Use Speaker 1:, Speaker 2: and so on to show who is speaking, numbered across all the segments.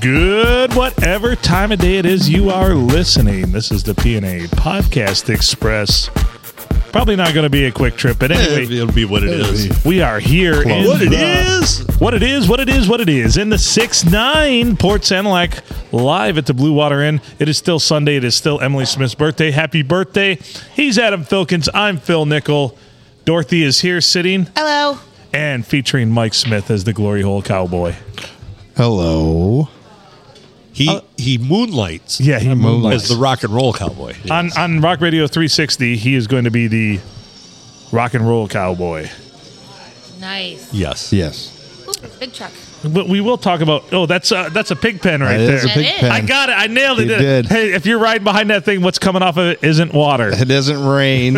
Speaker 1: Good, whatever time of day it is you are listening. This is the PNA Podcast Express. Probably not going to be a quick trip, but anyway,
Speaker 2: It'll be what it is.
Speaker 1: we are here. in
Speaker 2: What it
Speaker 1: the-
Speaker 2: is?
Speaker 1: What it is, what it is, what it is. In the 6 9 Port Sanilac, live at the Blue Water Inn. It is still Sunday. It is still Emily Smith's birthday. Happy birthday. He's Adam Filkins. I'm Phil Nickel. Dorothy is here sitting
Speaker 3: Hello.
Speaker 1: and featuring Mike Smith as the Glory Hole Cowboy.
Speaker 4: Hello.
Speaker 2: He he moonlights
Speaker 1: Yeah, he
Speaker 2: as the rock and roll cowboy.
Speaker 1: on on Rock Radio 360, he is going to be the rock and roll cowboy.
Speaker 3: Nice.
Speaker 2: yes.
Speaker 4: Yes.
Speaker 3: Ooh, big truck.
Speaker 1: But we will talk about. Oh, that's a that's a pig pen right
Speaker 4: That is
Speaker 1: there.
Speaker 4: a pig
Speaker 3: That is.
Speaker 4: pen.
Speaker 1: I got it. I nailed it.
Speaker 4: You did.
Speaker 1: Hey, if you're riding behind that thing, what's coming off of it isn't water.
Speaker 4: It doesn't rain.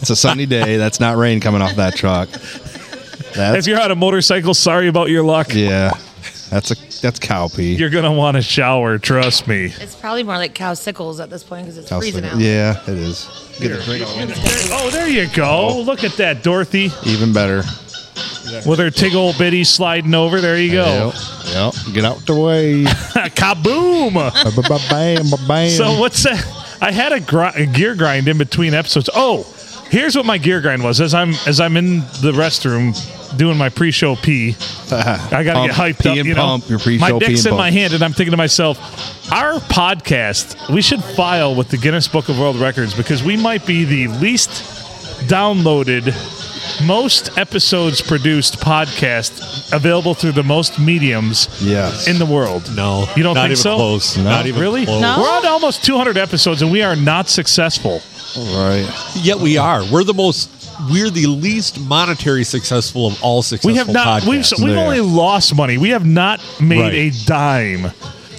Speaker 4: it's a sunny day. That's not rain coming off that truck.
Speaker 1: If
Speaker 4: That's
Speaker 1: you're on a motorcycle, sorry about your luck.
Speaker 4: yeah. That's a that's cowpea.
Speaker 1: You're gonna want to shower. Trust me.
Speaker 3: It's probably more like cow sickles at this point because it's
Speaker 4: I'll
Speaker 3: freezing
Speaker 4: say-
Speaker 3: out.
Speaker 4: Yeah, it is. Get a drink.
Speaker 1: Oh, there you go. Look at that, Dorothy,
Speaker 4: Even better.
Speaker 1: with her tig old bitty sliding over. There you go.
Speaker 4: Yep. Yep. Get out the way.
Speaker 1: Kaboom.
Speaker 4: Ba-ba-ba-bam, ba-bam.
Speaker 1: So what's that? I had a, gr- a gear grind in between episodes. Oh, here's what my gear grind was. As I'm as I'm in the restroom doing my pre-show pee, I gotta
Speaker 4: Uh-huh. Pump,
Speaker 1: get hyped
Speaker 4: pee
Speaker 1: up.
Speaker 4: and
Speaker 1: you know,
Speaker 4: pump, your pre-show
Speaker 1: my
Speaker 4: pee
Speaker 1: dick's
Speaker 4: and
Speaker 1: in my
Speaker 4: pump.
Speaker 1: hand, and I'm thinking to myself, our podcast we should file with the Guinness Book of World Records because we might be the least downloaded. Most episodes produced podcast available through the most mediums
Speaker 4: Yes.
Speaker 1: in the world.
Speaker 2: No.
Speaker 1: You don't
Speaker 2: not
Speaker 1: think
Speaker 2: even
Speaker 1: so?
Speaker 2: close.
Speaker 4: No.
Speaker 2: Not even
Speaker 1: Really?
Speaker 2: close.
Speaker 3: No.
Speaker 1: We're on to almost 200 episodes and we are not successful.
Speaker 4: right.
Speaker 2: Yet we are. We're the most we're the least monetary successful of all successful
Speaker 1: We have not. We've,
Speaker 2: podcasts.
Speaker 1: we've
Speaker 4: Yeah.
Speaker 1: only lost money. We have not made
Speaker 2: Right.
Speaker 1: a dime.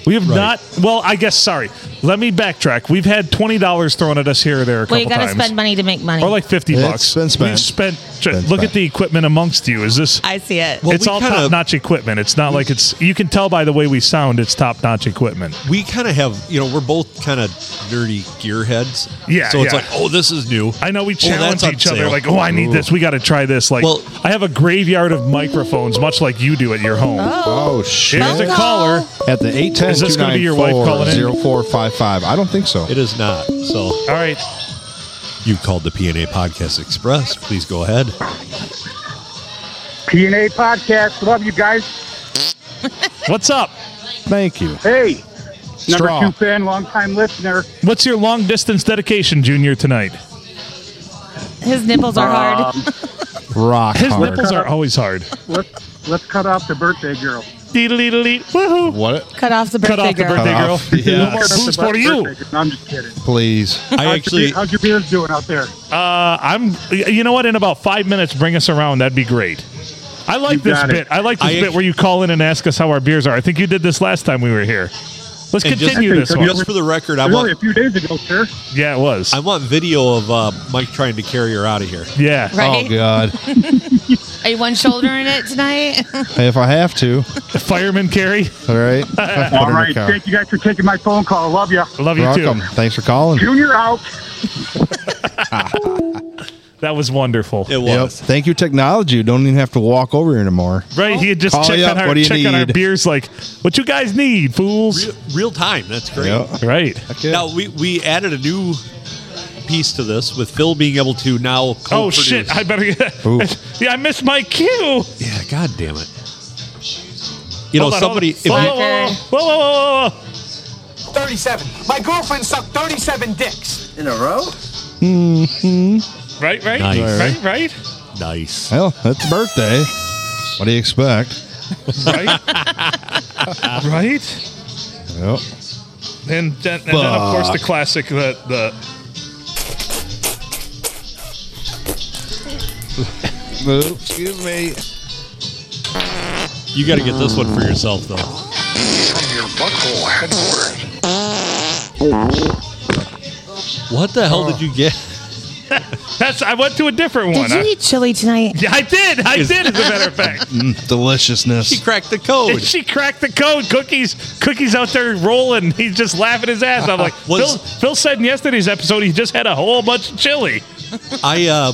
Speaker 1: We have
Speaker 2: Right.
Speaker 1: not. Well, I guess. Sorry. Let me backtrack. We've had twenty dollars thrown at us here or there a
Speaker 3: Well, you
Speaker 1: couple
Speaker 3: got to
Speaker 1: times,
Speaker 3: spend money to make money.
Speaker 1: or like fifty
Speaker 4: It's
Speaker 1: bucks.
Speaker 4: been spent.
Speaker 1: We've spent.
Speaker 4: Been
Speaker 1: look at
Speaker 4: spent.
Speaker 1: the equipment amongst you. Is this?
Speaker 3: I see it.
Speaker 2: Well,
Speaker 1: it's
Speaker 2: we
Speaker 1: all
Speaker 2: kinda-
Speaker 1: top-notch equipment. It's not like it's. You can tell by the way we sound. It's top-notch equipment.
Speaker 2: we kind of have, you know, we're both kind of nerdy gearheads.
Speaker 1: Yeah,
Speaker 2: So it's
Speaker 1: yeah.
Speaker 2: like, oh, this is new.
Speaker 1: I know we
Speaker 2: Oh, that's
Speaker 1: challenge
Speaker 2: on
Speaker 1: each other
Speaker 2: sale.
Speaker 1: like, oh, I need this. We got to try this. Like,
Speaker 2: Well-
Speaker 1: I have a graveyard of microphones, much like you do at your home.
Speaker 4: Oh shit.
Speaker 1: Here's a
Speaker 3: Phone
Speaker 1: caller.
Speaker 3: call.
Speaker 4: At the 810
Speaker 1: Is this gonna be your wife calling in?
Speaker 4: 0455. I don't think so.
Speaker 2: It is not. So
Speaker 1: All right.
Speaker 2: you called the PNA Podcast Express. Please go ahead.
Speaker 5: PNA podcast. Love you guys.
Speaker 1: What's up?
Speaker 4: Thank you.
Speaker 5: Hey,
Speaker 4: Straw.
Speaker 5: number two fan, longtime listener.
Speaker 1: What's your long distance dedication, Junior, tonight?
Speaker 3: His nipples are hard.
Speaker 5: Um,
Speaker 4: Rock
Speaker 1: His
Speaker 4: hard.
Speaker 1: nipples are always hard.
Speaker 5: let's let's cut off the birthday girl.
Speaker 1: Deedle deedle deed. Woohoo.
Speaker 4: What?
Speaker 3: Cut off the birthday
Speaker 1: Cut off the
Speaker 3: girl.
Speaker 1: birthday
Speaker 4: Cut
Speaker 1: girl.
Speaker 4: off.
Speaker 1: No
Speaker 4: Yeah.
Speaker 1: more
Speaker 5: Cut off the
Speaker 1: booze for you.
Speaker 5: birthday girl. No, I'm just kidding.
Speaker 4: Please.
Speaker 2: I
Speaker 5: How's your,
Speaker 2: actually
Speaker 5: beer- how's your beers doing out there?
Speaker 1: Uh, I'm. You know what? In about five minutes, bring us around. That'd be great. I like
Speaker 5: You
Speaker 1: this
Speaker 5: got it.
Speaker 1: bit. I like this
Speaker 2: I-
Speaker 1: bit where you call in and ask us how our beers are. I think you did this last time we were here. Let's
Speaker 2: And just-
Speaker 1: continue this
Speaker 5: Actually,
Speaker 1: one.
Speaker 2: just for the record, I
Speaker 5: It was only
Speaker 2: want
Speaker 5: a few days ago, sir.
Speaker 1: Yeah, it was.
Speaker 2: I want video of uh, Mike trying to carry her out of here.
Speaker 1: Yeah.
Speaker 3: Right?
Speaker 4: Oh god.
Speaker 3: Are you one shoulder in it tonight?
Speaker 4: if I have to.
Speaker 1: Fireman Carey.
Speaker 4: All right. Put it in
Speaker 5: All
Speaker 4: the
Speaker 5: right.
Speaker 4: car.
Speaker 5: Thank you guys for taking my phone call. Love you.
Speaker 1: Love you
Speaker 4: Rock
Speaker 1: too.
Speaker 4: 'em. Thanks for calling.
Speaker 5: Junior out.
Speaker 1: That was wonderful.
Speaker 2: It
Speaker 4: Yep.
Speaker 2: was.
Speaker 4: Thank you, technology. You don't even have to walk over here anymore.
Speaker 1: Right? He had just
Speaker 4: Call
Speaker 1: checked
Speaker 4: you
Speaker 1: on
Speaker 4: up.
Speaker 1: our
Speaker 4: What do you
Speaker 1: check on our
Speaker 4: need?
Speaker 1: beers. Like, what you guys need, fools?
Speaker 2: Real, real time. That's great.
Speaker 4: Yep.
Speaker 1: Right.
Speaker 4: Okay.
Speaker 2: Now we, we added a new piece to this with Phil being able to now.
Speaker 1: Oh
Speaker 2: co-produce.
Speaker 1: shit! I better get.
Speaker 4: Oof.
Speaker 1: yeah, I missed my cue.
Speaker 2: yeah. God damn it. You
Speaker 1: Hold
Speaker 2: know
Speaker 1: on,
Speaker 2: somebody. If
Speaker 1: hold on.
Speaker 2: you,
Speaker 1: Whoa, whoa, whoa, whoa, whoa, whoa.
Speaker 6: 37. My girlfriend sucked 37 dicks. In a row?
Speaker 1: Mm-hmm. Right, right,
Speaker 2: Nice.
Speaker 1: right, right,
Speaker 2: nice.
Speaker 4: Well, that's birthday. What do you expect?
Speaker 1: right, right.
Speaker 4: Yep.
Speaker 1: And then, and then of course the classic the the
Speaker 4: Oops, Excuse me.
Speaker 2: You got to get this one for yourself though. What the hell did you get?
Speaker 1: that's. I went to a different one.
Speaker 3: Did you
Speaker 1: I,
Speaker 3: eat chili tonight?
Speaker 1: yeah, I did. I did. As a matter of fact,
Speaker 2: He
Speaker 4: Mm, Deliciousness.
Speaker 2: cracked the code.
Speaker 1: And she cracked the code. Cookies, cookies out there rolling. He's just laughing his ass. I'm like, Phil,
Speaker 2: Was-
Speaker 1: Phil said in yesterday's episode he just had a whole bunch of chili.
Speaker 2: I uh,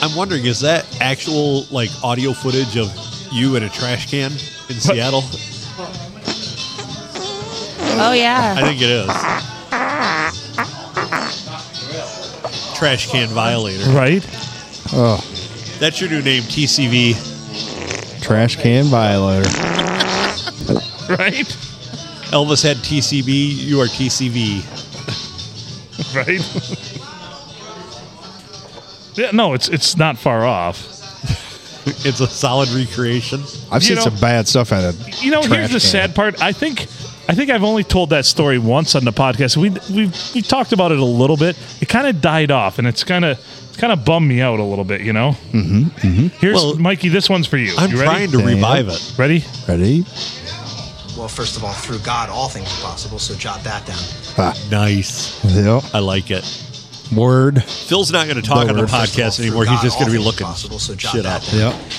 Speaker 2: I'm wondering is that actual like audio footage of you in a trash can in Seattle?
Speaker 3: Oh yeah.
Speaker 2: I think it is. Trash can violator.
Speaker 1: Right?
Speaker 4: Oh,
Speaker 2: That's your new name, TCV.
Speaker 4: trash can violator.
Speaker 1: Right?
Speaker 2: Elvis had TCB. You are TCV.
Speaker 1: Right? yeah, no, it's it's not far off.
Speaker 2: It's a solid recreation.
Speaker 4: I've
Speaker 1: You
Speaker 4: seen
Speaker 1: know-
Speaker 4: some bad stuff out of
Speaker 1: You know,
Speaker 4: trash
Speaker 1: here's the
Speaker 4: can.
Speaker 1: sad part. I think I think I've only told that story once on the podcast. We we we talked about it a little bit. It kind of died off, and it's kind of it's kind of bummed me out a little bit. You know. Mm-hmm. Here's
Speaker 2: Well,
Speaker 1: Mikey. This one's for you.
Speaker 2: I'm
Speaker 1: you ready?
Speaker 2: trying to
Speaker 4: Damn.
Speaker 2: revive it.
Speaker 1: ready?
Speaker 4: Ready?
Speaker 7: Well, first of all, through God, all things are possible, so jot that down.
Speaker 2: Nice.
Speaker 4: Yep.
Speaker 2: I like it.
Speaker 4: Word.
Speaker 2: Phil's not going to talk
Speaker 4: The
Speaker 2: on the
Speaker 4: word.
Speaker 2: podcast
Speaker 7: Through
Speaker 2: anymore.
Speaker 7: God,
Speaker 2: He's just
Speaker 7: all
Speaker 2: going to be
Speaker 7: things are
Speaker 2: looking
Speaker 7: possible, so jot
Speaker 2: shit
Speaker 7: that
Speaker 2: up.
Speaker 7: down.
Speaker 4: Yep.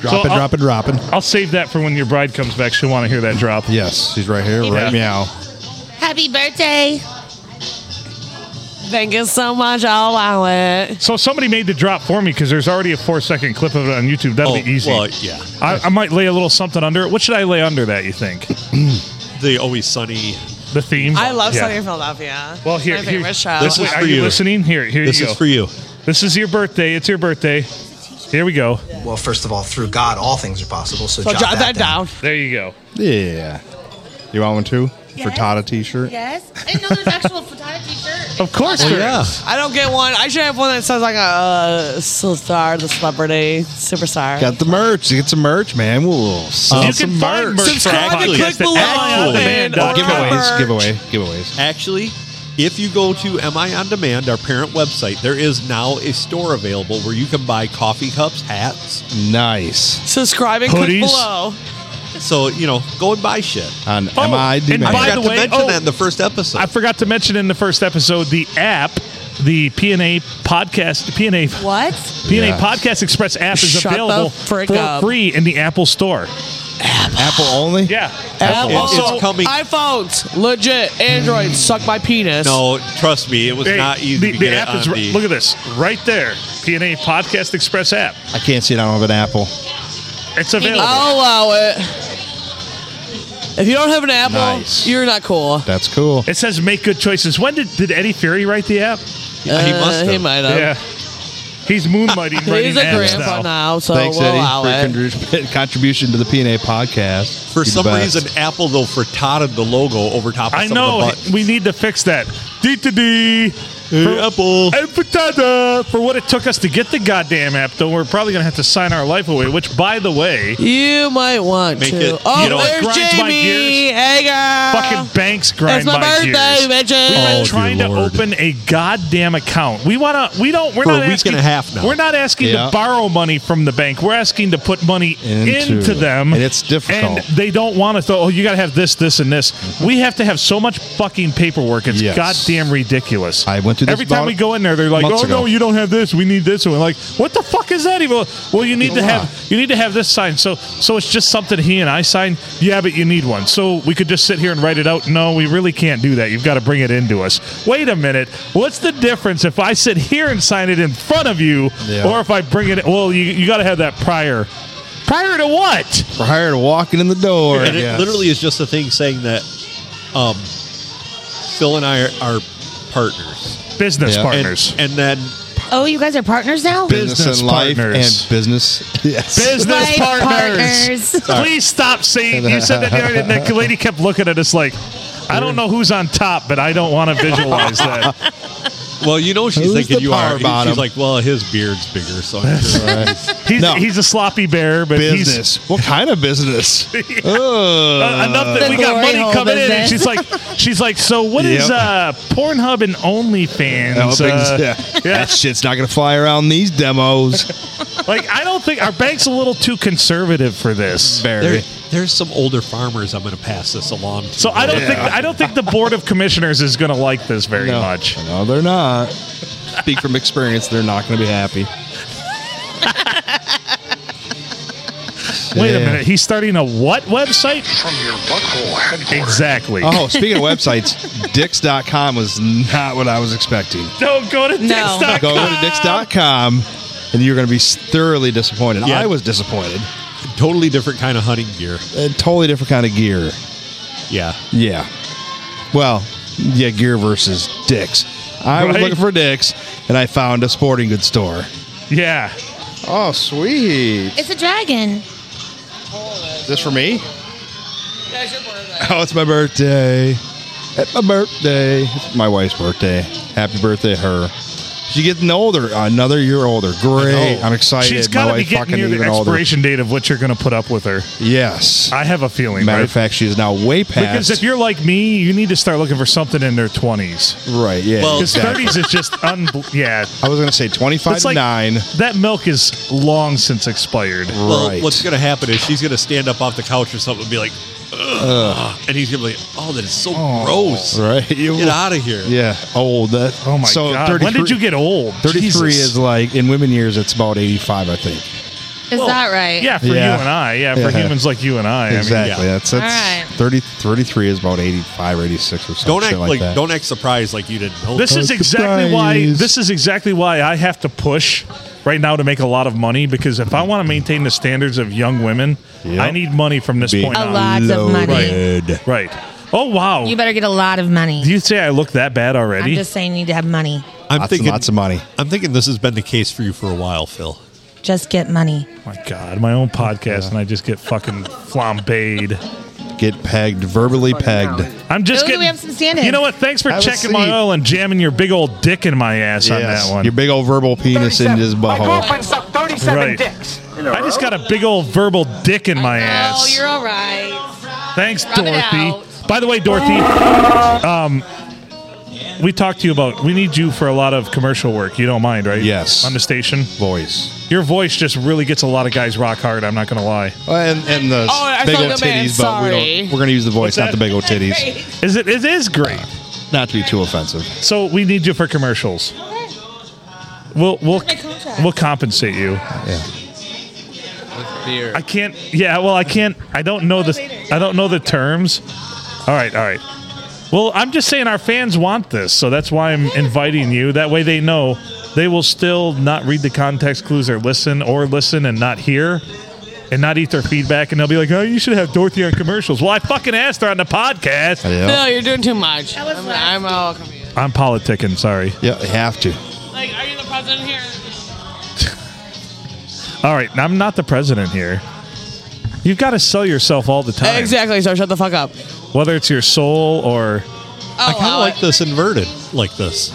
Speaker 4: Dropping,
Speaker 1: I'll-
Speaker 4: dropping, dropping.
Speaker 1: I'll save that for when your bride comes back. She'll want to hear that drop.
Speaker 4: Yes, she's right here.
Speaker 1: Yeah.
Speaker 4: Right meow.
Speaker 3: Happy birthday. Thank you so much. I'll allow it.
Speaker 1: So somebody made the drop for me because there's already a four second clip of it on YouTube. That'll
Speaker 2: Oh,
Speaker 1: be easy.
Speaker 2: well, yeah.
Speaker 1: I, I might lay a little something under it. What should I lay under that? You think
Speaker 2: The Always Sunny.
Speaker 1: the theme?
Speaker 8: I love
Speaker 1: Yeah.
Speaker 8: Sunny Philadelphia.
Speaker 1: Well, here,
Speaker 8: my
Speaker 1: here
Speaker 8: favorite show.
Speaker 2: this is
Speaker 1: Wait,
Speaker 2: for
Speaker 1: are you,
Speaker 2: you.
Speaker 1: listening? Here, here
Speaker 2: This
Speaker 1: you go.
Speaker 2: is for you.
Speaker 1: This is your birthday. It's your birthday. Here we go.
Speaker 7: Well, first of all, through God, all things are possible, so,
Speaker 8: so jot that, down.
Speaker 1: There you go.
Speaker 4: Yeah. You want one too? For
Speaker 3: Yes.
Speaker 4: Tata t-shirt?
Speaker 3: Yes. I didn't know there's actual Fatata t-shirt.
Speaker 1: Of course,
Speaker 2: Well,
Speaker 1: there
Speaker 2: Oh, yeah.
Speaker 1: is.
Speaker 8: I don't get one. I should have one that says like a uh, star, the celebrity, superstar.
Speaker 4: Got the merch. Get some merch, man. We'll sell
Speaker 1: you
Speaker 4: Uh, some
Speaker 1: can find merch.
Speaker 8: Subscribe and click below and
Speaker 1: Actually,
Speaker 8: order
Speaker 4: giveaways.
Speaker 8: merch.
Speaker 4: Giveaway. Giveaways.
Speaker 2: Actually, if you go to MI On Demand, our parent website, there is now a store available where you can buy coffee cups, hats.
Speaker 4: Nice.
Speaker 8: Subscribe and
Speaker 1: Hoodies.
Speaker 8: click below.
Speaker 2: So, you you know, go and buy shit.
Speaker 4: On
Speaker 1: Oh,
Speaker 4: MI
Speaker 1: and
Speaker 2: I
Speaker 1: By
Speaker 2: forgot
Speaker 1: the
Speaker 2: to
Speaker 1: way-
Speaker 2: mention
Speaker 1: oh.
Speaker 2: that in the first episode.
Speaker 1: I forgot to mention in the first episode the app, the PNA podcast, the PNA
Speaker 3: What?
Speaker 1: PNA
Speaker 4: Yes.
Speaker 1: Podcast Express app is
Speaker 8: Shut the
Speaker 1: available
Speaker 8: frick
Speaker 1: for
Speaker 8: up.
Speaker 1: free in the Apple Store.
Speaker 4: Apple only?
Speaker 1: Yeah.
Speaker 8: Apple.
Speaker 1: Also-
Speaker 2: it's coming.
Speaker 8: iPhones, legit. Android, suck my penis.
Speaker 2: no, trust me, it was
Speaker 1: Hey,
Speaker 2: not easy
Speaker 1: the,
Speaker 2: to
Speaker 1: the
Speaker 2: get it
Speaker 1: app
Speaker 2: on
Speaker 1: is ri-
Speaker 2: the-
Speaker 1: look at this right there. PNA Podcast Express app.
Speaker 4: I can't see it. I don't have an Apple.
Speaker 1: It's available.
Speaker 8: I'll allow it. If you don't have an Apple,
Speaker 4: Nice.
Speaker 8: you're not cool.
Speaker 4: That's cool.
Speaker 1: It says make good choices. When did, did Eddie Fury write the app?
Speaker 2: he
Speaker 8: Uh,
Speaker 2: must have.
Speaker 8: He might have.
Speaker 1: Yeah. He's moonlighting writing
Speaker 8: He's a
Speaker 1: apps
Speaker 8: grandpa
Speaker 1: now.
Speaker 8: now, so
Speaker 4: Thanks,
Speaker 8: we'll
Speaker 4: Eddie,
Speaker 8: allow
Speaker 4: for your
Speaker 8: it.
Speaker 4: contri- contribution to the PNA podcast.
Speaker 2: For
Speaker 4: You're the
Speaker 2: some
Speaker 4: best.
Speaker 2: reason, Apple though frittated the logo over top of
Speaker 1: I
Speaker 2: some
Speaker 1: know.
Speaker 2: of the buttons.
Speaker 1: We need to fix that. D to D.
Speaker 2: Hey, Apple.
Speaker 1: And for tada, for what it took us to get the goddamn app, though, we're probably going to have to sign our life away, which, by the way,
Speaker 8: You might want
Speaker 2: Make
Speaker 8: to.
Speaker 2: it-
Speaker 8: oh,
Speaker 2: you know what
Speaker 8: there's
Speaker 1: grinds my
Speaker 8: Jamie. Hey, girl.
Speaker 1: fucking banks grind
Speaker 8: It's my
Speaker 1: my
Speaker 8: birthday,
Speaker 1: gears.
Speaker 8: bitches.
Speaker 1: We've been
Speaker 2: Oh,
Speaker 1: trying
Speaker 2: dear
Speaker 1: to
Speaker 2: Lord.
Speaker 1: open a goddamn account. We want to. We don't. We're
Speaker 2: For a
Speaker 1: not
Speaker 2: week
Speaker 1: asking,
Speaker 2: and a half now.
Speaker 1: We're not asking
Speaker 4: Yeah.
Speaker 1: to borrow money from the bank. We're asking to put money into,
Speaker 4: Into it.
Speaker 1: them,
Speaker 4: And it's difficult. Mm-hmm.
Speaker 1: And they don't want us to. Oh, you got to have this, this, and this. We have to have so much fucking paperwork. It's
Speaker 4: Yes.
Speaker 1: goddamn ridiculous.
Speaker 4: I went through this
Speaker 1: every time
Speaker 4: about
Speaker 1: we go in there. They're like,
Speaker 4: months
Speaker 1: "Oh no,
Speaker 4: ago."
Speaker 1: you don't have this. We need this." And we're like, "What the fuck is that?" Even well, you need to
Speaker 4: Yeah.
Speaker 1: have you need to have this signed. So so it's just something he and I signed. Yeah, but you need one. So we could just sit here and write it out. No, we really can't do that. You've got to bring it into us. Wait a minute. What's the difference if I sit here and sign it in front of you,
Speaker 4: Yeah.
Speaker 1: or if I bring it? Well, you you got to have that prior. Prior to what?
Speaker 4: prior to walking in the door.
Speaker 2: and it
Speaker 4: yes.
Speaker 2: literally is just a thing saying that um, Phil and I are, are partners,
Speaker 1: Business
Speaker 4: Yeah.
Speaker 2: And-
Speaker 1: partners.
Speaker 2: and, then
Speaker 3: Oh, you guys are partners now?
Speaker 4: business,
Speaker 1: business
Speaker 4: and life
Speaker 1: partners.
Speaker 4: and business. Yes.
Speaker 1: Business
Speaker 3: Life
Speaker 1: partners. Please stop saying you said that the other day. and The lady kept looking at us like, I don't know who's on top, but I don't want to visualize that.
Speaker 2: well, you know she's
Speaker 4: Who's
Speaker 2: thinking
Speaker 4: the
Speaker 2: you
Speaker 4: power
Speaker 2: are. He-
Speaker 4: bottom?
Speaker 2: She's like, well, his beard's bigger, so I'm sure.
Speaker 1: He's,
Speaker 4: No.
Speaker 1: he's a sloppy bear, but he's
Speaker 4: business. what kind of business? Ugh.
Speaker 1: uh, enough that
Speaker 3: The
Speaker 1: we got
Speaker 3: glory
Speaker 1: money
Speaker 3: hole
Speaker 1: coming in. And
Speaker 3: business.
Speaker 1: she's like, she's like, so what is
Speaker 4: Yep.
Speaker 1: uh, Pornhub and OnlyFans?
Speaker 4: That
Speaker 1: uh,
Speaker 4: big-
Speaker 1: yeah.
Speaker 4: That shit's not gonna fly around these demos.
Speaker 1: like I don't think our bank's a little too conservative for this.
Speaker 2: There,
Speaker 4: Barry.
Speaker 2: there's some older farmers I'm going to pass this along to.
Speaker 1: So I don't
Speaker 4: Yeah.
Speaker 1: think I don't think the board of commissioners is going to like this very
Speaker 4: No.
Speaker 1: much.
Speaker 4: No, they're not. Speak from experience, they're not gonna be happy.
Speaker 1: Wait a
Speaker 4: Yeah.
Speaker 1: minute, he's starting a what website?
Speaker 9: From your butthole headquarters.
Speaker 1: Exactly.
Speaker 4: Oh, speaking of websites, dicks.com was not what I was expecting.
Speaker 1: Don't go to
Speaker 3: No.
Speaker 1: dicks.com.
Speaker 4: Go to dicks.com and you're going to be thoroughly disappointed.
Speaker 2: Yeah.
Speaker 4: I was disappointed.
Speaker 2: totally different kind of hunting gear.
Speaker 4: A totally different kind of gear.
Speaker 2: Yeah,
Speaker 4: Yeah. Well, yeah, gear versus dicks. I was
Speaker 1: Right.
Speaker 4: looking for dicks, and I found a sporting goods store.
Speaker 1: Yeah.
Speaker 4: Oh, sweet!
Speaker 3: It's a dragon.
Speaker 4: Is this for me? Oh, it's my birthday. It's my birthday. It's my wife's birthday. Happy birthday, her. She's getting older. Another year older. Great. I'm excited.
Speaker 1: She's
Speaker 4: my
Speaker 1: got to be
Speaker 4: wife's
Speaker 1: getting
Speaker 4: fucking
Speaker 1: near the
Speaker 4: even older.
Speaker 1: expiration date of what you're going to put up with her.
Speaker 4: Yes.
Speaker 1: I have a feeling,
Speaker 4: Matter
Speaker 1: right?
Speaker 4: of fact, she is now way past.
Speaker 1: Because if you're like me, you need to start looking for something in their 20s.
Speaker 4: right, yeah.
Speaker 2: Well-
Speaker 1: Because
Speaker 4: exactly.
Speaker 1: 30s is just un. Yeah.
Speaker 4: I was going to say 25
Speaker 1: It's like-
Speaker 4: to 9.
Speaker 1: That milk is long since expired.
Speaker 2: Well,
Speaker 4: right.
Speaker 2: what's going to happen is she's going to stand up off the couch or something and be like, Ugh. and he's going to be like, oh, that is so gross.
Speaker 4: right?
Speaker 2: Get out of here.
Speaker 4: Yeah, old. That,
Speaker 1: Oh my
Speaker 4: so
Speaker 1: god! When did
Speaker 4: 33
Speaker 1: you get old?
Speaker 4: 33
Speaker 1: Jesus.
Speaker 4: is like, in women years, it's about 85, I think.
Speaker 3: Is that right?
Speaker 1: Yeah, for
Speaker 4: Yeah.
Speaker 1: you and I. Yeah, for
Speaker 4: Yeah.
Speaker 1: humans like you and I. I mean,
Speaker 4: Exactly.
Speaker 2: yeah.
Speaker 4: That's, that's
Speaker 3: All right.
Speaker 4: 30, 33 is about 85, 86 or something.
Speaker 2: Don't act
Speaker 4: like,
Speaker 2: like,
Speaker 4: that.
Speaker 2: don't act surprised like you didn't know.
Speaker 1: this is
Speaker 4: That's
Speaker 1: exactly why.
Speaker 4: surprise.
Speaker 1: This is exactly why I have to push right now to make a lot of money because if I want to maintain the standards of young women,
Speaker 4: Yep.
Speaker 1: I need money from this
Speaker 4: Be
Speaker 1: point
Speaker 3: A
Speaker 1: on.
Speaker 3: lot of money.
Speaker 4: loaded.
Speaker 1: Right. Oh wow.
Speaker 3: You better get a lot of money.
Speaker 1: Do you say I look that bad
Speaker 3: I'm
Speaker 1: already?
Speaker 3: just saying you need to have money.
Speaker 2: I'm
Speaker 4: Lots,
Speaker 2: thinking,
Speaker 4: and lots of money.
Speaker 2: I'm thinking this has been the case for you for a while, Phil.
Speaker 3: Just get money.
Speaker 1: my God, my own podcast, and I just get fucking flambéed.
Speaker 4: Get pegged, verbally pegged.
Speaker 1: I'm just
Speaker 3: Ooh, do we
Speaker 1: getting.
Speaker 3: have some stand-ins?
Speaker 1: You know what? Thanks for
Speaker 4: Have a
Speaker 1: checking my
Speaker 4: seat.
Speaker 1: oil and jamming your big old dick in my ass on that one.
Speaker 4: Your big old verbal penis in his
Speaker 6: 37. My
Speaker 4: butthole.
Speaker 6: girlfriend sucked 37
Speaker 1: Right.
Speaker 6: dicks.
Speaker 1: I just got a big old verbal dick
Speaker 2: Oh,
Speaker 1: in my
Speaker 10: Oh,
Speaker 1: ass.
Speaker 3: all right.
Speaker 1: Thanks,
Speaker 3: Rub it out.
Speaker 1: Dorothy. By the way, Dorothy, um, we talked to you about we need you for a lot of commercial work. You don't mind, right?
Speaker 4: Yes.
Speaker 1: On the station,
Speaker 4: Voice.
Speaker 1: your voice just really gets a lot of guys rock hard. I'm not gonna lie.
Speaker 4: And, and the
Speaker 8: Oh, I
Speaker 4: big
Speaker 8: thought
Speaker 4: old
Speaker 8: the man,
Speaker 4: titties, but we
Speaker 8: sorry.
Speaker 4: don't, we're going to use the voice,
Speaker 1: What's
Speaker 4: not the
Speaker 1: that?
Speaker 4: big old titties.
Speaker 1: Is it? It is great.
Speaker 4: Not to be too offensive.
Speaker 1: So we need you for commercials. We'll we'll we'll compensate you.
Speaker 4: Yeah.
Speaker 1: I can't. Yeah. Well, I can't. I don't know the. I don't know the terms. All right. All right. Well, I'm just saying our fans want this, so that's why I'm inviting you. That way they know they will still not read the context clues or listen or listen and not hear and not eat their feedback, and they'll be like, "Oh, you should have Dorothy on commercials." Well, I fucking asked her on the podcast.
Speaker 4: Yeah.
Speaker 8: No, you're doing too much.
Speaker 3: That was
Speaker 8: I'm,
Speaker 3: last
Speaker 8: I'm all confused.
Speaker 1: I'm politicking. Sorry.
Speaker 4: Yeah, you have to.
Speaker 8: Like, are you the president here?
Speaker 1: All right. I'm not the president here. You've got to sell yourself all the time,
Speaker 8: Exactly. So shut the fuck up.
Speaker 1: whether it's your soul or
Speaker 2: I kind of like this inverted, like this.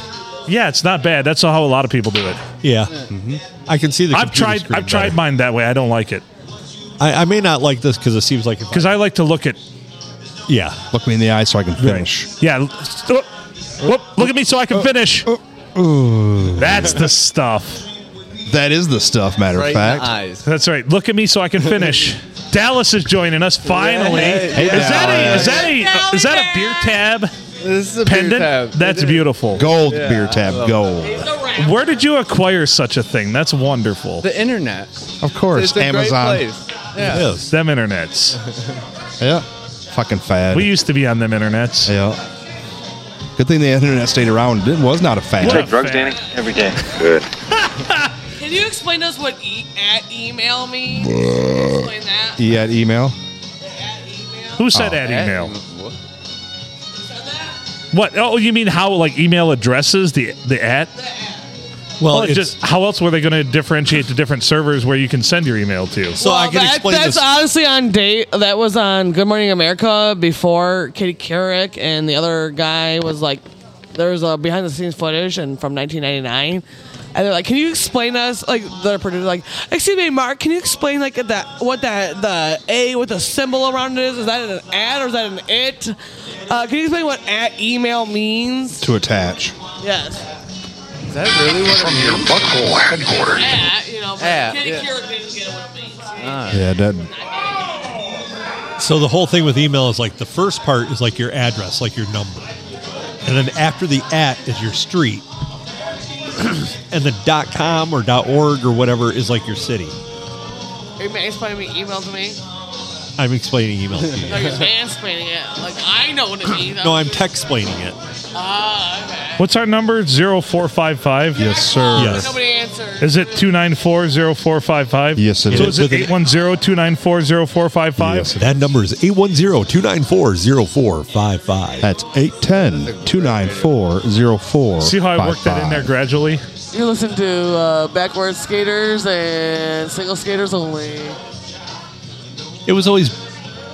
Speaker 1: yeah, it's not bad. That's how a lot of people do it.
Speaker 2: Yeah,
Speaker 4: Mm-hmm.
Speaker 2: I can see the.
Speaker 1: I've
Speaker 2: computer
Speaker 1: tried.
Speaker 2: screen
Speaker 1: I've tried
Speaker 2: better.
Speaker 1: mine that way. I don't like it
Speaker 2: I, I may not like this because it seems like.
Speaker 1: because I like to look at.
Speaker 2: yeah,
Speaker 4: Look me in the eye so I can finish.
Speaker 1: Yeah. l- whoop, whoop, look at me so I can finish. That's the stuff.
Speaker 4: That is the stuff, matter of
Speaker 11: Right in
Speaker 4: fact.
Speaker 11: the eyes.
Speaker 1: That's right. Look at me so I can finish. Dallas is joining us finally.
Speaker 11: Hey,
Speaker 1: is, that a, is that a
Speaker 3: Dallas.
Speaker 1: is that a beer tab
Speaker 11: This is a beer tab.
Speaker 1: pendant? That's
Speaker 11: It is.
Speaker 1: beautiful.
Speaker 4: Gold
Speaker 11: Yeah,
Speaker 4: beer
Speaker 11: I
Speaker 4: tab,
Speaker 11: love
Speaker 4: gold.
Speaker 1: Where did you acquire such a thing? That's wonderful.
Speaker 11: The internet.
Speaker 4: Of course,
Speaker 11: It's a
Speaker 4: Amazon.
Speaker 11: great place. Yeah.
Speaker 2: it is.
Speaker 1: Them internets.
Speaker 4: Yeah, fucking fad.
Speaker 1: We used to be on them internets.
Speaker 4: yeah. Good thing the internet stayed around. It was not a fad.
Speaker 1: What a
Speaker 9: Drugs,
Speaker 1: fan.
Speaker 9: Danny? Every day. Good.
Speaker 8: Can you explain to us what e- at email means? Can you explain that.
Speaker 4: E at email.
Speaker 8: At email.
Speaker 1: Who said
Speaker 4: Oh.
Speaker 1: that email?
Speaker 11: What?
Speaker 8: Said that?
Speaker 1: What? Oh, you mean how like email addresses the the at?
Speaker 2: Well,
Speaker 1: Well,
Speaker 2: Oh, it's,
Speaker 1: just how else were they going to differentiate the different servers where you can send your email to?
Speaker 2: so I
Speaker 8: Well,
Speaker 2: can
Speaker 8: that-
Speaker 2: explain
Speaker 8: that's
Speaker 2: this.
Speaker 8: honestly on date. That was on Good Morning America before Katie Couric and the other guy was like, there was a behind the scenes footage and from 1999. And they're like, "Can you explain us?" Like the producer, like, "Excuse me, Mark, can you explain like that what that the A with the symbol around it is? Is that an ad or is that an it? Uh, can you explain what at email means?"
Speaker 4: To attach.
Speaker 8: Yes,
Speaker 11: Is that really what
Speaker 9: From your buckhole headquarters.
Speaker 8: at you know, but
Speaker 11: At,
Speaker 8: Katie
Speaker 11: yeah. Uh,
Speaker 8: Couric didn't get what it means.
Speaker 4: Yeah, that.
Speaker 2: So the whole thing with email is like the first part is like your address, like your number, and then after the at is your street, and the dot com or dot org or whatever is like your city.
Speaker 8: Are you explaining me email to me?
Speaker 2: I'm explaining email to you.
Speaker 8: No, you're mansplaining it. Like I know what it means.
Speaker 2: No, I'm text explaining it.
Speaker 8: Ah, okay.
Speaker 1: What's our number? 0455?
Speaker 4: Yes, sir.
Speaker 1: Yes.
Speaker 8: Nobody answered.
Speaker 1: Is it 294-0455?
Speaker 4: Yes, it
Speaker 1: so
Speaker 4: is.
Speaker 1: is it 810-294-0455?
Speaker 2: That number is 810 294 0455.
Speaker 4: That's 810 294 04.
Speaker 1: See how I worked that in there gradually?
Speaker 8: You listen to uh, backwards skaters and single skaters only.
Speaker 2: It was always,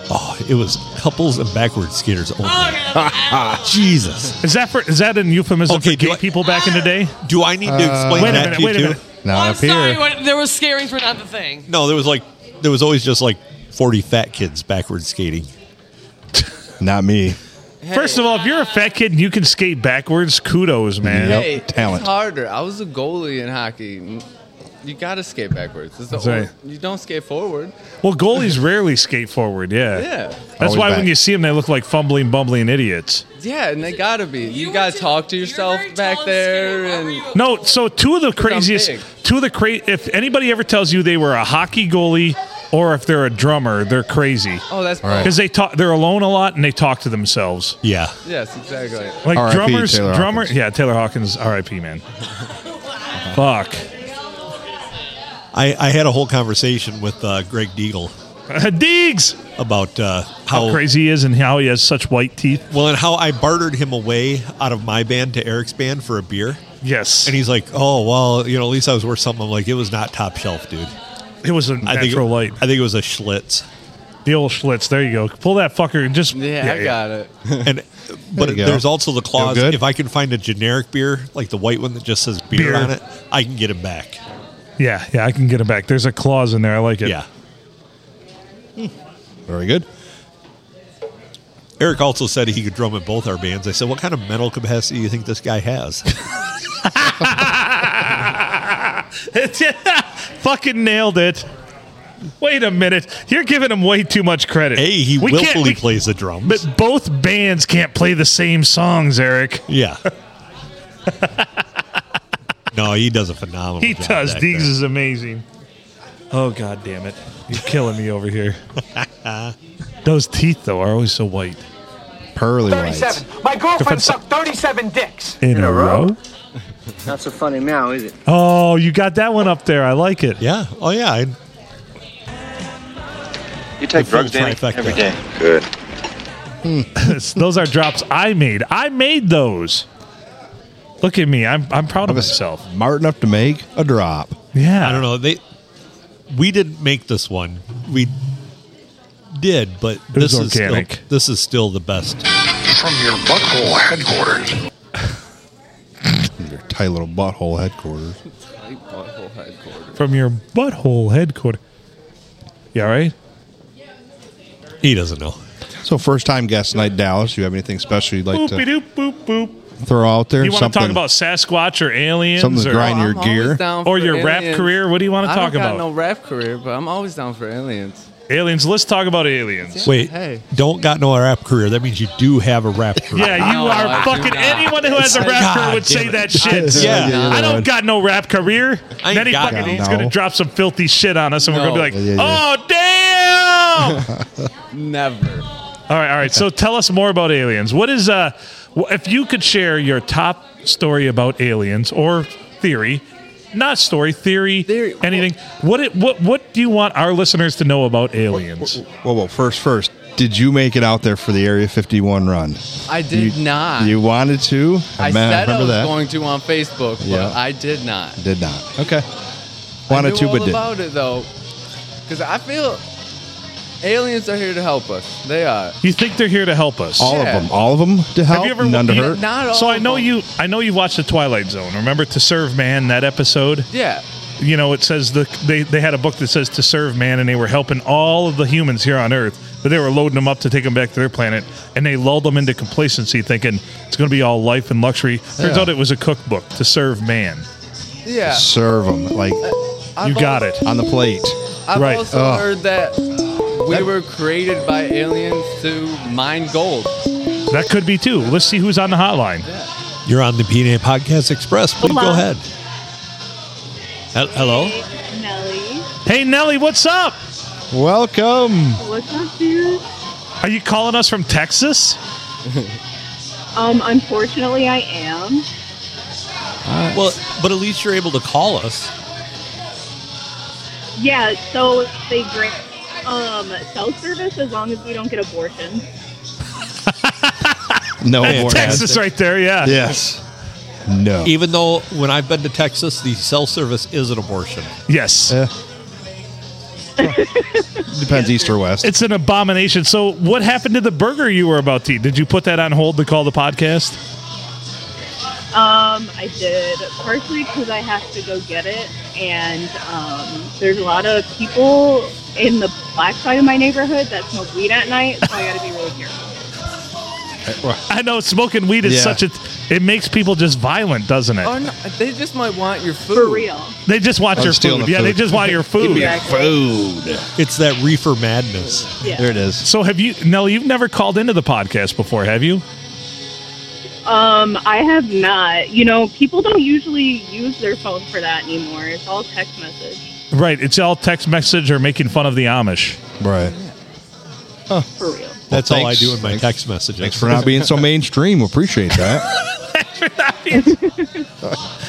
Speaker 2: oh, it was couples and backwards skaters only.
Speaker 8: Oh,
Speaker 2: Jesus.
Speaker 1: Is that for is that an euphemism
Speaker 2: Okay,
Speaker 1: for gay
Speaker 2: do I-
Speaker 1: people back in the day?
Speaker 2: Do I need to explain
Speaker 1: Uh, Wait a
Speaker 2: that
Speaker 1: minute,
Speaker 2: to you
Speaker 1: wait a
Speaker 2: too?
Speaker 1: minute.
Speaker 4: Not
Speaker 8: I'm
Speaker 4: up here.
Speaker 8: sorry, what, there was scarings were not the thing.
Speaker 2: No, there was like, there was always just like 40 fat kids backwards skating.
Speaker 4: Not me.
Speaker 1: First of all, if you're a fat kid and you can skate backwards, kudos, man.
Speaker 4: Yep,
Speaker 11: Hey,
Speaker 4: talent.
Speaker 11: It's harder. I was a goalie in hockey. You gotta skate backwards. It's the
Speaker 1: That's right.
Speaker 11: only- You don't skate forward.
Speaker 1: Well, goalies rarely skate forward, yeah.
Speaker 11: Yeah.
Speaker 1: That's
Speaker 4: Always
Speaker 1: why
Speaker 4: back.
Speaker 1: when you see them, they look like fumbling, bumbling idiots.
Speaker 11: Yeah, and they gotta be. You,
Speaker 8: were
Speaker 11: gotta
Speaker 8: too-
Speaker 11: talk to
Speaker 8: you were
Speaker 11: yourself
Speaker 8: very
Speaker 11: back
Speaker 8: tall and
Speaker 11: there,
Speaker 8: skinny. Why were
Speaker 11: and
Speaker 8: you-
Speaker 1: No, so two of the craziest,
Speaker 11: big.
Speaker 1: two of the cra- if anybody ever tells you they were a hockey goalie or if they're a drummer, they're crazy.
Speaker 11: oh, that's
Speaker 4: All right.
Speaker 1: Because they talk, they're alone a lot and they talk to themselves.
Speaker 2: Yeah.
Speaker 11: yes, exactly.
Speaker 1: Like
Speaker 4: R.I.P.
Speaker 1: drummers,
Speaker 4: Taylor
Speaker 1: drummer,
Speaker 4: Hawkins.
Speaker 1: yeah, Taylor Hawkins, R.I.P. Man. Fuck,
Speaker 2: I, I had a whole conversation with uh, Greg Deagle
Speaker 1: Deegs,
Speaker 2: about uh,
Speaker 1: how
Speaker 4: Oh.
Speaker 2: how,
Speaker 1: crazy he is and how he has such white teeth.
Speaker 2: well, and how I bartered him away out of my band to Eric's band for a beer.
Speaker 1: Yes,
Speaker 2: And he's like, "Oh well, you know, at least I was worth something." I'm like, "It was not top shelf, dude.
Speaker 1: it was a
Speaker 2: I
Speaker 1: natural light.
Speaker 2: think I think it was a Schlitz."
Speaker 1: The old Schlitz. There you go. Pull that fucker. and Just
Speaker 11: Yeah, I got it.
Speaker 2: And but
Speaker 4: you go.
Speaker 2: there's also the clause:
Speaker 4: Feel good?
Speaker 2: if I can find a generic beer, like the white one that just says beer,
Speaker 1: Beer.
Speaker 2: on it, I can get it back.
Speaker 1: Yeah, yeah, I can get it back. There's a clause in there. I like it.
Speaker 2: Yeah.
Speaker 4: Very good.
Speaker 2: Eric also said he could drum in both our bands. I said, "What kind of mental capacity do you think this guy has?"
Speaker 1: Fucking nailed it. Wait a minute. You're giving him way too much credit.
Speaker 2: hey, he
Speaker 1: We can't-
Speaker 2: willfully
Speaker 1: we-
Speaker 2: plays the drums.
Speaker 1: But both bands can't play the same songs, Eric.
Speaker 2: yeah. no, he does a phenomenal.
Speaker 1: He
Speaker 2: job
Speaker 1: does.
Speaker 2: back
Speaker 1: Deegs
Speaker 2: there.
Speaker 1: is amazing. Oh god damn it. You're killing me over here. Those teeth though are always so white.
Speaker 4: Pearly whites.
Speaker 6: 37. My girlfriend sucked 37 dicks.
Speaker 1: In, a, row?
Speaker 7: Not so funny now, is it?
Speaker 1: Oh, you got that one up there. I like it.
Speaker 2: Yeah. Oh yeah. I,
Speaker 9: You take
Speaker 2: The full
Speaker 9: drugs, Danny?
Speaker 2: trifecta.
Speaker 9: Every day. Good.
Speaker 1: those are drops I made. I made those. Look at me. I'm I'm proud of myself.
Speaker 4: Smart enough to make a drop.
Speaker 1: Yeah.
Speaker 2: I don't know. They we didn't make this one. We did, but
Speaker 1: was
Speaker 2: this is still,
Speaker 1: organic.
Speaker 2: this is still the best.
Speaker 9: From your butthole headquarters.
Speaker 4: Your tight little butthole headquarters.
Speaker 11: Like butthole headquarters.
Speaker 1: From your butthole headquarters. Yeah, right?
Speaker 2: He doesn't know.
Speaker 4: So, first time guest night, Dallas. You have anything special you'd like
Speaker 1: Boopy
Speaker 4: to
Speaker 1: doop boop boop.
Speaker 4: throw out there?
Speaker 1: You want to
Speaker 4: something,
Speaker 1: talk about Sasquatch or aliens
Speaker 4: something to
Speaker 1: or,
Speaker 4: grind your
Speaker 11: I'm always
Speaker 4: gear?
Speaker 11: down
Speaker 1: or
Speaker 11: for
Speaker 1: your rap
Speaker 11: aliens.
Speaker 1: career? What do you want to
Speaker 11: I
Speaker 1: talk
Speaker 11: don't
Speaker 1: about?
Speaker 11: got no rap career, but I'm always down for aliens.
Speaker 1: Aliens. Let's talk about aliens.
Speaker 2: Wait,
Speaker 11: Hey.
Speaker 2: don't got no rap career. That means you do have a rap career.
Speaker 1: Yeah, you
Speaker 11: No,
Speaker 1: are
Speaker 11: I do
Speaker 1: fucking.
Speaker 11: not.
Speaker 1: Anyone who has a rap
Speaker 2: God
Speaker 1: career would
Speaker 2: damn
Speaker 1: say
Speaker 2: it.
Speaker 1: that shit.
Speaker 2: Yeah.
Speaker 4: yeah,
Speaker 1: I
Speaker 4: yeah.
Speaker 1: don't got no rap career.
Speaker 2: I ain't
Speaker 1: Then he
Speaker 2: got
Speaker 1: fucking,
Speaker 2: none.
Speaker 1: he's gonna
Speaker 4: No.
Speaker 1: drop some filthy shit on us, and we're
Speaker 11: No.
Speaker 1: gonna be like,
Speaker 4: Yeah,
Speaker 1: "Oh
Speaker 4: yeah,
Speaker 1: damn!"
Speaker 11: Never.
Speaker 1: All right, all right. So tell us more about aliens. What is uh, wh- if you could share your top story about aliens or theory, not story theory,
Speaker 11: Theory-
Speaker 1: anything. What it, what what do you want our listeners to know about aliens?
Speaker 4: Well, well, first, first, did you make it out there for the Area 51 run?
Speaker 11: I did not.
Speaker 4: You wanted to?
Speaker 11: I
Speaker 4: me-
Speaker 11: said I
Speaker 4: remember
Speaker 11: was
Speaker 4: that.
Speaker 11: going to on Facebook, but
Speaker 4: Yeah.
Speaker 11: I did not.
Speaker 4: Did not. Okay. Wanted
Speaker 11: I
Speaker 4: to,
Speaker 11: knew
Speaker 4: but
Speaker 11: all
Speaker 4: did.
Speaker 11: about it though, because I feel aliens are here to help us. They are.
Speaker 1: You think they're here to help us?
Speaker 4: All
Speaker 11: Yeah.
Speaker 4: of them. All of them to help.
Speaker 1: you ever-
Speaker 4: none to
Speaker 1: you-
Speaker 4: hurt.
Speaker 11: Not all.
Speaker 1: so I
Speaker 11: of
Speaker 1: know
Speaker 11: them.
Speaker 1: you. I know you watched the Twilight Zone. Remember to serve man that episode.
Speaker 11: Yeah.
Speaker 1: You know it says the they, they had a book that says to serve man, and they were helping all of the humans here on Earth, but they were loading them up to take them back to their planet, and they lulled them into complacency, thinking it's going to be all life and luxury. Turns
Speaker 4: Yeah.
Speaker 1: out it was a cookbook to serve man.
Speaker 11: Yeah.
Speaker 4: Serve them like
Speaker 11: I've
Speaker 1: you got
Speaker 11: al-
Speaker 1: it.
Speaker 4: on the plate.
Speaker 11: I've
Speaker 1: Right.
Speaker 11: also
Speaker 4: Ugh.
Speaker 11: heard that we were created by aliens to mine gold.
Speaker 1: That could be too. Let's see who's on the hotline.
Speaker 2: You're on the PNA Podcast Express. Please go
Speaker 3: Hola.
Speaker 2: ahead. Hel- Hello.
Speaker 12: Nelly.
Speaker 1: Hey Nelly, what's up?
Speaker 4: Welcome.
Speaker 12: What's up, dude?
Speaker 1: Are you calling us from Texas?
Speaker 12: Um, unfortunately, I am.
Speaker 2: well, but at least you're able to call us.
Speaker 12: Yeah, so they grant um, cell service as long as we don't get abortions.
Speaker 4: No,
Speaker 2: That's
Speaker 4: more
Speaker 2: Texas
Speaker 4: ads.
Speaker 2: right there, yeah.
Speaker 4: Yes. No.
Speaker 2: Even though when I've been to Texas, the cell service is an abortion.
Speaker 1: Yes.
Speaker 4: Eh. Depends east or west.
Speaker 1: It's an abomination. So, what happened to the burger you were about to eat? Did you put that on hold to call the podcast?
Speaker 12: Um, I did partially because I have to go get it, and um, there's a lot of people in the black side of my neighborhood that smoke weed at night, so I got to be really careful.
Speaker 1: I know smoking weed is
Speaker 11: Yeah.
Speaker 1: such a. It makes people just violent, doesn't it?
Speaker 11: Oh, no, they just might want your food. For
Speaker 12: real.
Speaker 1: They just want
Speaker 2: I'm
Speaker 1: your
Speaker 2: stealing
Speaker 1: food.
Speaker 2: the
Speaker 1: Yeah, they
Speaker 2: food.
Speaker 1: just want your
Speaker 2: Give me
Speaker 1: food.
Speaker 2: your Exactly.
Speaker 1: food.
Speaker 2: It's that reefer madness.
Speaker 12: Yeah.
Speaker 4: There it is.
Speaker 1: So have you Nelly, you've never called into the podcast before, have you?
Speaker 12: Um, I have not. You know, people don't usually use their phone for that anymore. It's all text message.
Speaker 1: Right. It's all text message or making fun of the Amish.
Speaker 4: Right.
Speaker 12: For real.
Speaker 2: That's
Speaker 4: Well,
Speaker 2: all I
Speaker 4: thanks.
Speaker 2: do in my text messages.
Speaker 4: Thanks for not being so mainstream. Appreciate that.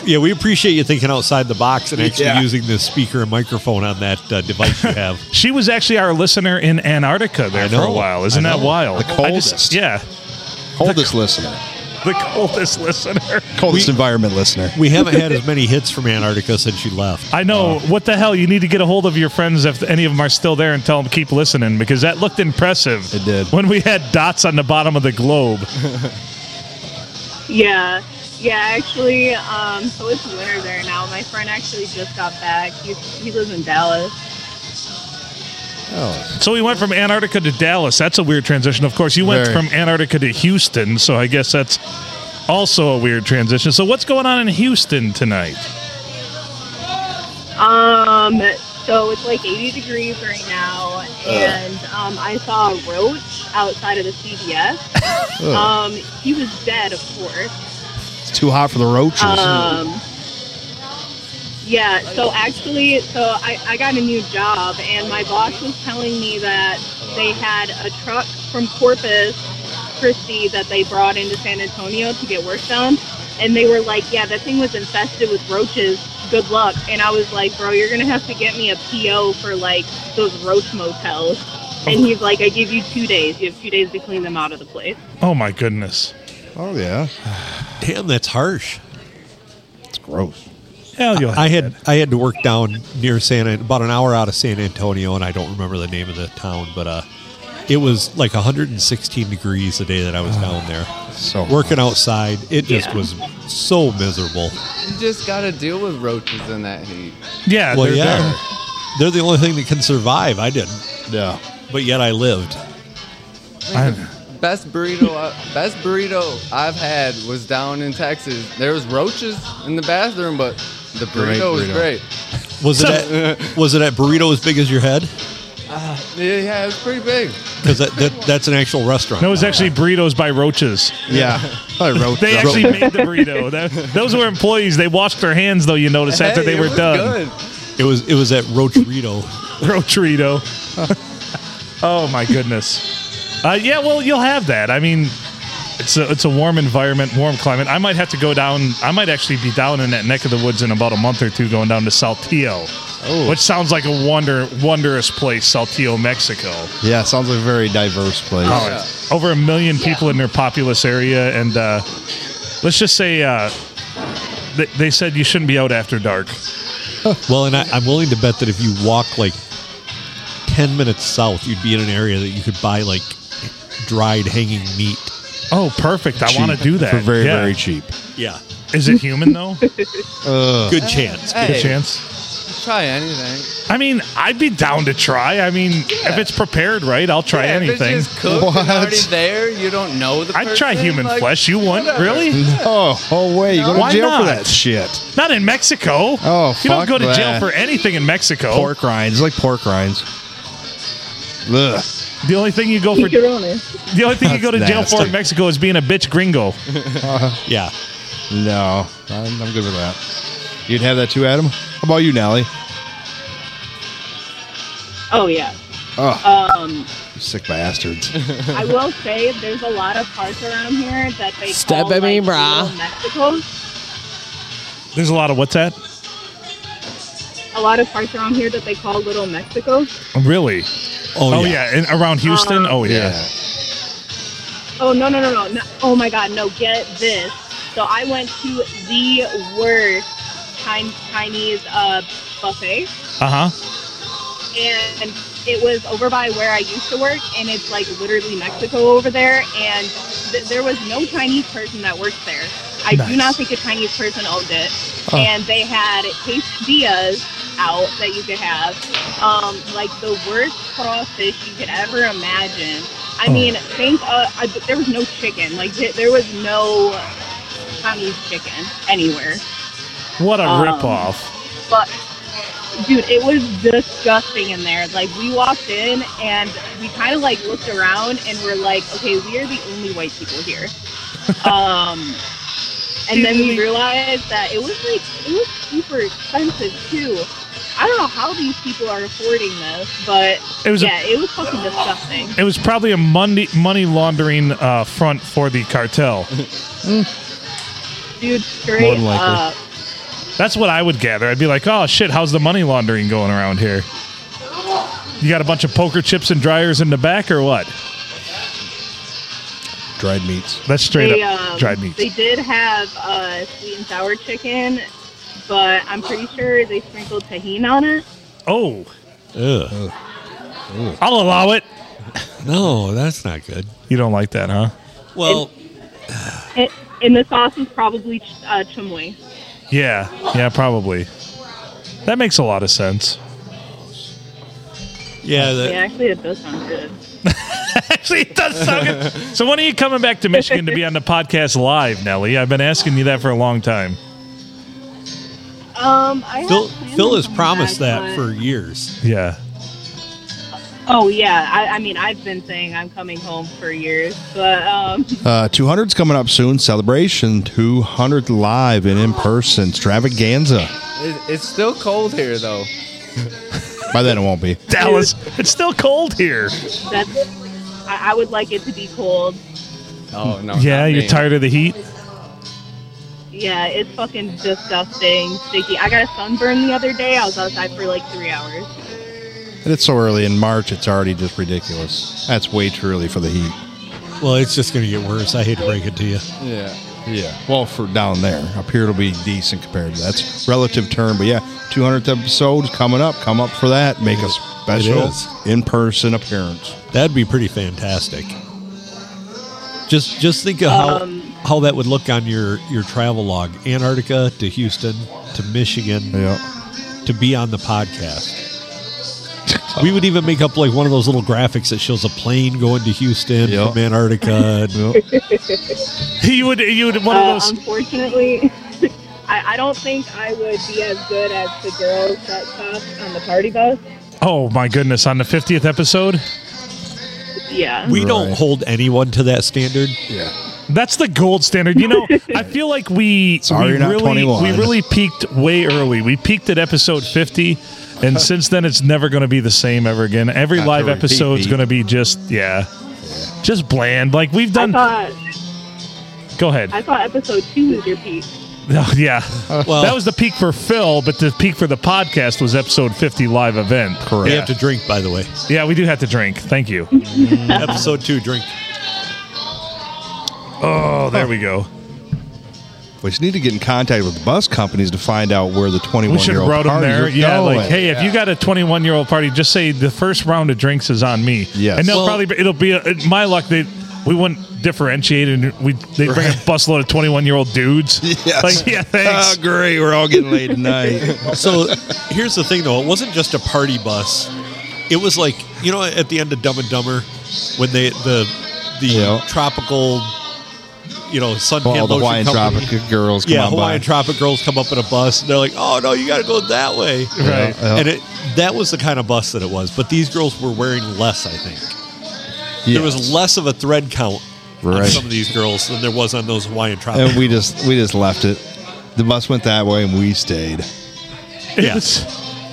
Speaker 2: yeah, we appreciate you thinking outside the box and actually
Speaker 1: Yeah.
Speaker 2: using the speaker and microphone on that uh, device you have.
Speaker 1: She was actually our listener in Antarctica there for a
Speaker 2: know.
Speaker 1: while. Isn't
Speaker 2: I
Speaker 1: that
Speaker 2: know.
Speaker 1: wild?
Speaker 2: The
Speaker 1: I just-
Speaker 2: coldest.
Speaker 1: yeah.
Speaker 4: Coldest listener.
Speaker 1: The coldest listener.
Speaker 4: Coldest environment listener.
Speaker 2: We haven't had as many hits from Antarctica since you left.
Speaker 1: I know. what the hell? You need to get a hold of your friends if any of them are still there and tell them keep listening because that looked impressive. It did. When we had dots on the bottom of the globe.
Speaker 12: Yeah, yeah. Actually, um, so it's winter there now. My friend actually just got back. He's, he lives in Dallas.
Speaker 1: So we went from Antarctica to Dallas. That's a weird transition. Of course, you went
Speaker 4: Very.
Speaker 1: from Antarctica to Houston, so I guess that's also a weird transition. So what's going on in Houston tonight?
Speaker 12: Um, so it's like 80 degrees right now, and um, I saw a roach outside of the CVS.
Speaker 4: Ugh.
Speaker 12: um, he was dead, of course.
Speaker 4: It's too hot for the roaches.
Speaker 12: Um, yeah. So actually, so I, I got a new job, and my boss was telling me that they had a truck from Corpus Christi that they brought into San Antonio to get work done, and they were like, "Yeah, that thing was infested with roaches. Good luck." And I was like, "Bro, you're gonna have to get me a PO for like those roach motels." And he's like, "I give you two days. You have two days to clean them out of the place."
Speaker 1: Oh my goodness.
Speaker 4: Oh yeah.
Speaker 2: Damn, that's harsh.
Speaker 4: It's gross.
Speaker 1: Hell, you'll have
Speaker 2: I had I had to work down near San about an hour out of San Antonio, and I don't remember the name of the town, but uh, it was like 116 degrees the day that I was down there.
Speaker 4: So
Speaker 2: working outside, it just
Speaker 11: Yeah.
Speaker 2: was so miserable.
Speaker 11: You just got to deal with roaches in that heat.
Speaker 1: Yeah,
Speaker 2: well,
Speaker 11: they're
Speaker 2: yeah,
Speaker 11: there.
Speaker 2: they're the only thing that can survive. I didn't.
Speaker 4: Yeah,
Speaker 2: but yet I lived.
Speaker 11: Best burrito, I, best burrito I've had was down in Texas. There was roaches in the bathroom, but the
Speaker 2: Great
Speaker 11: burrito was
Speaker 2: burrito.
Speaker 11: great.
Speaker 2: Was it at, was it at burrito as big as your head?
Speaker 11: Ah, yeah, yeah, it was pretty big.
Speaker 2: Because that, that that's an actual restaurant.
Speaker 1: No, it was actually burritos by roaches.
Speaker 4: Yeah. roach.
Speaker 1: they
Speaker 2: roach.
Speaker 1: actually made the burrito. That- those were employees. They washed their hands though, you notice, after
Speaker 2: Hey,
Speaker 1: they
Speaker 2: it
Speaker 1: were
Speaker 2: was
Speaker 1: done.
Speaker 2: It was it was at Rocherito.
Speaker 1: Rocherito. oh my goodness. Uh, yeah, well you'll have that. I mean it's a it's a warm environment, warm climate. I might have to go down I might actually be down in that neck of the woods in about a month or two going down to Saltillo.
Speaker 2: Oh.
Speaker 1: Which sounds like a wonder wondrous place, Saltillo, Mexico.
Speaker 4: Yeah, sounds like a very diverse place.
Speaker 1: Oh, it's over a million people in their populous area, and uh, let's just say uh, they, they said you shouldn't be out after dark.
Speaker 2: well, and I, I'm willing to bet that if you walk like ten minutes south, you'd be in an area that you could buy like dried hanging meat.
Speaker 1: Oh, perfect! I want to do that
Speaker 2: For very,
Speaker 1: Yeah.
Speaker 2: very cheap. Yeah.
Speaker 1: Is it human though?
Speaker 2: Good chance.
Speaker 1: Uh, Good
Speaker 11: Hey.
Speaker 1: chance.
Speaker 11: Try anything.
Speaker 1: I mean, I'd be down to try. I mean, if it's prepared right, I'll try
Speaker 11: Yeah, if it's
Speaker 1: anything.
Speaker 11: just cooked and already there. You don't know the.
Speaker 1: I'd try
Speaker 11: person,
Speaker 1: human
Speaker 11: like,
Speaker 1: flesh. You wouldn't
Speaker 11: whatever.
Speaker 1: really?
Speaker 4: No. Oh wait, you go to
Speaker 1: Why
Speaker 4: jail
Speaker 1: not?
Speaker 4: for that shit.
Speaker 1: Not in Mexico.
Speaker 4: Oh,
Speaker 1: you don't
Speaker 4: fuck
Speaker 1: go to jail
Speaker 4: that.
Speaker 1: for anything in Mexico.
Speaker 4: Pork rinds, like pork rinds. Ugh.
Speaker 1: The only thing you go for,
Speaker 12: You're
Speaker 1: the only thing you go to
Speaker 4: That's
Speaker 1: jail for
Speaker 4: nasty.
Speaker 1: in Mexico is being a bitch gringo.
Speaker 2: yeah.
Speaker 4: No, I'm, I'm good with that. You'd have that too, Adam. How about you, Nelly?
Speaker 12: Oh yeah.
Speaker 4: Ugh.
Speaker 11: Um,
Speaker 4: Sick bastards.
Speaker 11: I will say there's a lot of parts around here that they
Speaker 1: Step
Speaker 11: call
Speaker 1: at me,
Speaker 11: like,
Speaker 1: brah.
Speaker 11: Little Mexico.
Speaker 1: There's a lot of what's that?
Speaker 11: A lot of parts around here that they call Little Mexico.
Speaker 1: Really? Oh, yeah. And around Houston?
Speaker 11: Uh,
Speaker 1: oh, yeah.
Speaker 11: Oh no no no no! no. Oh my God! No, get this. So I went to the worst Chi- Chinese uh, buffet,
Speaker 1: Uh huh.
Speaker 11: and it was over by where I used to work, and it's like literally Mexico over there, and th- there was no Chinese person that worked there. I do
Speaker 13: Nice.
Speaker 11: not think a Chinese person owned it,
Speaker 13: Huh.
Speaker 11: and they had quesadillas out that you could have, um, like the worst crawfish you could ever imagine. I
Speaker 13: Oh.
Speaker 11: mean, think uh, I, there was no chicken, like th- there was no Chinese chicken anywhere.
Speaker 1: What a
Speaker 11: Um,
Speaker 1: ripoff.
Speaker 11: But dude, it was disgusting in there. Like we walked in and we kind of like looked around and we're like, okay, we are the only white people here. um, and then we realized that it was like it was super expensive too. I don't know how these people are affording this, but
Speaker 1: It was a-
Speaker 11: yeah, it was fucking disgusting.
Speaker 1: It was probably a money, money laundering uh, front for the cartel.
Speaker 11: Dude, straight
Speaker 1: than likely.
Speaker 11: up.
Speaker 1: That's what I would gather. I'd be like, oh shit, how's the money laundering going around here? You got a bunch of poker chips and dryers in the back, or what?
Speaker 4: Dried meats.
Speaker 1: That's straight
Speaker 11: they,
Speaker 1: up
Speaker 11: um,
Speaker 1: dried meats.
Speaker 11: They did have uh, sweet and sour chicken, but I'm pretty sure they sprinkled tahini on it.
Speaker 1: oh,
Speaker 2: Ugh.
Speaker 1: I'll allow it.
Speaker 2: No, that's not good.
Speaker 1: You don't like that, huh?
Speaker 2: Well,
Speaker 11: it and the sauce was probably ch- uh, chamoy.
Speaker 1: Yeah, yeah, probably. That makes a lot of sense.
Speaker 2: Yeah,
Speaker 11: yeah, actually, it does sound good.
Speaker 1: actually, it does sound good. So when are you coming back to Michigan to be on the podcast live, Nelly? I've been asking you that for a long time.
Speaker 11: Um, I have
Speaker 2: Phil,
Speaker 11: plans
Speaker 2: Phil
Speaker 11: on
Speaker 2: has
Speaker 11: coming
Speaker 2: promised
Speaker 11: back,
Speaker 2: that
Speaker 11: but-
Speaker 2: for years.
Speaker 1: Yeah.
Speaker 11: Oh yeah, I, I mean, I've been saying I'm coming home for years, but um,
Speaker 4: Uh, 200's coming up soon. Celebration 200 live and in person. Extravaganza.
Speaker 14: It, it's still cold here, though.
Speaker 4: By then it won't be.
Speaker 1: Dallas, it's still cold here.
Speaker 11: that's. I, I would like it to be cold.
Speaker 14: Oh no.
Speaker 1: yeah,
Speaker 14: not
Speaker 1: you're
Speaker 14: me.
Speaker 1: tired of the heat?
Speaker 11: Yeah, it's fucking disgusting, sticky. I got a sunburn the other day. I was outside for like three hours.
Speaker 4: And it's so early in March, it's already just ridiculous. That's way too early for the heat.
Speaker 2: Well, it's just going to get worse. I hate to break it to you.
Speaker 14: Yeah.
Speaker 4: Yeah. Well, for down there, up here it'll be decent compared to that. That's a relative term, but yeah, 200th episode is coming up. Come up for that. Make a special
Speaker 2: is.
Speaker 4: in person appearance.
Speaker 2: That'd be pretty fantastic. Just just think of how, how that would look on your, your travel log. Antarctica to Houston to Michigan to be on the podcast. We would even make up like one of those little graphics that shows a plane going to Houston from Antarctica.
Speaker 1: You would you would one of
Speaker 11: Uh,
Speaker 1: those
Speaker 11: Unfortunately, I, I don't think I would be as good as the girls that talk on the party bus.
Speaker 1: Oh my goodness, on the 50th episode?
Speaker 11: Yeah.
Speaker 2: We don't hold anyone to that standard.
Speaker 4: Yeah.
Speaker 1: That's the gold standard. You know, I feel like we
Speaker 2: Sorry
Speaker 1: we
Speaker 2: you're not
Speaker 1: really
Speaker 2: 21.
Speaker 1: we really peaked way early. We peaked at episode 50 and since then it's never going to be the same ever again. Every
Speaker 4: Not to
Speaker 1: live
Speaker 4: repeat
Speaker 1: episode's
Speaker 4: beat.
Speaker 1: going to be just yeah. Just bland. Like we've done
Speaker 11: I
Speaker 1: Go ahead.
Speaker 11: thought, I thought episode two was your peak.
Speaker 1: Oh, yeah.
Speaker 2: Well-
Speaker 1: that was the peak for Phil, but the peak for the podcast was episode 50 live event. Correct.
Speaker 2: We have to drink, by the way.
Speaker 1: Yeah, we do have to drink. Thank you.
Speaker 2: Episode two, drink.
Speaker 1: Oh, there we go.
Speaker 4: We just need to get in contact with the bus companies to find out where the 21
Speaker 1: We should
Speaker 4: year
Speaker 1: have
Speaker 4: old
Speaker 1: wrote them there. Yeah, like, hey, if
Speaker 4: yeah.
Speaker 1: you got a 21 year old party, just say the first round of drinks is on me.
Speaker 4: Yes.
Speaker 1: and they'll
Speaker 4: Well-
Speaker 1: probably be- it'll be a, my luck. They we wouldn't differentiate, and we they bring a busload of 21 year old dudes.
Speaker 4: Yes.
Speaker 1: Like, yeah, thanks.
Speaker 4: Ah, great, we're all getting laid tonight.
Speaker 2: so here's the thing, though. It wasn't just a party bus. It was like you know, at the end of Dumb and Dumber, when they the the tropical, you know, sun
Speaker 4: Well, the
Speaker 2: lotion
Speaker 4: Hawaiian
Speaker 2: company-
Speaker 4: Tropic girls come
Speaker 2: yeah,
Speaker 4: on by.
Speaker 2: Hawaiian Tropic girls come up in a bus. And they're like, oh no, you got to go that way,
Speaker 4: Right. Yeah, yeah.
Speaker 2: And it that was the kind of bus that it was. But these girls were wearing less, I think. There was less of a thread count on
Speaker 4: Right.
Speaker 2: some of these girls than there was on those Hawaiian Tropic.
Speaker 4: and we just we just left it. The bus went that way, and we stayed.
Speaker 2: Yes.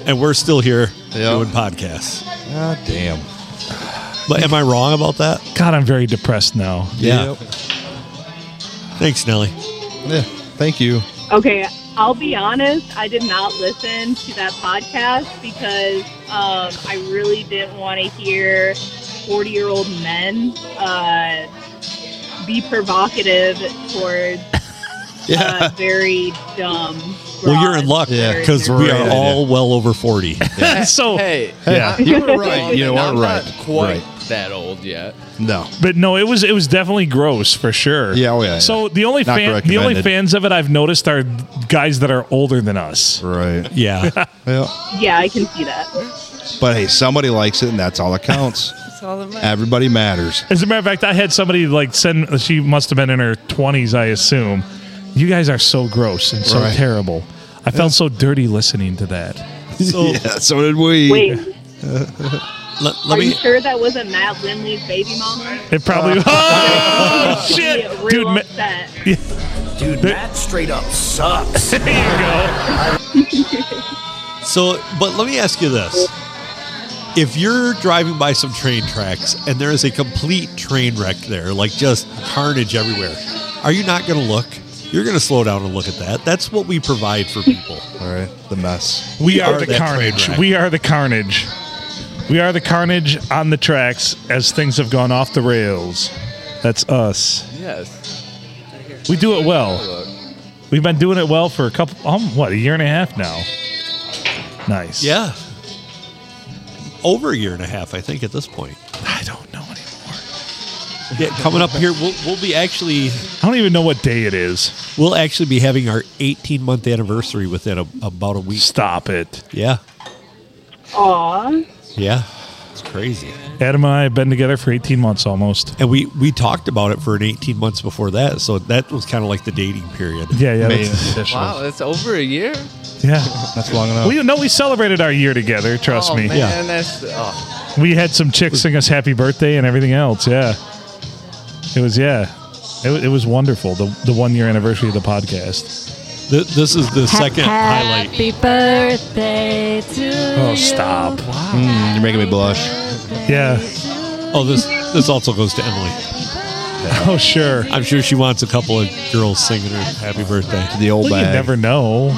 Speaker 2: and we're still here doing podcasts.
Speaker 4: God damn.
Speaker 2: But am I wrong about that?
Speaker 1: God, I'm very depressed now.
Speaker 2: Yeah. Thanks, Nelly.
Speaker 4: Yeah. Thank you.
Speaker 12: Okay, I'll be honest. I did not listen to that podcast because um, I really didn't want to hear 40 year old men uh, be provocative towards
Speaker 2: Yeah.
Speaker 12: uh, very dumb.
Speaker 2: Well, you're in luck
Speaker 12: Yeah.
Speaker 2: because we
Speaker 4: Great
Speaker 2: are
Speaker 4: idea.
Speaker 2: all well over 40.
Speaker 1: so
Speaker 11: hey,
Speaker 1: yeah.
Speaker 11: you were
Speaker 1: Well,
Speaker 11: right.
Speaker 1: you
Speaker 11: and
Speaker 1: are
Speaker 11: I'm
Speaker 1: right.
Speaker 11: Not quite
Speaker 1: Right.
Speaker 11: that old yet.
Speaker 4: No.
Speaker 1: But no, it was it was definitely gross for sure.
Speaker 4: Yeah, oh, yeah, yeah.
Speaker 1: So the only
Speaker 4: Not
Speaker 1: fan, the only
Speaker 4: recommended.
Speaker 1: fans of it I've noticed are guys that are older than us.
Speaker 4: Right.
Speaker 2: Yeah.
Speaker 4: yeah.
Speaker 12: Yeah, I can see that.
Speaker 4: But hey, somebody likes it, and that's all that counts.
Speaker 12: That's all that
Speaker 4: Everybody matters.
Speaker 1: As a matter of fact, I had somebody like send. She must have been in her twenties, I assume. You guys are so gross and so
Speaker 4: Right.
Speaker 1: terrible. I felt so dirty listening to that.
Speaker 2: So-
Speaker 4: yeah, so did we.
Speaker 12: Wait.
Speaker 2: Let,
Speaker 12: Are you sure that wasn't Matt Lindley's baby mama?
Speaker 1: It
Speaker 2: Uh.
Speaker 1: probably. Oh shit,
Speaker 12: Real
Speaker 1: dude! Ma-
Speaker 12: upset.
Speaker 1: Yeah.
Speaker 6: Dude, Matt straight up sucks.
Speaker 1: there you
Speaker 2: So, but let me ask you this. If you're driving by some train tracks and there is a complete train wreck there, like just carnage everywhere, are you not going to look? You're going to slow down and look at that. That's what we provide for people.
Speaker 4: All right. The mess.
Speaker 1: We are the
Speaker 2: that train
Speaker 1: carnage.
Speaker 2: wreck.
Speaker 1: We are the carnage. We are the carnage on the tracks as things have gone off the rails. That's us.
Speaker 11: Yes.
Speaker 1: We do it well.
Speaker 11: Look.
Speaker 1: We've been doing it well for a couple, um, what, a year and a half now. Nice.
Speaker 2: Yeah. Over a year and a half, I think, at this point.
Speaker 1: I don't know anymore.
Speaker 2: Yeah, coming up here, we'll, we'll be actually
Speaker 1: I don't even know what day it is.
Speaker 2: we'll actually be having our 18 month anniversary within a, about a week.
Speaker 1: Stop it.
Speaker 2: Yeah,
Speaker 12: Aw.
Speaker 2: yeah, it's crazy.
Speaker 1: Adam and I have been together for 18 months almost.
Speaker 2: And we we talked about it for an 18 months before that, so that was kind of like the dating period.
Speaker 1: Yeah, yeah.
Speaker 4: Man,
Speaker 1: That's,
Speaker 11: Wow, that's over a year.
Speaker 1: yeah.
Speaker 4: That's long enough.
Speaker 1: We no, we celebrated our year together, trust
Speaker 11: oh
Speaker 1: me.
Speaker 11: man,
Speaker 2: Yeah.
Speaker 11: that's oh,
Speaker 1: We had some chicks sing us happy birthday and everything else. Yeah. It was, yeah. It, wa- it was wonderful. The, the one year anniversary of the podcast.
Speaker 2: Th- this is the second highlight.
Speaker 3: Happy birthday to
Speaker 1: Oh, stop.
Speaker 4: Mm, you're making me blush.
Speaker 1: Yeah.
Speaker 2: Oh, this this also goes to Emily.
Speaker 1: Oh, sure.
Speaker 2: I'm sure she wants a couple of girls singing her happy birthday.
Speaker 4: The old
Speaker 1: Well, you
Speaker 4: bag.
Speaker 1: never know.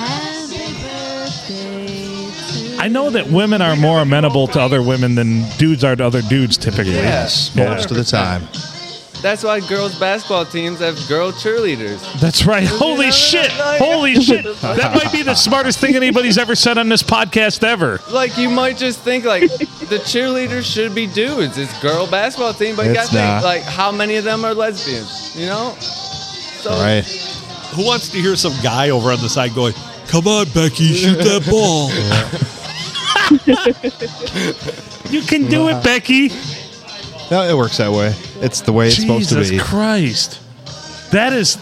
Speaker 1: I know that women are more amenable to other women than dudes are to other dudes typically.
Speaker 4: yes,
Speaker 1: Yeah.
Speaker 4: most of the time.
Speaker 11: that's why girls basketball teams have girl cheerleaders.
Speaker 1: That's right. Holy
Speaker 11: no,
Speaker 1: shit.
Speaker 11: no, no.
Speaker 1: Holy shit. That might be the smartest thing anybody's ever said on this podcast ever.
Speaker 11: Like you might just think like the cheerleaders should be dudes. It's girl basketball team, but you
Speaker 4: It's
Speaker 11: gotta think
Speaker 4: not.
Speaker 11: like how many of them are lesbians? You know? So
Speaker 4: All right.
Speaker 2: Who wants to hear some guy over on the side going, "Come on, Becky, shoot that ball"?
Speaker 1: You can do it, Becky.
Speaker 4: No, it works that way. It's the way it's supposed to
Speaker 1: Jesus
Speaker 4: be.
Speaker 1: Christ. That is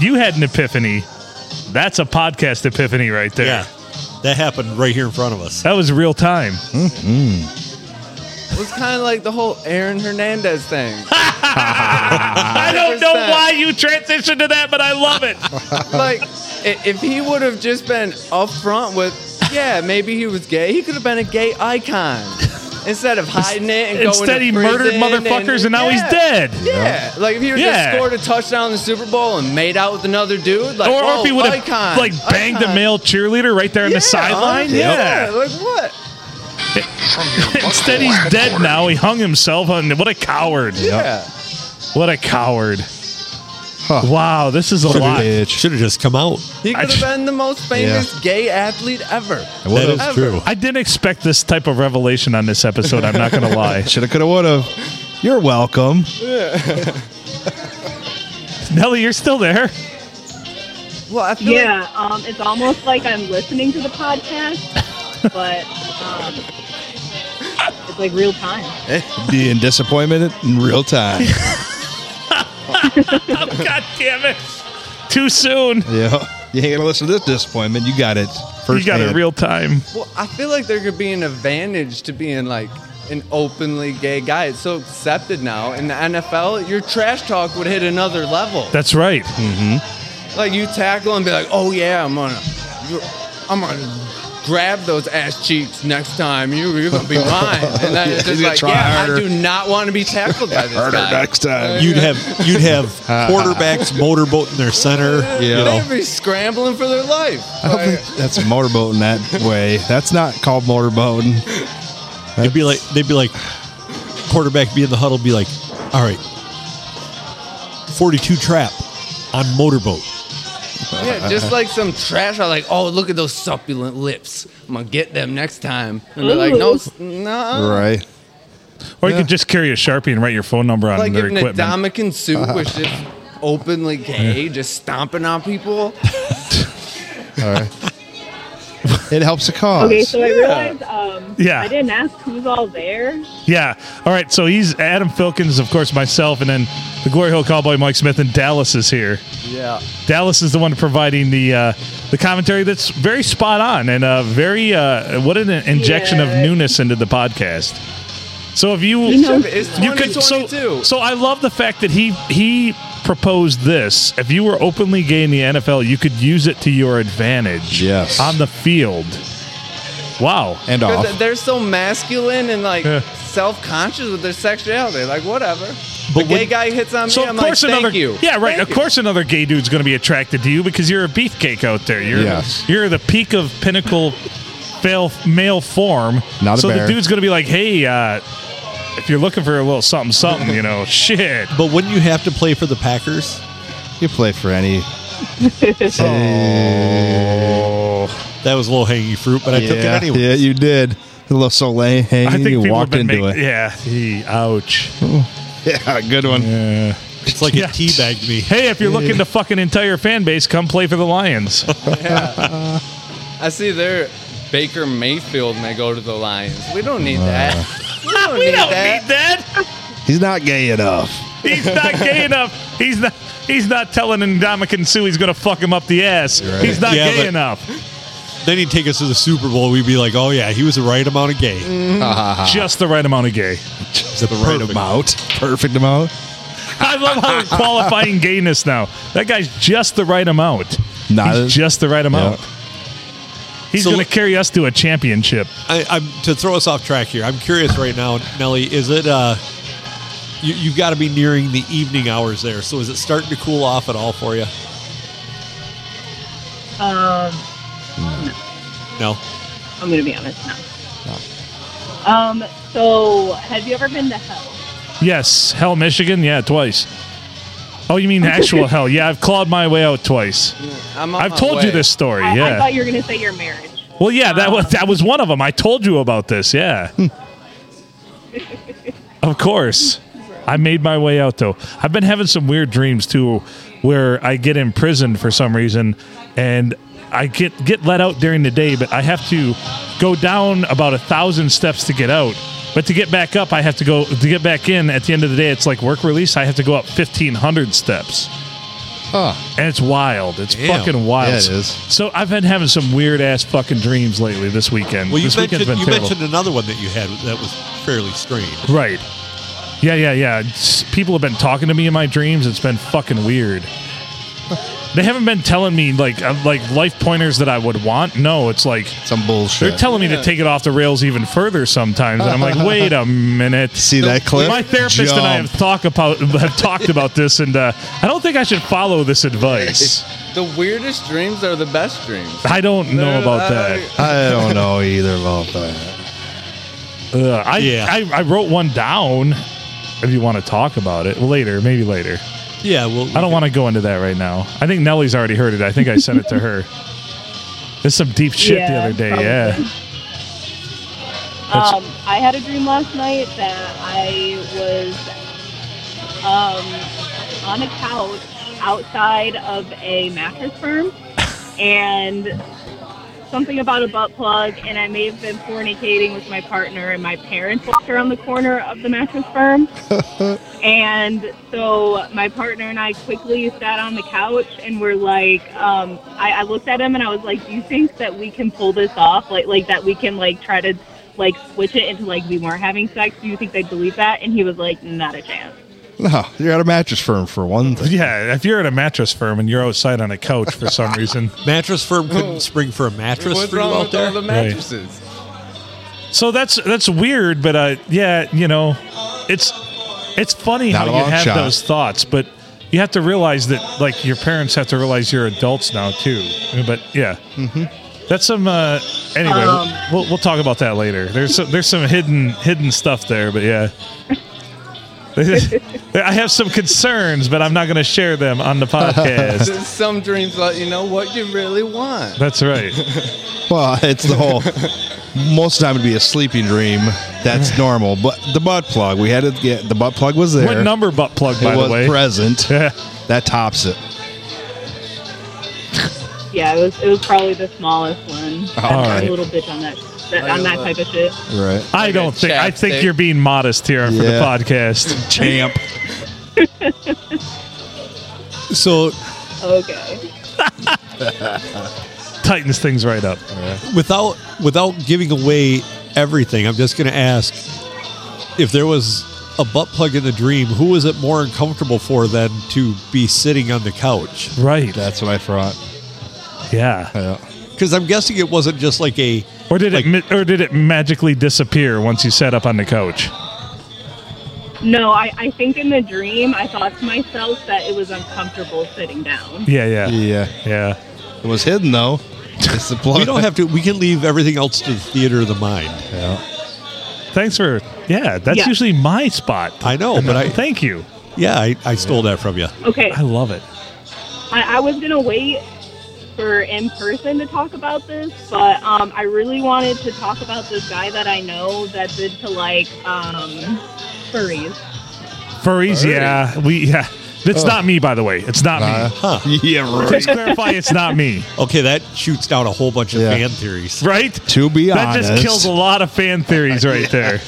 Speaker 1: you had an epiphany. That's a podcast epiphany right there.
Speaker 2: Yeah, that happened right here in front of us.
Speaker 1: That was real time.
Speaker 11: It was kind of like the whole Aaron Hernandez thing.
Speaker 4: Ah.
Speaker 1: I don't know
Speaker 11: 100%.
Speaker 1: why you transitioned to that, but I love it.
Speaker 11: like, i- if he would have just been upfront with, yeah, maybe he was gay, he could have been a gay icon instead of hiding it and going.
Speaker 1: Instead,
Speaker 11: to
Speaker 1: he murdered
Speaker 11: prison and-
Speaker 1: motherfuckers and now he's
Speaker 11: Yeah.
Speaker 1: dead.
Speaker 11: Yeah, like if he would
Speaker 1: Yeah.
Speaker 11: just scored a touchdown in the Super Bowl and made out with another dude, like
Speaker 1: or, or
Speaker 11: whoa,
Speaker 1: if he would have
Speaker 11: icon,
Speaker 1: like banged
Speaker 11: icon.
Speaker 1: a male cheerleader right there on
Speaker 11: Yeah,
Speaker 1: the sideline. Yeah.
Speaker 11: like what?
Speaker 9: From your buckhole
Speaker 1: Instead, he's dead
Speaker 9: headquarters.
Speaker 1: now. He hung himself on. What a coward!
Speaker 11: Yeah,
Speaker 1: What a coward! Wow, this is a lot.
Speaker 4: Bitch.
Speaker 2: Should have just come out.
Speaker 11: he
Speaker 1: I
Speaker 11: could
Speaker 1: just-
Speaker 11: have been the most famous gay athlete ever.
Speaker 2: That is
Speaker 11: Whatever.
Speaker 2: true.
Speaker 1: I didn't expect this type of revelation on this episode. I'm not going to lie.
Speaker 4: Should have, could have, would have. You're welcome.
Speaker 1: Nelly, you're still there.
Speaker 11: Well, I feel like
Speaker 12: Yeah, um, it's almost like I'm listening to the podcast, but um, it's like real time.
Speaker 4: Be in disappointment in real time.
Speaker 1: Oh, God damn it! Too soon.
Speaker 4: yeah. You ain't gonna listen to this disappointment. You got it. First
Speaker 1: you got it
Speaker 4: hand.
Speaker 1: real time.
Speaker 11: Well, I feel like there could be an advantage to being like an openly gay guy. It's so accepted now. In the NFL, your trash talk would hit another level.
Speaker 1: That's right.
Speaker 11: Like you tackle and be like, "Oh yeah, I'm gonna, you're- I'm gonna grab those ass cheeks next time. You, you're gonna be mine. And then it's
Speaker 2: He's
Speaker 11: just
Speaker 2: gonna
Speaker 11: like,
Speaker 2: try
Speaker 11: yeah,
Speaker 2: harder.
Speaker 11: I do not want to be tackled by this guy.
Speaker 2: You'd have you'd have quarterbacks motorboat in their center. You know,
Speaker 11: They'd be scrambling for their life.
Speaker 4: I don't think that's motorboating that way. That's not called motorboating.
Speaker 2: It'd be like they'd be like quarterback be in the huddle, be like, all right, forty two trap on motorboat.
Speaker 11: Yeah, just like some trash. I like, oh, look at those succulent lips. I'm gonna get them next time. And they're like, no, s- no.
Speaker 4: Right.
Speaker 1: Or you could just carry a sharpie and write your phone number on
Speaker 11: Like
Speaker 1: their
Speaker 11: if
Speaker 1: equipment.
Speaker 11: Nadamakan Sue was just openly gay, just stomping on people.
Speaker 4: All right. it helps a cause.
Speaker 12: Okay, so I
Speaker 4: Yeah.
Speaker 12: realized um,
Speaker 1: Yeah.
Speaker 12: I didn't ask who's all there.
Speaker 1: Yeah. All right. So he's Adam Filkins, of course, myself, and then the Glory Hill Cowboy Mike Smith, and Dallas is here.
Speaker 11: Yeah.
Speaker 1: Dallas is the one providing the uh, the commentary that's very spot on and uh, very uh, what an injection of newness into the podcast. So if you
Speaker 11: You know- It's
Speaker 1: you could so
Speaker 11: 2022.
Speaker 1: so I love the fact that he he proposed this. If you were openly gay in the NFL, you could use it to your advantage.
Speaker 4: Yes.
Speaker 1: On the field. Wow.
Speaker 4: And
Speaker 11: 'Cause They're so masculine and like
Speaker 1: Yeah.
Speaker 11: self-conscious with their sexuality. Like whatever. the gay
Speaker 1: when-
Speaker 11: guy hits on
Speaker 1: So
Speaker 11: me.
Speaker 1: of
Speaker 11: I'm
Speaker 1: course
Speaker 11: like,
Speaker 1: another
Speaker 11: thank you.
Speaker 1: yeah right.
Speaker 11: Thank
Speaker 1: of course another gay dude's going to be attracted to you because you're a beefcake out there. You're
Speaker 4: Yes.
Speaker 1: you're the peak of pinnacle fail, male form.
Speaker 4: Not a
Speaker 1: so
Speaker 4: bear.
Speaker 1: the dude's going to be like, hey, uh, if you're looking for a little something something, you know, shit.
Speaker 2: But wouldn't you have to play for the Packers?
Speaker 4: You play for any.
Speaker 2: That was low hanging fruit, but I took it
Speaker 4: Yeah,
Speaker 2: anyway.
Speaker 4: Yeah, you did. A little Soleil hanging. you walked into it.
Speaker 1: Yeah. He, ouch.
Speaker 4: Yeah, good one.
Speaker 2: It's like it teabagged me.
Speaker 1: Hey, if you're looking to fuck an entire fan base, come play for the Lions.
Speaker 11: Yeah. I see they're Baker Mayfield and they go to the Lions. We don't need
Speaker 1: Uh.
Speaker 11: that. we don't, need, that.
Speaker 4: He's not gay enough.
Speaker 1: He's not gay enough. He's not. He's not telling Ndamukong Sue he's going to fuck him up the ass. He's not
Speaker 2: Yeah,
Speaker 1: gay
Speaker 2: but-
Speaker 1: enough.
Speaker 2: Then he'd take us to the Super Bowl. We'd be like, oh yeah, he was the right amount of gay.
Speaker 4: Mm.
Speaker 1: Just the right amount of gay.
Speaker 2: the perfect.
Speaker 4: amount. Perfect amount.
Speaker 1: I love how we're qualifying gayness now. That guy's just the right amount.
Speaker 4: Not
Speaker 1: he's
Speaker 4: as-
Speaker 1: just the right amount. He's
Speaker 2: So-
Speaker 1: going to carry us to a championship.
Speaker 2: I, I'm to throw us off track here. I'm curious right now, Nelly. Is it uh, you, you've got to be nearing the evening hours there? So is it starting to cool off at all for you?
Speaker 12: Um,
Speaker 2: No.
Speaker 12: I'm going to be honest now. Um, so have you ever been to hell?
Speaker 1: Yes, Hell, Michigan. Yeah, twice. Oh, you mean actual hell? Yeah, I've clawed my way out twice.
Speaker 11: I'm on
Speaker 1: I've
Speaker 11: my
Speaker 1: told you
Speaker 11: way.
Speaker 1: this story.
Speaker 12: I, I
Speaker 1: yeah.
Speaker 12: thought you were going to say your marriage.
Speaker 1: well, yeah, that was that was one of them. I told you about this. Yeah. Of course. I made my way out though. I've been having some weird dreams too where I get imprisoned for some reason and I get get let out during the day, but I have to go down about a thousand steps to get out. But to get back up I have to go to get back in at the end of the day it's like work release, I have to go up fifteen hundred steps. And it's wild. It's
Speaker 2: Damn.
Speaker 1: fucking wild.
Speaker 4: Yeah, it is.
Speaker 1: So I've been having some weird ass fucking dreams lately this weekend.
Speaker 2: Well, you
Speaker 1: this weekend's been
Speaker 2: mentioned you
Speaker 1: terrible.
Speaker 2: mentioned another one that you had that was fairly strange.
Speaker 1: Right. Yeah, yeah, yeah. It's- people have been talking to me in my dreams. It's been fucking weird. They haven't been telling me like uh, like life pointers that I would want. No, it's like
Speaker 4: Some bullshit.
Speaker 1: they're telling me to take it off the rails even further sometimes, and I'm like, wait a minute.
Speaker 4: See that clip?
Speaker 1: My therapist and I have talk about have talked about this, and uh, I don't think I should follow this advice.
Speaker 11: The weirdest dreams are the best dreams.
Speaker 1: I don't know
Speaker 11: They're
Speaker 1: about
Speaker 11: like-
Speaker 1: that.
Speaker 4: I don't know either about that.
Speaker 1: Ugh, I,
Speaker 2: Yeah.
Speaker 1: I I wrote one down. If you want to talk about it later, maybe later.
Speaker 2: Yeah. Well,
Speaker 1: I don't want to go into that right now. I think Nellie's already heard it. I think I sent it to her. There's some deep shit the
Speaker 12: Yeah,
Speaker 1: other day.
Speaker 12: probably.
Speaker 1: Yeah. That's-
Speaker 12: Um, I had a dream last night that I was um, on a couch outside of a mattress firm and something about a butt plug, and I may have been fornicating with my partner, and my parents walked around the corner of the mattress firm. and so my partner and I quickly sat on the couch and were like, um, I, I looked at him and I was like, do you think that we can pull this off? Like, like that we can like try to like switch it into like we weren't having sex? Do you think they'd believe that? And he was like, not a chance.
Speaker 4: No, you're at a mattress firm for one thing.
Speaker 1: Yeah, if you're at a mattress firm and you're outside on a couch for some reason,
Speaker 2: mattress firm couldn't spring for a mattress
Speaker 11: What's
Speaker 2: for you
Speaker 11: wrong
Speaker 2: out
Speaker 11: with
Speaker 2: there.
Speaker 11: all the mattresses?
Speaker 1: So that's that's weird, but uh, yeah, you know, it's it's funny
Speaker 4: Not a
Speaker 1: how you
Speaker 4: long
Speaker 1: have
Speaker 4: shot.
Speaker 1: those thoughts, but you have to realize that like your parents have to realize you're adults now too. But yeah, mm-hmm. that's some. Uh, anyway, we'll-
Speaker 12: Um,
Speaker 1: we'll, we'll talk about that later. There's some, there's some hidden hidden stuff there, but yeah. I have some concerns, but I'm not going to share them on the podcast.
Speaker 11: Some dreams let you know what you really want.
Speaker 1: That's right.
Speaker 4: well, it's the whole. Most of the time it'd be a sleeping dream. That's normal. But the butt plug, we had to get the butt plug was there.
Speaker 1: What number butt plug,
Speaker 4: It
Speaker 1: by
Speaker 4: was
Speaker 1: the way?
Speaker 4: present. That tops it.
Speaker 12: Yeah, it was it was probably the smallest one.
Speaker 4: All
Speaker 12: I'm
Speaker 1: right.
Speaker 12: a little bitch on that, that on that type of shit.
Speaker 4: Right.
Speaker 1: I don't think. I think you're being modest here for the
Speaker 2: Yeah.
Speaker 1: podcast,
Speaker 4: champ.
Speaker 2: So
Speaker 12: Okay.
Speaker 1: Tightens things right up.
Speaker 2: without without giving away everything, I'm just going to ask if there was a butt plug in the dream, who was it more uncomfortable for than to be sitting on the couch?
Speaker 1: Right.
Speaker 4: That's what I thought.
Speaker 1: Yeah.
Speaker 2: Because I'm guessing it wasn't just like a
Speaker 1: Or did it? mi- Or did it magically disappear once you sat up on the couch?
Speaker 12: No, I, I think in the dream I thought to myself that it was uncomfortable sitting down.
Speaker 1: Yeah, yeah,
Speaker 4: yeah,
Speaker 1: yeah.
Speaker 4: It was hidden though. It's the plug.
Speaker 2: we don't have to. We can leave everything else to the theater of the mind.
Speaker 4: Yeah.
Speaker 1: Thanks for. Yeah, that's
Speaker 12: Yeah.
Speaker 1: usually my spot.
Speaker 2: I know, but I
Speaker 1: thank you.
Speaker 2: Yeah, I, I stole that from you.
Speaker 12: Okay.
Speaker 1: I love it.
Speaker 12: I, I was gonna wait for in person to talk about this, but um, I really wanted to talk about this guy that I know that's into like um, furries.
Speaker 1: Furries. Yeah, we. Yeah, it's
Speaker 2: Oh.
Speaker 1: not me. By the way, it's not me.
Speaker 4: Uh-huh.
Speaker 2: Huh.
Speaker 4: Yeah,
Speaker 1: Just clarify, it's not me.
Speaker 2: Okay, that shoots down a whole bunch of fan theories.
Speaker 1: Right?
Speaker 4: To be
Speaker 1: that
Speaker 4: honest,
Speaker 1: just kills a lot of fan theories right there.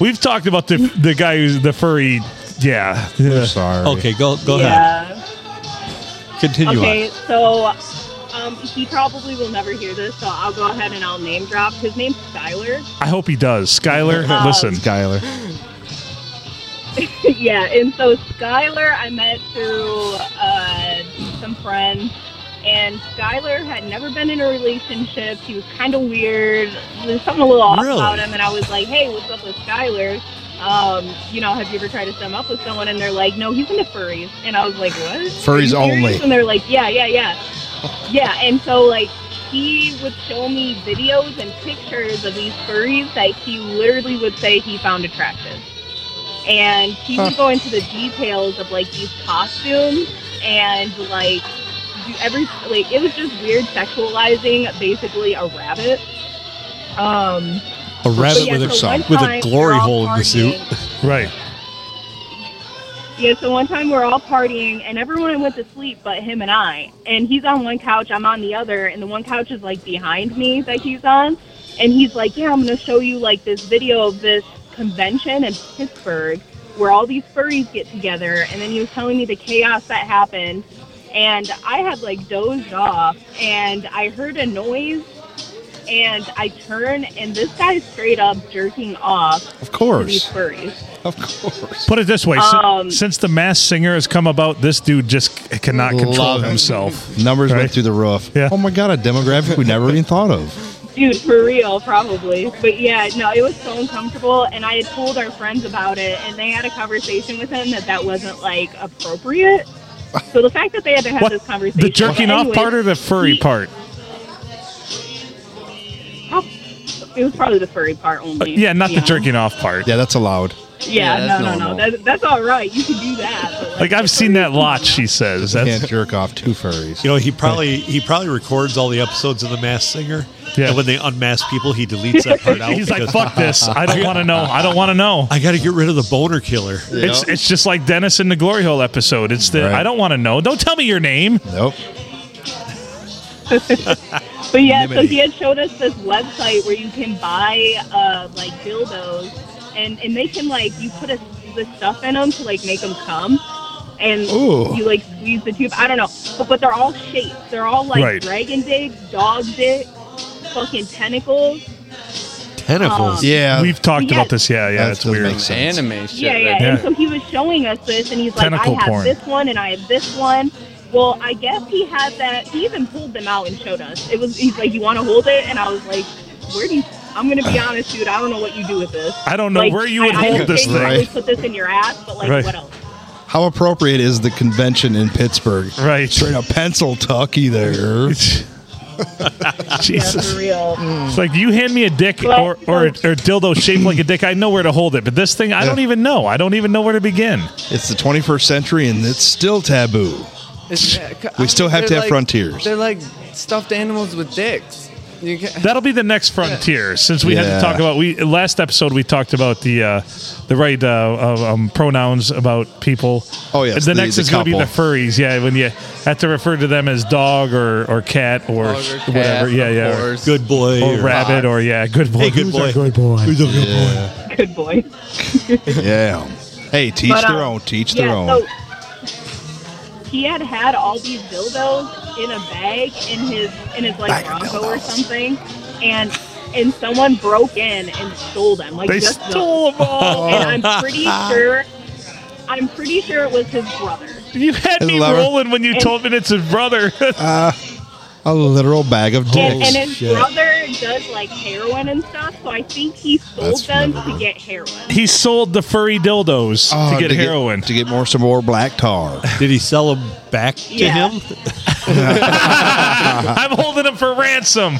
Speaker 1: We've talked about the the guy who's the furry. Yeah.
Speaker 4: We're sorry.
Speaker 2: Okay, go go ahead.
Speaker 12: yeah.
Speaker 2: Continue
Speaker 12: okay,
Speaker 2: on.
Speaker 12: so um, he probably will never hear this, so I'll go ahead and I'll name drop. His name's Skyler.
Speaker 1: I hope he does. Skylar,
Speaker 12: Um,
Speaker 1: listen.
Speaker 4: Skylar.
Speaker 12: yeah, and so Skylar I met through uh, some friends, and Skylar had never been in a relationship. He was kind of weird. There's something a little off
Speaker 2: Really?
Speaker 12: about him, and I was like, hey, what's up with Skylar? Um, you know, have you ever tried to sum up with someone? And they're like, no, he's into furries. And I was like, what? Are you serious?
Speaker 4: only.
Speaker 12: And they're like, yeah, yeah, yeah. yeah, and so, like, he would show me videos and pictures of these furries that he literally would say he found attractive and he would go into the details of like these costumes and like do every like it was just weird sexualizing basically a rabbit. Um,
Speaker 2: A
Speaker 12: but
Speaker 2: rabbit
Speaker 12: yeah,
Speaker 2: with a
Speaker 12: so one
Speaker 2: with a
Speaker 12: time
Speaker 2: glory
Speaker 12: we're all
Speaker 2: hole in the suit.
Speaker 12: partying.
Speaker 1: Right.
Speaker 12: Yeah, so one time we're all partying and everyone went to sleep but him and I. And he's on one couch, I'm on the other, and the one couch is like behind me that he's on. And he's like, Yeah, I'm gonna show you like this video of this convention in Pittsburgh where all these furries get together and then he was telling me the chaos that happened and I had like dozed off and I heard a noise and I turn and this guy's straight up jerking off
Speaker 4: Of
Speaker 12: to these
Speaker 4: course.
Speaker 12: furries.
Speaker 4: Of course.
Speaker 1: Put it this way: si-
Speaker 12: Um,
Speaker 1: since the mass singer has come about, this dude just c- cannot control
Speaker 4: Love it.
Speaker 1: himself.
Speaker 4: Numbers
Speaker 1: Right.
Speaker 4: went through the roof.
Speaker 1: Yeah.
Speaker 4: Oh my god, a demographic we never even thought of.
Speaker 12: Dude, for real, probably. But yeah, no, it was so uncomfortable, and I had told our friends about it, and they had a conversation with him that that wasn't like appropriate. So the fact that they had to have
Speaker 1: What
Speaker 12: this conversation,
Speaker 1: the jerking
Speaker 12: but
Speaker 1: off
Speaker 12: anyways,
Speaker 1: part or the furry part?
Speaker 12: It was probably the furry part only.
Speaker 1: Uh, Yeah, not the
Speaker 12: you know?
Speaker 1: jerking off part.
Speaker 4: Yeah, that's allowed.
Speaker 12: Yeah,
Speaker 11: Yeah, that's
Speaker 12: no, no, no.
Speaker 11: normal.
Speaker 12: That, that's all right. You can do that. But, like,
Speaker 1: Like I've seen that lot. She says
Speaker 4: You
Speaker 1: that's
Speaker 4: can't jerk off two furries.
Speaker 2: You know, he probably he probably records all the episodes of The Mass Singer.
Speaker 1: Yeah.
Speaker 2: And when they unmask people, he deletes that part out.
Speaker 1: He's like,
Speaker 2: because
Speaker 1: fuck this. I don't want to know. I don't want to know.
Speaker 2: I got to get rid of the boner killer.
Speaker 1: It's it's just like Dennis in the Glory Hole episode. It's the
Speaker 4: Right.
Speaker 1: I don't want to know. Don't tell me your name.
Speaker 4: Nope.
Speaker 12: But yeah, so
Speaker 4: Anonymity.
Speaker 12: he had showed us this website where you can buy uh, like dildos, and and they can like you put a, the stuff in them to like make them come, and
Speaker 4: Ooh.
Speaker 12: you like squeeze the tube. I don't know, but, but they're all shapes. They're all like
Speaker 1: Right.
Speaker 12: dragon dick, dog dick, fucking tentacles.
Speaker 2: tentacles.
Speaker 12: Um, Yeah.
Speaker 1: we've talked
Speaker 12: Yeah.
Speaker 1: about this. Yeah, yeah, it's
Speaker 2: doesn't
Speaker 1: weird.
Speaker 2: make sense.
Speaker 11: Anime shit.
Speaker 12: yeah, yeah.
Speaker 11: right
Speaker 12: And
Speaker 1: Yeah.
Speaker 12: so he was showing us this, and he's
Speaker 1: Tentacle
Speaker 12: like, I have
Speaker 1: porn.
Speaker 12: this one, and I have this one. Well, I guess he had that. He even pulled them out and showed us. It was. He's like, you want to hold it? And I was like, where do you? I'm gonna be honest, dude. I don't know what you do with this.
Speaker 1: I don't know
Speaker 12: Like,
Speaker 1: where you would
Speaker 12: I,
Speaker 1: hold this
Speaker 12: I understand you probably
Speaker 1: thing.
Speaker 12: put this in your ass, but like,
Speaker 1: Right.
Speaker 12: what else?
Speaker 4: How appropriate is the convention in Pittsburgh?
Speaker 1: Right.
Speaker 4: Straight up pencil tucky there.
Speaker 1: Jesus.
Speaker 12: Yeah, for real.
Speaker 4: Mm.
Speaker 1: It's like you hand me a dick or, or, or dildo shaped like a dick. I know where to hold it, but this thing I don't even know. I don't even know where to begin.
Speaker 4: It's the 21st century and it's still taboo.
Speaker 11: It's- uh,
Speaker 4: We still have to
Speaker 11: they're
Speaker 4: have frontiers.
Speaker 11: They're like stuffed animals with dicks. You ca-
Speaker 1: That'll be the next frontier. Since we had
Speaker 4: Yeah.
Speaker 1: to talk about we last episode, we talked about the uh, the right uh, of, um, pronouns about people.
Speaker 4: Oh, yes,
Speaker 1: the,
Speaker 4: the-
Speaker 1: next
Speaker 4: the
Speaker 1: is going to be the
Speaker 4: couple.
Speaker 1: furries. Yeah, when you have to refer to them as dog or, or cat or,
Speaker 11: Dog or cat,
Speaker 1: whatever. Yeah,
Speaker 11: or
Speaker 1: yeah, or-
Speaker 11: horse.
Speaker 2: Good boy.
Speaker 1: or rabbit or yeah, good boy.
Speaker 2: Hey, good
Speaker 1: Who's a
Speaker 2: boy.
Speaker 1: good boy.
Speaker 2: Who's a good boy?
Speaker 12: Good boy.
Speaker 4: Yeah. Hey, teach
Speaker 12: But,
Speaker 4: their
Speaker 12: um,
Speaker 4: own. Teach
Speaker 12: yeah,
Speaker 4: their own.
Speaker 12: So he had had all these dildos in a bag in his in his like Bronco or something, and and someone broke in and stole them. Like
Speaker 1: They
Speaker 12: just
Speaker 1: stole them all.
Speaker 12: And I'm pretty sure, I'm pretty sure it was his brother.
Speaker 1: You had
Speaker 4: His
Speaker 1: me
Speaker 4: lover.
Speaker 1: rolling when you told me it's his brother.
Speaker 4: Uh, a literal bag of
Speaker 12: And,
Speaker 4: dicks.
Speaker 12: and his brother does like heroin and stuff, so I think he sold
Speaker 4: That's
Speaker 12: them
Speaker 4: remembered.
Speaker 12: to get heroin.
Speaker 1: he sold the furry dildos
Speaker 4: Oh,
Speaker 1: to get heroin.
Speaker 4: To get more some more black tar.
Speaker 2: Did he sell them back to
Speaker 12: Yeah.
Speaker 2: him?
Speaker 1: I'm holding them for ransom.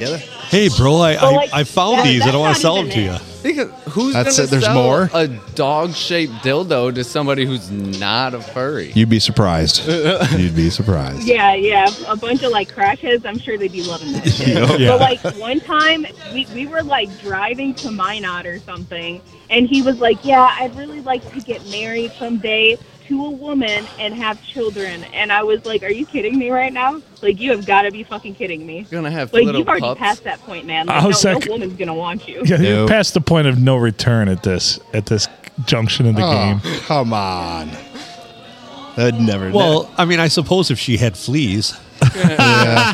Speaker 4: Yeah.
Speaker 2: Hey, bro, I,
Speaker 12: Well, like,
Speaker 2: I, I found
Speaker 12: that-
Speaker 2: these. I
Speaker 12: that's
Speaker 2: don't want
Speaker 12: not
Speaker 2: to sell them to
Speaker 12: even
Speaker 2: you.
Speaker 11: Think of- who's
Speaker 4: That's
Speaker 11: gonna
Speaker 4: it, there's
Speaker 11: sell
Speaker 4: more?
Speaker 11: a dog-shaped dildo to somebody who's not a furry?
Speaker 4: You'd be surprised. You'd be surprised.
Speaker 12: Yeah, yeah. A bunch of like crackheads. I'm sure they'd be loving that. Shit.
Speaker 2: Yeah.
Speaker 12: But like one time, we, we were like driving to Minot or something, and he was like, "Yeah, I'd really like to get married someday to a woman and have children." And I was like, "Are you kidding me right now? Like, you have got to be fucking kidding me."
Speaker 11: You're gonna have
Speaker 12: Like
Speaker 11: little
Speaker 12: you've already
Speaker 11: pups.
Speaker 12: passed that point, man.
Speaker 1: I
Speaker 12: Like, no,
Speaker 1: was like-
Speaker 12: no woman's gonna want you.
Speaker 1: Yeah, you're
Speaker 4: Nope.
Speaker 1: past the point of no return at this at this junction in the
Speaker 4: Oh,
Speaker 1: game.
Speaker 4: come on. That'd never
Speaker 2: Well, I mean, I suppose if she had fleas.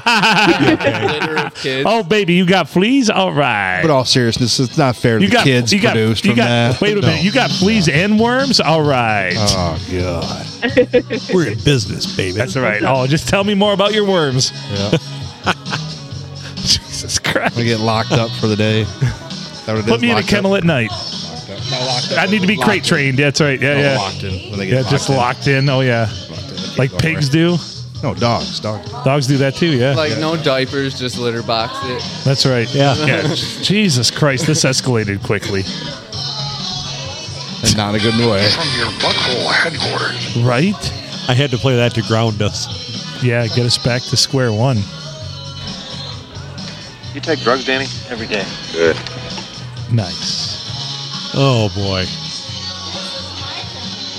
Speaker 11: litter of kids.
Speaker 1: Oh baby, you got fleas? All right.
Speaker 4: But all seriousness, it's not fair to
Speaker 1: you
Speaker 4: the
Speaker 1: got
Speaker 4: kids
Speaker 1: you got
Speaker 4: produced
Speaker 1: you
Speaker 4: from
Speaker 1: got
Speaker 4: that.
Speaker 1: wait a
Speaker 4: No.
Speaker 1: minute. You got fleas and worms? All right.
Speaker 4: Oh god.
Speaker 2: We're in business, baby.
Speaker 1: That's all right. Oh, just tell me more about your worms.
Speaker 4: Yeah.
Speaker 1: Jesus Christ.
Speaker 4: I get locked up for the day.
Speaker 1: Put me in a kennel at night. I need to be crate trained. That's right. Yeah, yeah.
Speaker 4: Oh, Locked in when they
Speaker 1: Yeah,
Speaker 4: get
Speaker 1: just
Speaker 4: locked
Speaker 1: locked in. Oh yeah.
Speaker 4: in. Locked in. They keep
Speaker 1: Like
Speaker 4: going
Speaker 1: pigs
Speaker 4: around.
Speaker 1: do.
Speaker 4: No, dogs. Dogs.
Speaker 1: Dogs do that too, yeah.
Speaker 11: Like no diapers, just litter box it.
Speaker 1: That's right.
Speaker 2: Yeah.
Speaker 1: yeah. Jesus Christ, this escalated quickly.
Speaker 4: And not in a good way.
Speaker 9: From your butthole headquarters.
Speaker 1: Right?
Speaker 2: I had to play that to ground us.
Speaker 1: Yeah, get us back to square one.
Speaker 15: You take drugs, Danny? Every day.
Speaker 1: Nice.
Speaker 2: Oh, boy.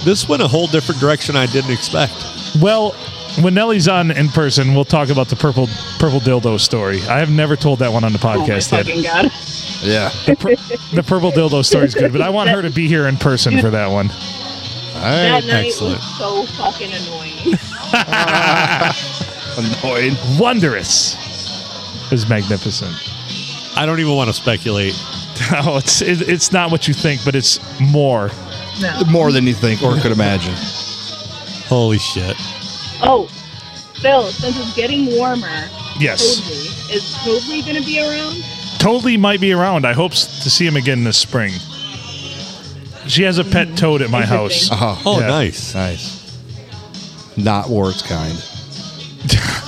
Speaker 2: This went a whole different direction I didn't expect.
Speaker 1: Well, when Nelly's on in person, we'll talk about the purple purple dildo story. I have never told that one on the
Speaker 12: Oh my
Speaker 1: podcast
Speaker 12: fucking
Speaker 1: yet.
Speaker 12: god!
Speaker 4: Yeah.
Speaker 1: The purple dildo story is good, but I want her to be here in person for that one.
Speaker 4: All
Speaker 12: That
Speaker 4: right.
Speaker 12: night
Speaker 2: excellent.
Speaker 12: was so fucking annoying.
Speaker 4: Annoyed.
Speaker 1: Wondrous. It was magnificent.
Speaker 2: I don't even want to speculate.
Speaker 1: Oh, it's it, it's not what you think, but it's more.
Speaker 4: More than you think or could imagine.
Speaker 2: Holy shit.
Speaker 12: oh, Phil, since it's getting warmer,
Speaker 1: Yes.
Speaker 12: Toadley is Toadley gonna be around?
Speaker 1: Totally might be around. I hope s- to see him again this spring. She has a pet toad at my house.
Speaker 12: Interesting.
Speaker 4: Oh,
Speaker 2: Oh,
Speaker 1: Yeah.
Speaker 2: nice.
Speaker 4: nice. Not war's kind.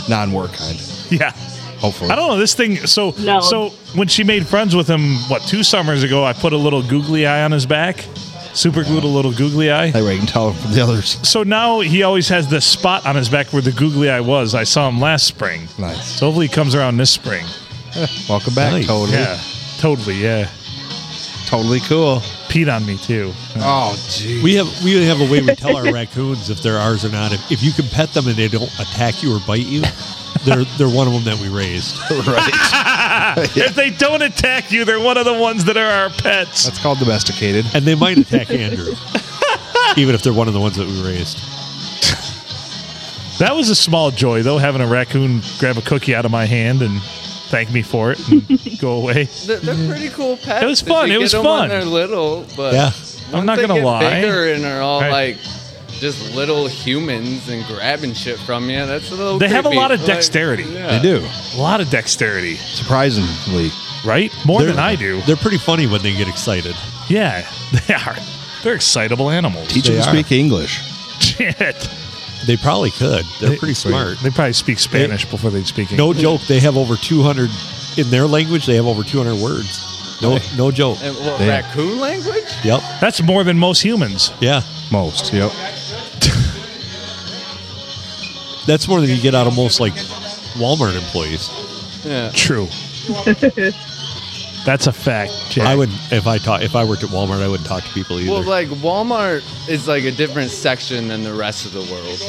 Speaker 4: Non-war kind.
Speaker 1: Yeah.
Speaker 4: Hopefully.
Speaker 1: I don't know this thing. So
Speaker 12: No.
Speaker 1: so when she made friends with him, what two summers ago, I put a little googly eye on his back, super glued a little googly eye.
Speaker 4: That way I can tell from the others.
Speaker 1: So now he always has this spot on his back where the googly eye was. I saw him last spring.
Speaker 4: Nice.
Speaker 1: So hopefully he comes around this spring.
Speaker 4: Welcome back.
Speaker 2: Nice.
Speaker 4: Totally.
Speaker 1: Yeah, totally. Yeah,
Speaker 4: Totally cool.
Speaker 1: peed on me too.
Speaker 4: Oh, gee.
Speaker 2: We have we have a way we tell our raccoons if they're ours or not. If, if you can pet them and they don't attack you or bite you, they're they're one of them that we raised.
Speaker 4: right.
Speaker 1: If they don't attack you, they're one of the ones that are our pets.
Speaker 4: That's called domesticated.
Speaker 2: And they might attack Andrew, even if they're one of the ones that we raised.
Speaker 1: That was a small joy though, having a raccoon grab a cookie out of my hand and thank me for it and go away.
Speaker 11: They're,
Speaker 4: Mm-hmm.
Speaker 11: they're pretty cool pets.
Speaker 1: was
Speaker 11: if
Speaker 1: fun,
Speaker 11: you
Speaker 1: it
Speaker 11: get
Speaker 1: was
Speaker 11: them
Speaker 1: fun.
Speaker 11: When they're little, but
Speaker 1: Yeah.
Speaker 11: once
Speaker 1: I'm not
Speaker 11: they
Speaker 1: gonna
Speaker 11: get
Speaker 1: lie.
Speaker 11: Bigger and are all
Speaker 1: Right.
Speaker 11: like just little humans and grabbing shit from you. That's a little.
Speaker 1: They have a
Speaker 11: creepy.
Speaker 1: lot of
Speaker 11: Like,
Speaker 1: dexterity.
Speaker 11: yeah.
Speaker 4: They do.
Speaker 1: A lot of dexterity.
Speaker 4: Surprisingly.
Speaker 1: Right? More than I do.
Speaker 2: They're pretty funny when they get excited.
Speaker 1: Yeah, they are. They're excitable animals.
Speaker 4: Teach them to speak English.
Speaker 1: Shit.
Speaker 2: They probably could. They're
Speaker 1: They-
Speaker 2: pretty smart.
Speaker 1: They probably speak Spanish before they speak English.
Speaker 2: No joke. They have over 200 in their language. They have over 200 words. No, no joke.
Speaker 11: And what,
Speaker 2: They-
Speaker 11: raccoon language?
Speaker 2: Yep.
Speaker 1: That's more than most humans.
Speaker 2: Yeah.
Speaker 4: Most. Yep.
Speaker 2: That's more than you get out of most like Walmart employees.
Speaker 11: Yeah.
Speaker 1: True. That's a fact. Jack.
Speaker 2: I would if I taught if I worked at Walmart, I wouldn't talk to people either.
Speaker 11: Well, like Walmart is like a different section than the rest of the world.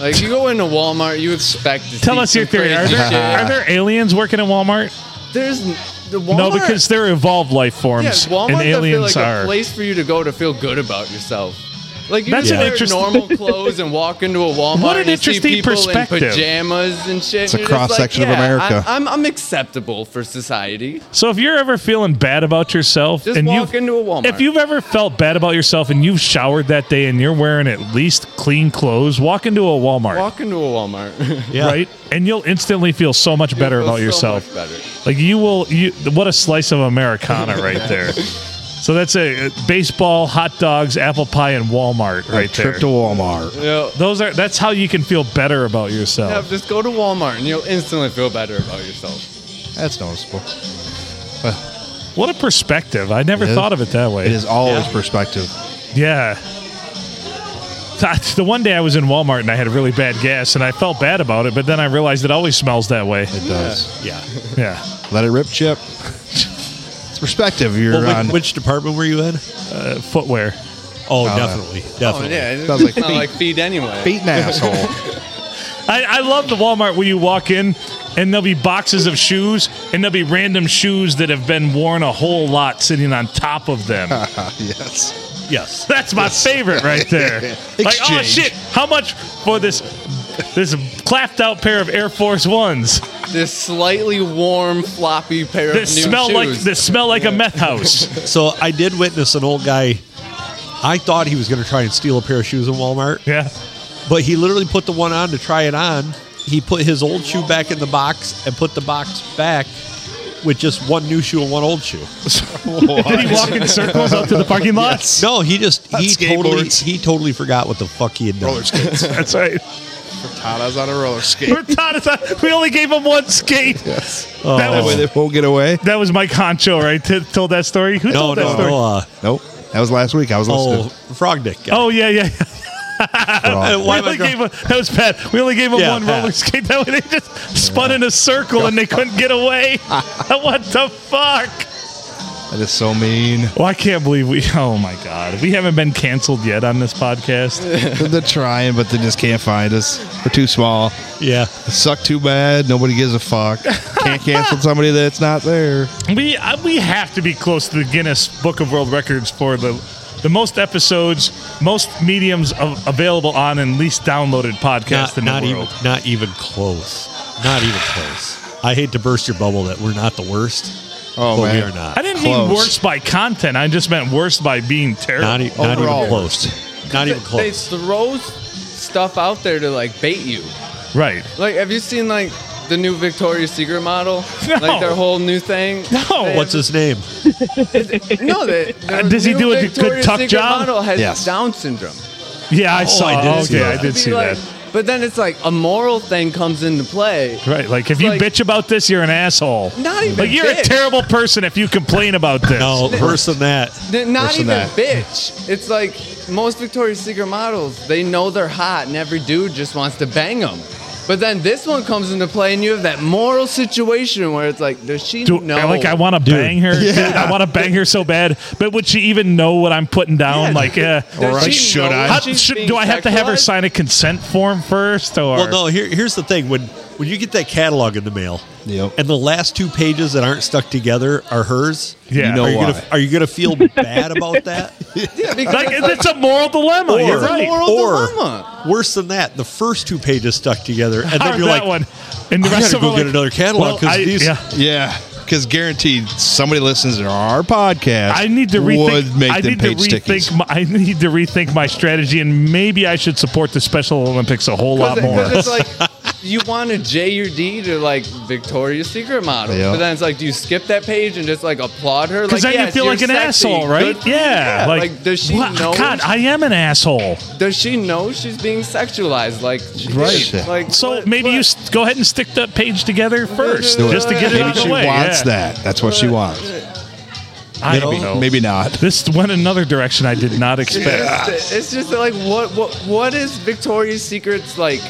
Speaker 11: Like you go into Walmart, you expect to
Speaker 1: Tell
Speaker 11: see
Speaker 1: us your
Speaker 11: some
Speaker 1: theory. Are
Speaker 11: crazy
Speaker 1: there,
Speaker 11: shit.
Speaker 1: are there aliens working at Walmart?
Speaker 11: There's n- the Walmart.
Speaker 1: No, because they're evolved life
Speaker 11: yeah,
Speaker 1: forms,
Speaker 11: Walmart
Speaker 1: and
Speaker 11: I feel
Speaker 1: aliens
Speaker 11: like
Speaker 1: are.
Speaker 11: a place for you to go to feel good about yourself. Like you
Speaker 1: That's
Speaker 11: just
Speaker 1: an
Speaker 11: wear
Speaker 1: interesting-
Speaker 11: normal clothes and walk into a Walmart.
Speaker 1: What an
Speaker 11: and you see
Speaker 1: interesting
Speaker 11: people
Speaker 1: perspective.
Speaker 11: In pajamas and shit.
Speaker 1: It's a
Speaker 11: and you're just
Speaker 1: cross-section of
Speaker 11: like, yeah,
Speaker 1: America.
Speaker 11: I, I'm, I'm acceptable for society.
Speaker 1: So if you're ever feeling bad about yourself,
Speaker 11: Just
Speaker 1: and
Speaker 11: walk
Speaker 1: you've-
Speaker 11: into a Walmart.
Speaker 1: If you've ever felt bad about yourself and you've showered that day and you're wearing at least clean clothes, walk into a Walmart.
Speaker 11: Walk into a Walmart.
Speaker 1: Right, and you'll instantly feel so much better
Speaker 11: feel
Speaker 1: about
Speaker 11: so
Speaker 1: yourself.
Speaker 11: much better.
Speaker 1: Like you will, you what a slice of Americana right there. so that's a baseball, hot dogs, apple pie, and Walmart right
Speaker 4: a trip
Speaker 1: there.
Speaker 4: to Walmart.
Speaker 11: Yeah.
Speaker 1: Those are that's how you can feel better about yourself.
Speaker 11: Yeah, just go to Walmart and you'll instantly feel better about yourself.
Speaker 4: That's noticeable.
Speaker 1: What a perspective! I never
Speaker 4: It is-
Speaker 1: thought of it that way.
Speaker 4: It is always perspective.
Speaker 1: Yeah. That's The one day I was in Walmart and I had really bad gas and I felt bad about it, but then I realized it always smells that way. It
Speaker 4: does.
Speaker 2: Yeah.
Speaker 1: Yeah.
Speaker 4: Let it rip, Chip. It's perspective. You're
Speaker 2: Well, which,
Speaker 4: on.
Speaker 2: which department were you in?
Speaker 1: Uh, footwear.
Speaker 2: Oh,
Speaker 1: Uh,
Speaker 4: Oh,
Speaker 2: definitely,
Speaker 11: Oh,
Speaker 2: definitely.
Speaker 11: yeah, it's
Speaker 4: Sounds like
Speaker 11: not
Speaker 4: feet.
Speaker 11: like feet anyway.
Speaker 4: Feet and asshole.
Speaker 1: I, I love the Walmart where you walk in and there'll be boxes of shoes and there'll be random shoes that have been worn a whole lot sitting on top of them.
Speaker 4: yes.
Speaker 2: Yes.
Speaker 1: That's my favorite right there. like, oh
Speaker 4: Exchange.
Speaker 1: shit, how much for this this clapped out pair of Air Force Ones?
Speaker 11: This slightly warm, floppy pair
Speaker 1: That
Speaker 11: of new
Speaker 1: smell like
Speaker 11: shoes.
Speaker 1: that smell like a meth house.
Speaker 2: So I did witness an old guy. I thought he was going to try and steal a pair of shoes in Walmart.
Speaker 1: Yeah.
Speaker 2: But he literally put the one on to try it on. He put his old shoe back in the box and put the box back with just one new shoe and one old shoe.
Speaker 1: Did he walk in circles up to the parking lot?
Speaker 2: No, he just
Speaker 4: On
Speaker 2: he totally
Speaker 4: skateboards.
Speaker 2: he totally forgot what the fuck he had done.
Speaker 4: Roller skates.
Speaker 1: That's right.
Speaker 4: Frittatas on a roller skate.
Speaker 1: Frittatas. We only gave him one skate.
Speaker 4: Yes.
Speaker 1: Oh. That
Speaker 4: That
Speaker 1: was
Speaker 4: way they won't get away.
Speaker 1: that was Mike Concho, right? T- told that story. Who
Speaker 2: No,
Speaker 1: told that
Speaker 2: no,
Speaker 1: story?
Speaker 2: no. Uh,
Speaker 4: Nope. That was last week. I was
Speaker 2: oh,
Speaker 4: listening.
Speaker 2: frog dick guy.
Speaker 1: Oh yeah, yeah.
Speaker 2: Uh,
Speaker 4: Frog.
Speaker 1: We
Speaker 2: why am I
Speaker 1: only
Speaker 2: drawing-
Speaker 1: gave him, that was Pat. We only gave him
Speaker 2: Yeah,
Speaker 1: one
Speaker 2: Pat.
Speaker 1: roller skate. That way they just spun in a circle and they couldn't get away. what the fuck? Oh.
Speaker 4: That is so mean.
Speaker 1: Well, I can't believe we. Oh my god, we haven't been canceled yet on this podcast.
Speaker 4: They're trying, but they just can't find us. We're too small.
Speaker 2: yeah.
Speaker 4: It suck too bad. Nobody gives a fuck. Can't cancel somebody that's not there.
Speaker 1: we uh, we have to be close to the Guinness Book of World Records for the the most episodes, most mediums of, available on and least downloaded podcast
Speaker 2: Not,
Speaker 1: in
Speaker 2: not
Speaker 1: the
Speaker 2: even
Speaker 1: world.
Speaker 2: not even close. Not even close. I hate to burst your bubble that we're not the worst.
Speaker 4: Oh
Speaker 2: but
Speaker 4: man,
Speaker 2: we are not.
Speaker 1: I didn't
Speaker 4: Close.
Speaker 1: mean worst by content. I just meant worst by being terrible.
Speaker 2: Not, e- not even
Speaker 4: Overall.
Speaker 2: close. Not even
Speaker 11: They
Speaker 2: close.
Speaker 11: throw stuff out there to like bait you.
Speaker 1: right.
Speaker 11: Like, have you seen like the new Victoria's Secret model?
Speaker 1: No.
Speaker 11: Like their whole new
Speaker 1: No.
Speaker 11: thing. They
Speaker 2: Oh, What's his name?
Speaker 11: have- no? They,
Speaker 1: Uh,
Speaker 11: their
Speaker 1: does he
Speaker 11: new
Speaker 1: do a good
Speaker 11: Victoria's
Speaker 1: tuck
Speaker 11: Secret
Speaker 1: job?
Speaker 11: Model has
Speaker 4: Yes.
Speaker 11: Down syndrome.
Speaker 1: Yeah, I saw.
Speaker 2: Oh, I did
Speaker 1: okay,
Speaker 2: see that.
Speaker 1: I
Speaker 11: To
Speaker 1: did
Speaker 11: be
Speaker 1: see
Speaker 11: like-
Speaker 1: that.
Speaker 11: But then it's like a moral thing comes into play.
Speaker 1: Right, like if
Speaker 11: It's
Speaker 1: you
Speaker 11: like-
Speaker 1: bitch about this, you're an asshole.
Speaker 11: Not even
Speaker 1: like you're a
Speaker 11: bitch.
Speaker 1: terrible person if you complain about this.
Speaker 2: No, worse than that.
Speaker 11: N- Not
Speaker 4: Worse than
Speaker 11: even
Speaker 4: that.
Speaker 11: bitch. It's like most Victoria's Secret models, they know they're hot, and every dude just wants to bang them. But then this one comes into play, and you have that moral situation where it's like, does she
Speaker 1: Do,
Speaker 11: know?
Speaker 1: Like I want to bang her. Dude, I want to bang her so bad. But would she even know what I'm putting down?
Speaker 11: Yeah.
Speaker 1: like, uh,
Speaker 11: Does
Speaker 4: Right,
Speaker 11: she
Speaker 4: should
Speaker 11: know
Speaker 4: I?
Speaker 1: how-
Speaker 11: she's
Speaker 1: should-
Speaker 11: being
Speaker 1: do I have to have her
Speaker 11: sexualized?
Speaker 1: sign a consent form first? Or
Speaker 2: Well, no. Here, here's the thing. When When you get that catalog in the mail, and the last two pages that aren't stuck together are hers,
Speaker 1: Yeah. You know
Speaker 2: are, you
Speaker 1: why.
Speaker 2: gonna, are you gonna feel bad about that?
Speaker 1: like, it's a moral dilemma.
Speaker 2: Or,
Speaker 1: You're right.
Speaker 2: or worse than that, the first two pages stuck together, and then
Speaker 1: Hard
Speaker 2: you're
Speaker 1: that
Speaker 2: like,
Speaker 1: one. And the
Speaker 2: I
Speaker 1: rest
Speaker 2: gotta
Speaker 1: of
Speaker 2: go
Speaker 1: them are
Speaker 2: get
Speaker 1: like,
Speaker 2: another catalog
Speaker 1: well,
Speaker 2: 'cause
Speaker 1: I-
Speaker 2: these-
Speaker 1: yeah.
Speaker 4: Yeah, because guaranteed somebody listens to our podcast.
Speaker 1: I need to rethink.
Speaker 4: Would make
Speaker 1: I
Speaker 4: them
Speaker 1: need
Speaker 4: page
Speaker 1: to
Speaker 4: sticky.
Speaker 1: rethink. My, I need to rethink my strategy, and maybe I should support the Special Olympics a whole lot more.
Speaker 11: Because it's like you want a J or D to like Victoria's Secret model,
Speaker 1: Yeah.
Speaker 11: but then it's like, do you skip that page and just like applaud her?
Speaker 1: Because
Speaker 11: Like,
Speaker 1: then
Speaker 11: yes,
Speaker 1: you feel
Speaker 11: you're
Speaker 1: like an
Speaker 11: sexy.
Speaker 1: asshole,
Speaker 11: Good
Speaker 1: right?
Speaker 11: for you.
Speaker 1: yeah.
Speaker 11: Like, does she
Speaker 1: Wha-
Speaker 11: know?
Speaker 1: God, I am an asshole.
Speaker 11: does she know she's being sexualized? Like, she
Speaker 1: Right.
Speaker 11: did. Like,
Speaker 1: so maybe you s- go ahead and stick that page together first,
Speaker 4: Do it.
Speaker 1: just to get
Speaker 4: maybe
Speaker 1: it out of
Speaker 4: she
Speaker 1: the way.
Speaker 4: wants
Speaker 1: yeah.
Speaker 4: that. That's what she wants.
Speaker 1: I don't
Speaker 4: Maybe-
Speaker 1: know.
Speaker 4: maybe not.
Speaker 1: This went another direction I did not expect.
Speaker 11: It's, it's just like what what what is Victoria's Secret's like?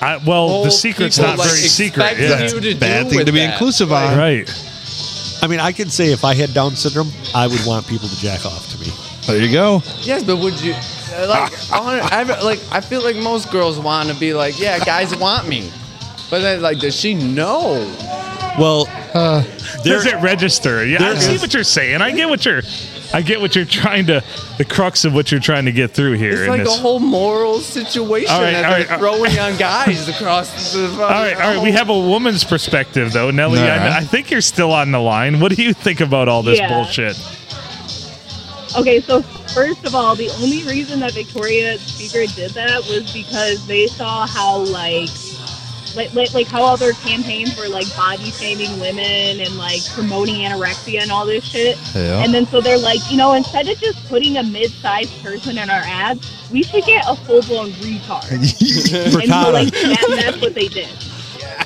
Speaker 1: I, well,
Speaker 11: whole
Speaker 1: the secret's
Speaker 11: people,
Speaker 1: not
Speaker 11: like,
Speaker 1: very secret.
Speaker 11: expect
Speaker 1: Yeah.
Speaker 11: you to do with that. Like,
Speaker 1: Right.
Speaker 2: I mean, I could say if I had Down syndrome, I would want people to jack off to me.
Speaker 4: There you go.
Speaker 11: Yes, but would you uh, like? on, I, like I feel like most girls want to be like, yeah, guys want me, but then like, does she know?
Speaker 2: Well,
Speaker 1: Does it register? Yeah, I
Speaker 2: there
Speaker 1: see
Speaker 2: is-
Speaker 1: what you're saying. I get what you're. I get what you're trying to. The crux of what you're trying to get through here.
Speaker 11: It's
Speaker 1: in
Speaker 11: like a
Speaker 1: this.
Speaker 11: whole moral situation
Speaker 1: All right,
Speaker 11: that
Speaker 1: all
Speaker 11: they're
Speaker 1: right, all-
Speaker 11: throwing on guys across the.
Speaker 1: all right, all right. We have a woman's perspective, though, Nellie.
Speaker 4: Alright.
Speaker 1: I, I think you're still on the line. What do you think about all this
Speaker 12: Yeah.
Speaker 1: bullshit?
Speaker 12: Okay, so first of all, the only reason that Victoria's Secret did that was because they saw how like like, like, like how all their campaigns were like body shaming women and like promoting anorexia and all this shit.
Speaker 10: Yeah.
Speaker 12: And then so they're like, you know, instead of just putting a mid-sized person in our ads, we should get a full-blown retard. and so, like, that, that's what they did.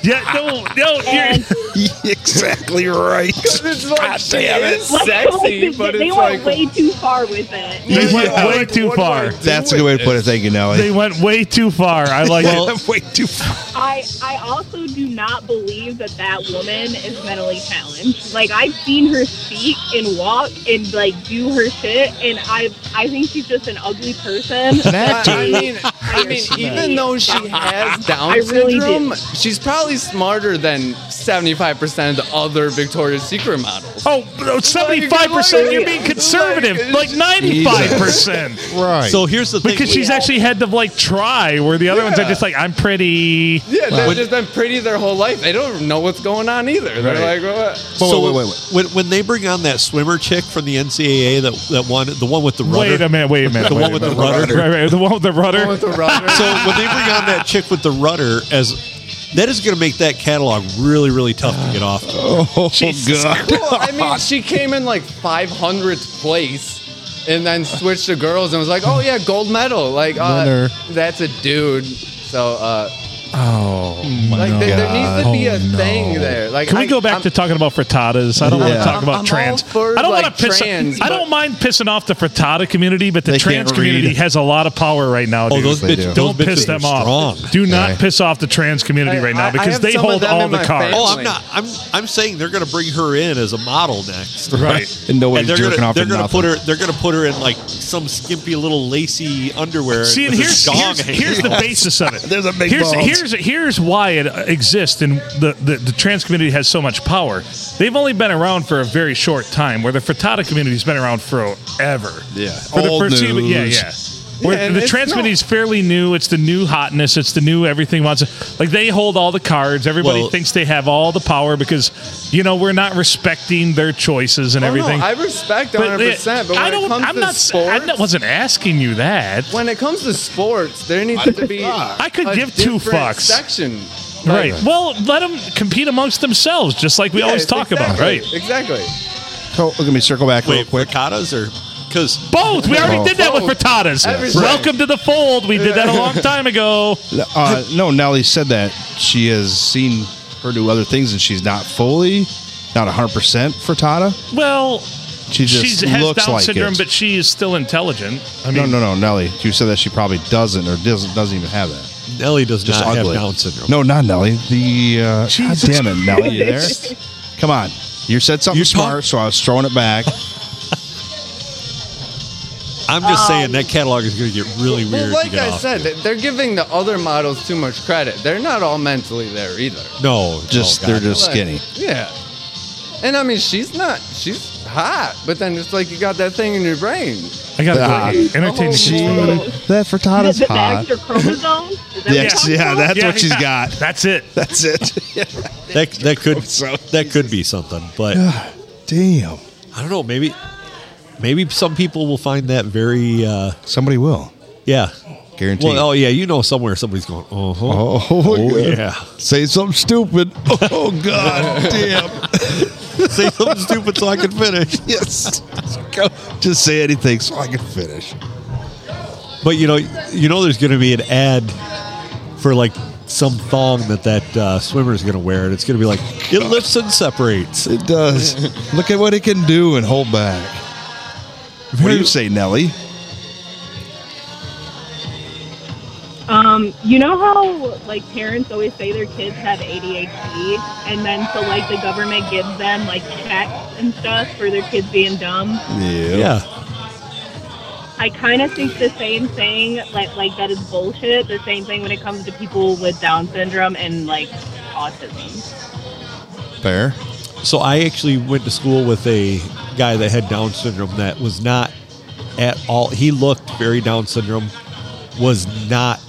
Speaker 1: Yeah, no, no.
Speaker 4: You're exactly right.
Speaker 11: God
Speaker 4: damn it.
Speaker 12: Like,
Speaker 11: sexy,
Speaker 12: they-
Speaker 11: but
Speaker 12: they
Speaker 11: it's
Speaker 12: went
Speaker 11: like-
Speaker 12: way too far with it.
Speaker 1: They went way too far.
Speaker 4: That's a good way to put it. Thank you,
Speaker 1: They
Speaker 4: Nelly.
Speaker 1: went way too far. I like
Speaker 4: Well,
Speaker 1: it.
Speaker 4: way too far.
Speaker 12: I I also do not believe that that woman is mentally challenged. Like I've seen her speak and walk and like do her shit, and I I think she's just an ugly person.
Speaker 11: I, I
Speaker 12: Like,
Speaker 11: mean, I mean, even though she has Down
Speaker 12: I really do.
Speaker 11: syndrome, she's probably smarter than seventy-five percent of the other Victoria's Secret models.
Speaker 1: Oh, seventy-five percent. You're being conservative. Like ninety-five percent.
Speaker 4: Right.
Speaker 2: So here's the thing.
Speaker 1: Because she's actually had to like try, where the other ones are just like, I'm pretty.
Speaker 11: Yeah, they've
Speaker 1: When-
Speaker 11: just been pretty their whole life. They don't know what's going on either. They're
Speaker 2: Right.
Speaker 11: like, what?
Speaker 2: so When, when they bring on that swimmer chick from the NCAA, that that one, the one with the rudder.
Speaker 1: Wait a minute. Wait a minute.
Speaker 2: The
Speaker 1: wait
Speaker 2: one
Speaker 1: a
Speaker 2: with the
Speaker 1: minute.
Speaker 2: rudder.
Speaker 1: Right, right. The one with the rudder.
Speaker 2: so when they bring on that chick with the rudder, as that is going to make that catalog really, really tough to get off. To.
Speaker 4: Oh
Speaker 11: Well, I mean, she came in like 500th place and then switched to girls and was like, oh, yeah, gold medal. Like, uh,
Speaker 4: Winner.
Speaker 11: that's a dude. So, uh,
Speaker 4: Oh,
Speaker 11: like, there, there needs to be a thing there. Like,
Speaker 1: Can
Speaker 11: I,
Speaker 1: we go back to talking about frittatas? I don't want
Speaker 11: Yeah.
Speaker 1: to talk about
Speaker 11: I'm all
Speaker 1: trans.
Speaker 11: for,
Speaker 1: I don't
Speaker 11: like,
Speaker 1: want to piss.
Speaker 11: trans,
Speaker 1: I don't mind pissing off the frittata community, but the trans
Speaker 2: can't
Speaker 1: community
Speaker 2: read.
Speaker 1: has a lot of power right now.
Speaker 2: Oh,
Speaker 1: dude.
Speaker 2: those Yes, they bitch- do.
Speaker 1: don't
Speaker 2: those bitches
Speaker 1: piss
Speaker 2: are
Speaker 1: them off.
Speaker 2: strong.
Speaker 1: Do not
Speaker 2: Yeah.
Speaker 1: piss off the trans community right now
Speaker 2: I- I
Speaker 1: because
Speaker 2: have
Speaker 1: they
Speaker 2: some of
Speaker 1: hold
Speaker 2: them
Speaker 1: all
Speaker 2: in
Speaker 1: the
Speaker 2: my
Speaker 1: cards.
Speaker 2: Oh, I'm not. I'm I'm saying they're going to bring her in as a model next,
Speaker 1: Right.
Speaker 4: And nobody's
Speaker 2: they're
Speaker 4: jerking
Speaker 2: gonna,
Speaker 4: off
Speaker 2: They're
Speaker 4: to
Speaker 2: gonna
Speaker 4: nothing.
Speaker 2: put her. They're going to put her in like some skimpy little lacy underwear.
Speaker 1: See, and
Speaker 2: with a
Speaker 1: here's,
Speaker 2: dong
Speaker 1: here's,
Speaker 2: hanging
Speaker 1: here's the
Speaker 2: off.
Speaker 1: basis of it.
Speaker 4: There's a big
Speaker 1: here's,
Speaker 4: balls.
Speaker 1: here's here's why it uh, exists, and the, the the trans community has so much power. They've only been around for a very short time, where the frittata community's been around forever.
Speaker 4: Yeah.
Speaker 1: for
Speaker 4: Old
Speaker 1: the foreseeable- Yeah,
Speaker 4: news.
Speaker 1: yeah. Where
Speaker 4: Yeah, and
Speaker 1: the
Speaker 4: it's
Speaker 1: trans
Speaker 4: not-
Speaker 1: community is fairly new. It's the new hotness. It's the new everything wants. it. Like they hold all the cards. Everybody
Speaker 2: Well-
Speaker 1: thinks they have all the power because, you know, we're not respecting their choices and
Speaker 11: Oh, no,
Speaker 1: everything.
Speaker 11: I respect
Speaker 1: But, uh,
Speaker 11: 100%, but when
Speaker 1: I
Speaker 11: it
Speaker 1: don't.
Speaker 11: comes
Speaker 1: I'm
Speaker 11: to
Speaker 1: not. s- I
Speaker 11: sports-
Speaker 1: wasn't asking you that.
Speaker 11: When it comes to sports, there needs to be.
Speaker 1: I could
Speaker 11: a
Speaker 1: give two
Speaker 11: different
Speaker 1: fucks.
Speaker 11: Section.
Speaker 1: Right.
Speaker 11: Like,
Speaker 1: Well, let them compete amongst themselves, just like we always
Speaker 11: yes,
Speaker 1: talk about,
Speaker 11: exactly,
Speaker 1: right?
Speaker 11: Exactly.
Speaker 4: So Oh, let me circle back real
Speaker 2: Wait,
Speaker 4: quick.
Speaker 2: frittatas or because
Speaker 1: Both. We already
Speaker 4: Both.
Speaker 1: did that with
Speaker 4: Both.
Speaker 1: frittatas.
Speaker 4: Everything.
Speaker 1: Welcome to the fold. We did that a long time ago.
Speaker 4: Uh, no, Nelly said that she has seen her do other things and she's not fully, not 100% frittata.
Speaker 1: Well,
Speaker 4: She just
Speaker 1: she's, has
Speaker 4: looks
Speaker 1: Down
Speaker 4: like
Speaker 1: syndrome,
Speaker 4: it.
Speaker 1: but she is still intelligent. I mean,
Speaker 4: no, no, no, Nelly. You said that she probably doesn't or doesn't doesn't even have that.
Speaker 2: Nelly does
Speaker 4: Just
Speaker 2: not
Speaker 4: ugly.
Speaker 2: have Down syndrome.
Speaker 4: No, not Nelly. The uh, God
Speaker 2: Jesus
Speaker 4: damn it, Nelly, you there?
Speaker 2: Christ.
Speaker 4: Come on, you said something smart, so I was throwing it back.
Speaker 2: I'm just saying that catalog is going to get really weird.
Speaker 11: Um, Well,
Speaker 2: to
Speaker 11: like
Speaker 2: get
Speaker 11: I
Speaker 2: off
Speaker 11: said,
Speaker 2: to.
Speaker 11: th- they're giving the other models too much credit. They're not all mentally there either.
Speaker 2: no,
Speaker 4: Just-
Speaker 2: no,
Speaker 4: they're
Speaker 2: God,
Speaker 4: just
Speaker 11: Like,
Speaker 4: skinny.
Speaker 11: Yeah. And I mean, she's not. She's hot, but then it's like you got that thing in your brain.
Speaker 1: I got to
Speaker 4: Ah.
Speaker 1: go. Entertaining. Oh.
Speaker 4: That frittata's
Speaker 11: The- the
Speaker 4: hot.
Speaker 11: extra
Speaker 12: chromosomes? Is that
Speaker 4: Yes, yeah, that's
Speaker 1: Yeah,
Speaker 4: what she's
Speaker 1: yeah.
Speaker 4: got.
Speaker 1: That's it.
Speaker 4: That's it.
Speaker 2: that that could that could be something, but
Speaker 4: Damn.
Speaker 2: I don't know. Maybe maybe some people will find that very. Uh,
Speaker 4: Somebody will.
Speaker 2: Yeah.
Speaker 4: Guaranteed.
Speaker 2: Well, oh yeah, you know somewhere somebody's going. Oh,
Speaker 4: Oh,
Speaker 2: yeah.
Speaker 4: Say something stupid. Oh God, damn.
Speaker 2: Say something stupid so I can finish.
Speaker 4: Yes. Go. Just say anything so I can finish.
Speaker 2: But you know, you know, there's going to be an ad for like some thong that that uh, swimmer is going to wear, and it's going to be like it lifts and separates.
Speaker 4: It does. Look at what it can do and hold back. What do you say, Nelly?
Speaker 12: Um, you know how like parents always say their kids have ADHD, and then so like the government gives them like checks and stuff for their kids being dumb.
Speaker 4: Yeah.
Speaker 2: Yeah.
Speaker 12: I kind of think the same thing, like like that is bullshit. The same thing when it comes to people with Down syndrome and like autism.
Speaker 4: Fair.
Speaker 2: So I actually went to school with a guy that had Down syndrome that was not at all. He looked very Down syndrome. Was not.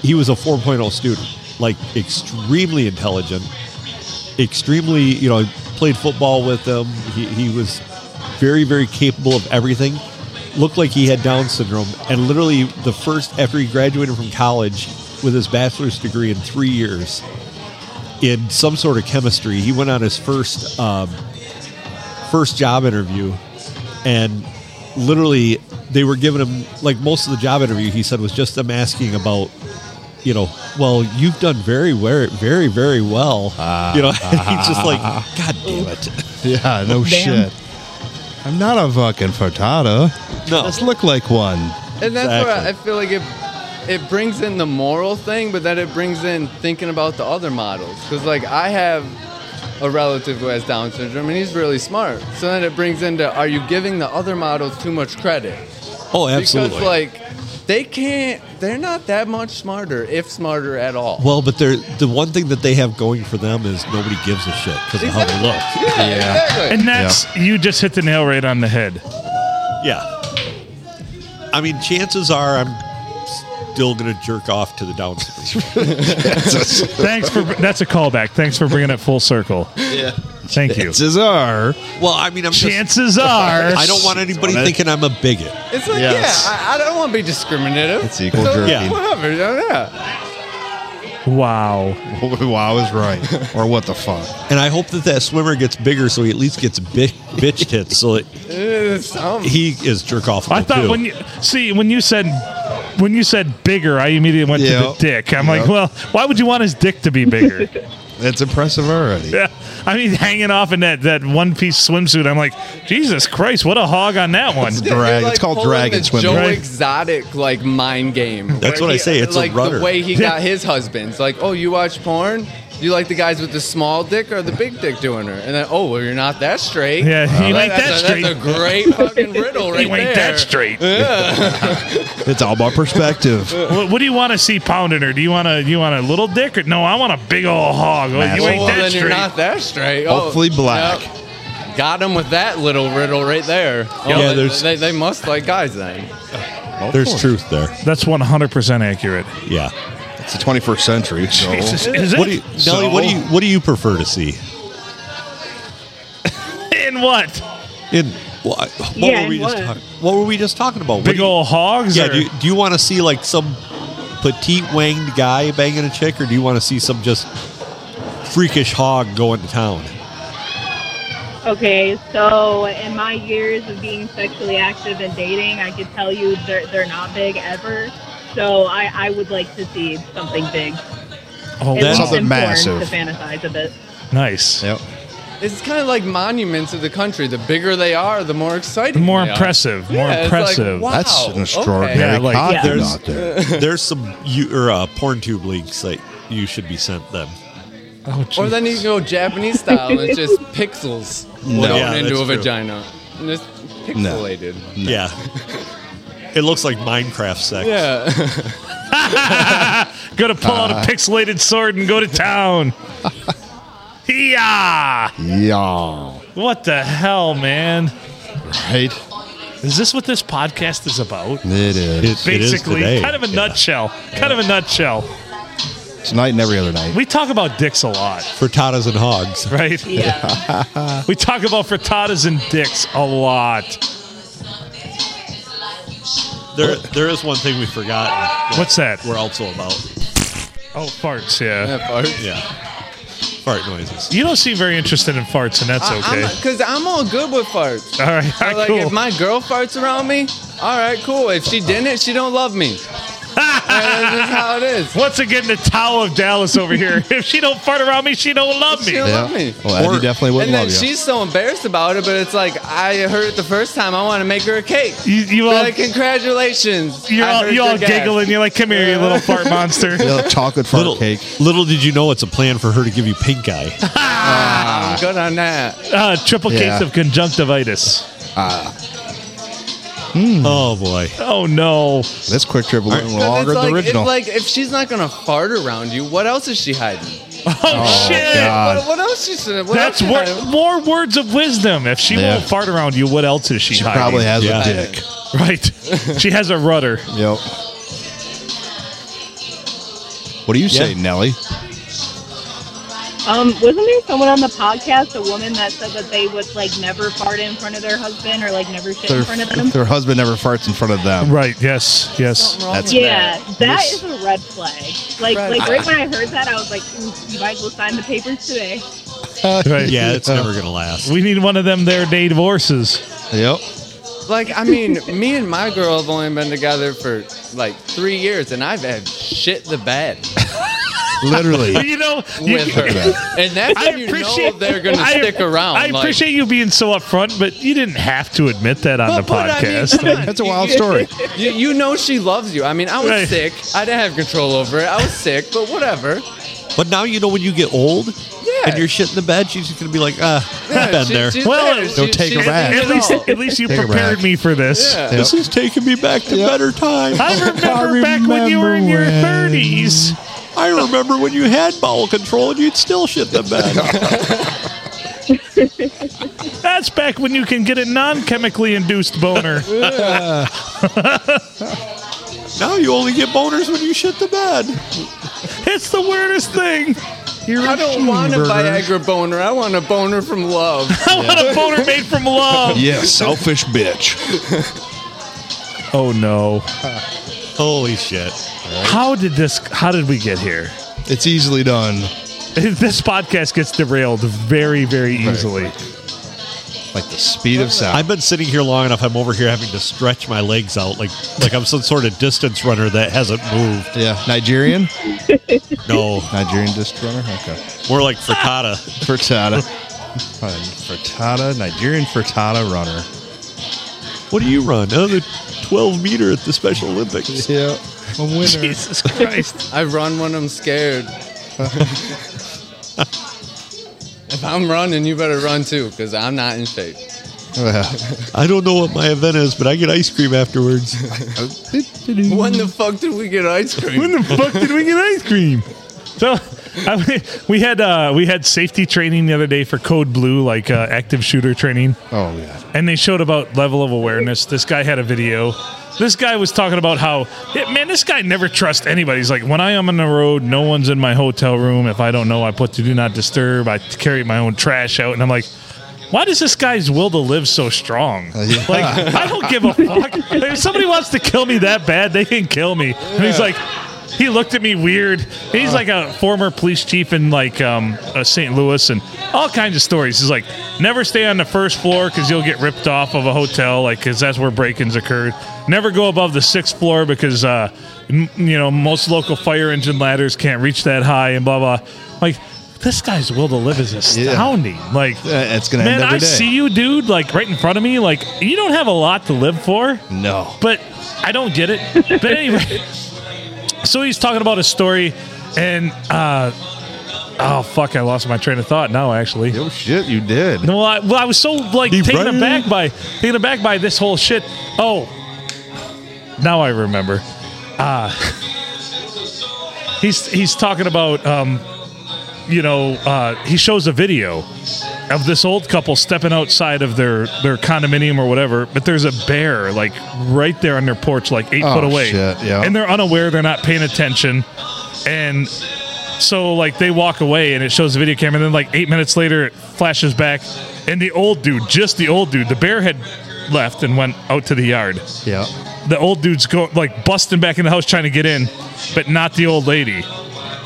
Speaker 2: He was a 4.0 student, like extremely intelligent, extremely. You know, I played football with him. He, he was very, very capable of everything. Looked like he had Down syndrome, and literally the first after he graduated from college with his bachelor's degree in three years, in some sort of chemistry. He went on his first um, first job interview, and literally they were giving him like most of the job interview. He said was just them asking about, you know, well you've done very very very very well.
Speaker 4: Ah.
Speaker 2: you know, he's just like, God damn it.
Speaker 4: Yeah, no
Speaker 2: Damn.
Speaker 4: shit. I'm not a fucking frittata.
Speaker 2: No.
Speaker 4: Let's look like one.
Speaker 11: And that's where I feel like it it brings in the moral thing, but then it brings in thinking about the other models. Because like I have a relative who has Down syndrome, and he's really smart. So then it brings into are you giving the other models too much credit?
Speaker 2: Oh, absolutely.
Speaker 11: Because like they can't, they're not that much smarter, if smarter at all.
Speaker 2: well, but they're the one thing that they have going for them is nobody gives a shit because of how they look.
Speaker 11: Yeah, exactly.
Speaker 1: And that's you just hit the nail right on the head.
Speaker 2: Yeah. I mean, chances are I'm still going to jerk off to the Down syndrome.
Speaker 1: Thanks for that's a callback. Thanks for bringing it full circle.
Speaker 2: yeah.
Speaker 1: Thank you.
Speaker 4: Chances are.
Speaker 2: Well, I mean, I'm just-
Speaker 1: Chances are-
Speaker 2: I don't want anybody
Speaker 4: Don't it?
Speaker 2: thinking I'm a bigot.
Speaker 11: It's like
Speaker 4: Yes.
Speaker 11: yeah, I, I don't want to be discriminative.
Speaker 4: It's equal
Speaker 11: so,
Speaker 4: jerking.
Speaker 11: Whatever, yeah.
Speaker 1: Wow.
Speaker 4: wow is right. Or what the fuck?
Speaker 2: And I hope that that swimmer gets bigger so he at least gets bitch, bitch hits so that
Speaker 11: It's, um,
Speaker 2: he is jerk off.
Speaker 1: I thought
Speaker 2: too.
Speaker 1: when you see when you said when you said bigger, I immediately went
Speaker 4: Yeah.
Speaker 1: to the dick. I'm like,
Speaker 4: Yeah.
Speaker 1: well, why would you want his dick to be bigger?
Speaker 4: That's impressive already.
Speaker 1: yeah. I mean, hanging off in that that one piece swimsuit. I'm like, Jesus Christ, what a hog on that one.
Speaker 4: It's drag.
Speaker 11: You're,
Speaker 4: it's
Speaker 11: like,
Speaker 4: called
Speaker 11: pulling
Speaker 4: drag
Speaker 11: the
Speaker 4: and swimming.
Speaker 11: Joe
Speaker 1: Right.
Speaker 11: Exotic like mind game.
Speaker 2: That's
Speaker 11: where
Speaker 2: what I
Speaker 11: he-
Speaker 2: say, it's a
Speaker 11: like
Speaker 2: rudder.
Speaker 11: the way he
Speaker 1: Yeah.
Speaker 11: got his husbands. Like, oh, you watch porn? You like the guys with the small dick or the big dick doing her? And then, oh, well, you're not that straight.
Speaker 1: Yeah, you ain't that
Speaker 11: that's a,
Speaker 1: straight.
Speaker 11: That's a great fucking riddle right
Speaker 1: you ain't
Speaker 11: there.
Speaker 1: that straight.
Speaker 4: It's all about perspective.
Speaker 1: What, what do you want to see pounding her? Do you want a you want a little dick or no? I want a big old hog. Well, you
Speaker 4: Massive.
Speaker 11: Oh,
Speaker 1: ain't
Speaker 11: well,
Speaker 1: that
Speaker 11: then
Speaker 1: straight.
Speaker 11: you're not that straight. Oh,
Speaker 4: Hopefully black.
Speaker 11: yep. Got him with that little riddle right there. Oh,
Speaker 2: Yeah,
Speaker 11: they-
Speaker 2: there's-
Speaker 11: they, they must like guys then.
Speaker 2: There's truth there.
Speaker 1: That's 100 percent accurate.
Speaker 2: Yeah.
Speaker 4: It's the 21st century. So.
Speaker 1: Jesus, is it?
Speaker 2: What do you, Nelly?
Speaker 4: So-
Speaker 2: What do you What do you prefer to see?
Speaker 1: In what?
Speaker 2: In what, what
Speaker 12: Yeah,
Speaker 2: were we
Speaker 12: in
Speaker 2: just
Speaker 12: what?
Speaker 2: talking? What were we just talking about? What
Speaker 1: Big
Speaker 2: do you-
Speaker 1: old hogs?
Speaker 2: Yeah,
Speaker 1: or-
Speaker 2: do you, do you want to see like some petite winged guy banging a chick, or do you want to see some just freakish hog going to town?
Speaker 12: Okay, so in my years of being sexually active and dating, I could tell you they're they're not big ever. So I, I would like to see something big.
Speaker 1: oh, wow.
Speaker 2: that's-
Speaker 12: It least
Speaker 4: Something
Speaker 12: in porn,
Speaker 4: massive.
Speaker 12: To fantasize a bit.
Speaker 1: nice.
Speaker 4: Yep.
Speaker 11: It's kind of like monuments of the country. The bigger they are, the more exciting.
Speaker 1: More
Speaker 11: they are.
Speaker 1: impressive. More
Speaker 11: Yeah, it's like,
Speaker 1: impressive.
Speaker 11: wow.
Speaker 4: That's an
Speaker 11: okay.
Speaker 4: extraordinary
Speaker 1: Yeah, like-
Speaker 4: cotton
Speaker 12: Yeah.
Speaker 2: There's-
Speaker 4: out there.
Speaker 2: There's some you or uh, porn tube links that you should be sent them.
Speaker 1: Oh,
Speaker 11: Or then you can go Japanese style and just pixels
Speaker 2: No.
Speaker 11: blown
Speaker 2: Yeah,
Speaker 11: into
Speaker 2: that's
Speaker 11: a
Speaker 2: true.
Speaker 11: vagina. And it's pixelated.
Speaker 2: Yeah, It looks like Minecraft sex.
Speaker 11: Yeah.
Speaker 1: Gonna pull out a pixelated sword and go to town. yeah.
Speaker 4: Yeah.
Speaker 1: What the hell, man?
Speaker 4: Right?
Speaker 1: Is this what this podcast is about?
Speaker 4: It is.
Speaker 1: Basically, kind of a nutshell. Kind of a nutshell.
Speaker 4: Tonight and every other night.
Speaker 1: We talk about dicks a lot.
Speaker 2: Frittatas and hogs.
Speaker 1: Right?
Speaker 4: Yeah.
Speaker 1: we talk about frittatas and dicks a lot.
Speaker 2: There, there is one thing we forgot. that
Speaker 1: What's that?
Speaker 2: We're also about.
Speaker 1: Oh, farts, yeah.
Speaker 2: Yeah. Fart noises.
Speaker 1: You don't seem very interested in farts, and that's okay.
Speaker 11: Because I'm, all good with farts.
Speaker 1: all right, all right,
Speaker 11: like,
Speaker 1: cool.
Speaker 11: if my girl farts around me, all right, cool. If she didn't, she don't love me. That's just how it is.
Speaker 1: Once again, the Tao of Dallas over here. if she don't fart around me, she don't love me.
Speaker 11: She don't love me.
Speaker 4: Well, Eddie
Speaker 2: Or-
Speaker 4: definitely wouldn't
Speaker 11: and then
Speaker 4: love you.
Speaker 11: she's so embarrassed about it, but it's like I heard it the first time. I want to make her a cake.
Speaker 1: You, you all,
Speaker 11: Like, congratulations.
Speaker 1: you're
Speaker 11: I
Speaker 1: all,
Speaker 11: heard
Speaker 1: you all
Speaker 11: your gas.
Speaker 1: giggling. You're like, come here, you little fart monster.
Speaker 4: Yeah, chocolate fart
Speaker 2: Little,
Speaker 4: cake.
Speaker 2: little did you know it's a plan for her to give you pink eye.
Speaker 4: Ah.
Speaker 11: I'm good on that.
Speaker 1: Uh, triple
Speaker 4: Yeah.
Speaker 1: case of conjunctivitis.
Speaker 2: Oh boy.
Speaker 1: Oh no!
Speaker 4: This quick trip went
Speaker 11: 'Cause
Speaker 4: longer
Speaker 11: it's
Speaker 4: than
Speaker 11: like,
Speaker 4: the
Speaker 11: it's
Speaker 4: original.
Speaker 11: like if she's not gonna fart around you, what else is she hiding?
Speaker 1: Oh, shit!
Speaker 4: God.
Speaker 11: What, what else she should? What
Speaker 1: That's
Speaker 11: else she
Speaker 1: wor-
Speaker 11: hiding?
Speaker 1: more words of wisdom. If she
Speaker 4: Yeah.
Speaker 1: won't fart around you, what else is she,
Speaker 4: She
Speaker 1: hiding?
Speaker 4: probably has
Speaker 2: Yeah.
Speaker 4: a dick.
Speaker 1: Right. she has a rudder.
Speaker 4: Yep. What do you say, Nelly?
Speaker 12: Um, wasn't there someone on the podcast, a woman that said that they would like never fart in front of their husband or like never shit
Speaker 4: Their,
Speaker 12: in front of them?
Speaker 4: their husband never farts in front of them.
Speaker 1: Right. Yes. Yes.
Speaker 4: That's
Speaker 12: Yeah, that
Speaker 4: Yes.
Speaker 12: is a red flag. Like,
Speaker 11: Red
Speaker 12: like right when I heard that, I was like, Ooh, "You might as well sign the papers today."
Speaker 1: Right.
Speaker 2: Yeah, it's never gonna last.
Speaker 1: We need one of them there day divorces.
Speaker 4: Yep.
Speaker 11: Like I mean, me and my girl have only been together for like three years, and I've had shit the bed
Speaker 4: Literally.
Speaker 1: You know, you-
Speaker 11: with her, and that's
Speaker 1: I
Speaker 11: when you know
Speaker 1: appreciate
Speaker 11: they're gonna
Speaker 1: I-
Speaker 11: stick around.
Speaker 1: I
Speaker 11: like-
Speaker 1: appreciate you being so upfront, but you didn't have to admit that on
Speaker 11: But-
Speaker 1: the
Speaker 11: but I mean,
Speaker 1: podcast.
Speaker 11: come on.
Speaker 4: That's a wild
Speaker 11: You-
Speaker 4: story.
Speaker 11: You, you know she loves you. I mean, I was
Speaker 1: Right.
Speaker 11: sick. I didn't have control over it. I was sick, but whatever.
Speaker 2: But now you know when you get old and you're shit in the bed, she's just gonna be like, uh,
Speaker 11: Yeah,
Speaker 2: I've been
Speaker 11: she-
Speaker 2: there.
Speaker 11: she's
Speaker 1: Well,
Speaker 4: don't take her
Speaker 11: she's
Speaker 4: back.
Speaker 11: seen
Speaker 1: at
Speaker 11: it
Speaker 1: least,
Speaker 11: all.
Speaker 1: at least you
Speaker 4: Take her
Speaker 1: prepared
Speaker 4: back.
Speaker 1: me for this.
Speaker 11: Yeah.
Speaker 2: This is taking me back to
Speaker 4: Yep.
Speaker 2: better times.
Speaker 1: I remember, back when you were in your
Speaker 4: Oh, remember when-
Speaker 1: thirties.
Speaker 2: I remember when you had bowel control and you'd still shit the bed.
Speaker 1: That's back when you can get a non-chemically induced boner.
Speaker 2: now you only get boners when you shit the bed.
Speaker 1: it's the weirdest thing.
Speaker 11: I don't want a Viagra boner. I want a boner from love.
Speaker 1: I want a boner made from love.
Speaker 4: yeah, selfish bitch.
Speaker 1: Oh no!
Speaker 2: Holy shit.
Speaker 1: How did this? How did we get here?
Speaker 4: It's easily done.
Speaker 1: This podcast gets derailed very, very easily.
Speaker 4: Like the speed of sound.
Speaker 2: I've been sitting here long enough. I'm over here having to stretch my legs out, like like I'm some sort of distance runner that hasn't moved.
Speaker 4: yeah. Nigerian?
Speaker 2: No,
Speaker 4: Nigerian disc runner? Okay.
Speaker 2: more like frittata.
Speaker 4: Frittata. Fun. Frittata, Nigerian frittata runner.
Speaker 2: What do you run? Another 12 meter at the Special Olympics.
Speaker 4: Yeah. A winner.
Speaker 1: Jesus Christ!
Speaker 11: I run when I'm scared. if I'm running, you better run too, because I'm not in shape.
Speaker 2: I don't know what my event is, but I get ice cream afterwards.
Speaker 11: When the fuck did we get ice cream?
Speaker 1: when the fuck did we get ice cream? So. I mean, we had uh, we had safety training the other day for Code Blue, like uh, active shooter training.
Speaker 4: oh, yeah.
Speaker 1: and they showed about level of awareness. This guy had a video. This guy was talking about how, "Yeah, man, this guy never trusts anybody. He's like, when I am on the road, no one's in my hotel room. If I don't know, I put to do not disturb. I carry my own trash out, and I'm like, why does this guy's will to live so strong?
Speaker 4: yeah.
Speaker 1: Like, I don't give a fuck. Like, if somebody wants to kill me that bad, they can kill me. And he's like, he looked at me weird. He's like a former police chief in like um, uh, St. Louis and all kinds of stories. He's like, never stay on the first floor because you'll get ripped off of a hotel, like because that's where break-ins occurred. Never go above the sixth floor because uh, m- you know most local fire engine ladders can't reach that high and blah blah. Like this guy's will to live is astounding. Like
Speaker 4: Uh, it's gonna
Speaker 1: man,
Speaker 4: end every
Speaker 1: I
Speaker 4: day.
Speaker 1: see you, dude, like right in front of me. Like you don't have a lot to live for,
Speaker 4: No.
Speaker 1: but I don't get it. But anyway, so he's talking about a story, and uh, oh fuck, I lost my train of thought now. Actually,
Speaker 4: Yo, Oh, shit, you did.
Speaker 1: no, I, well, I was so like
Speaker 2: Be
Speaker 1: taken
Speaker 2: right.
Speaker 1: aback by taken aback by this whole shit. Oh, Now I remember. Ah, he's he's talking about um, you know, uh, he shows a video of this old couple stepping outside of their their condominium or whatever, but there's a bear like right there on their porch, like eight
Speaker 4: Oh,
Speaker 1: foot away,
Speaker 4: shit, yeah.
Speaker 1: and they're unaware, they're not paying attention, and so like they walk away, and it shows the video camera, and then like eight minutes later, it flashes back, and the old dude, just the old dude, the bear had left and went out to the yard.
Speaker 4: Yeah.
Speaker 1: The old dude's go like busting back in the house trying to get in, but not the old lady.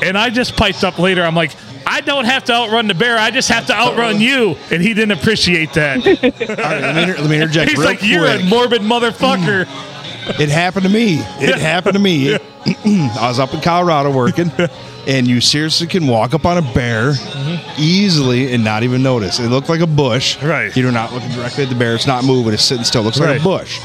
Speaker 1: And I just piped up later. I'm like, I don't have to outrun the bear. I just have to outrun you. And he didn't appreciate that.
Speaker 4: let me, inter- let me interject
Speaker 1: He's
Speaker 4: real
Speaker 1: like, you're a
Speaker 4: quick."
Speaker 1: morbid motherfucker.
Speaker 4: Mm. It happened to me. It happened to me. I was up in Colorado working, and you seriously can walk up on a bear
Speaker 1: Mm-hmm.
Speaker 4: easily and not even notice. It looked like a bush. Right. You're not looking directly at the bear. It's not moving. It's sitting still. It looks like
Speaker 1: Right.
Speaker 4: a bush.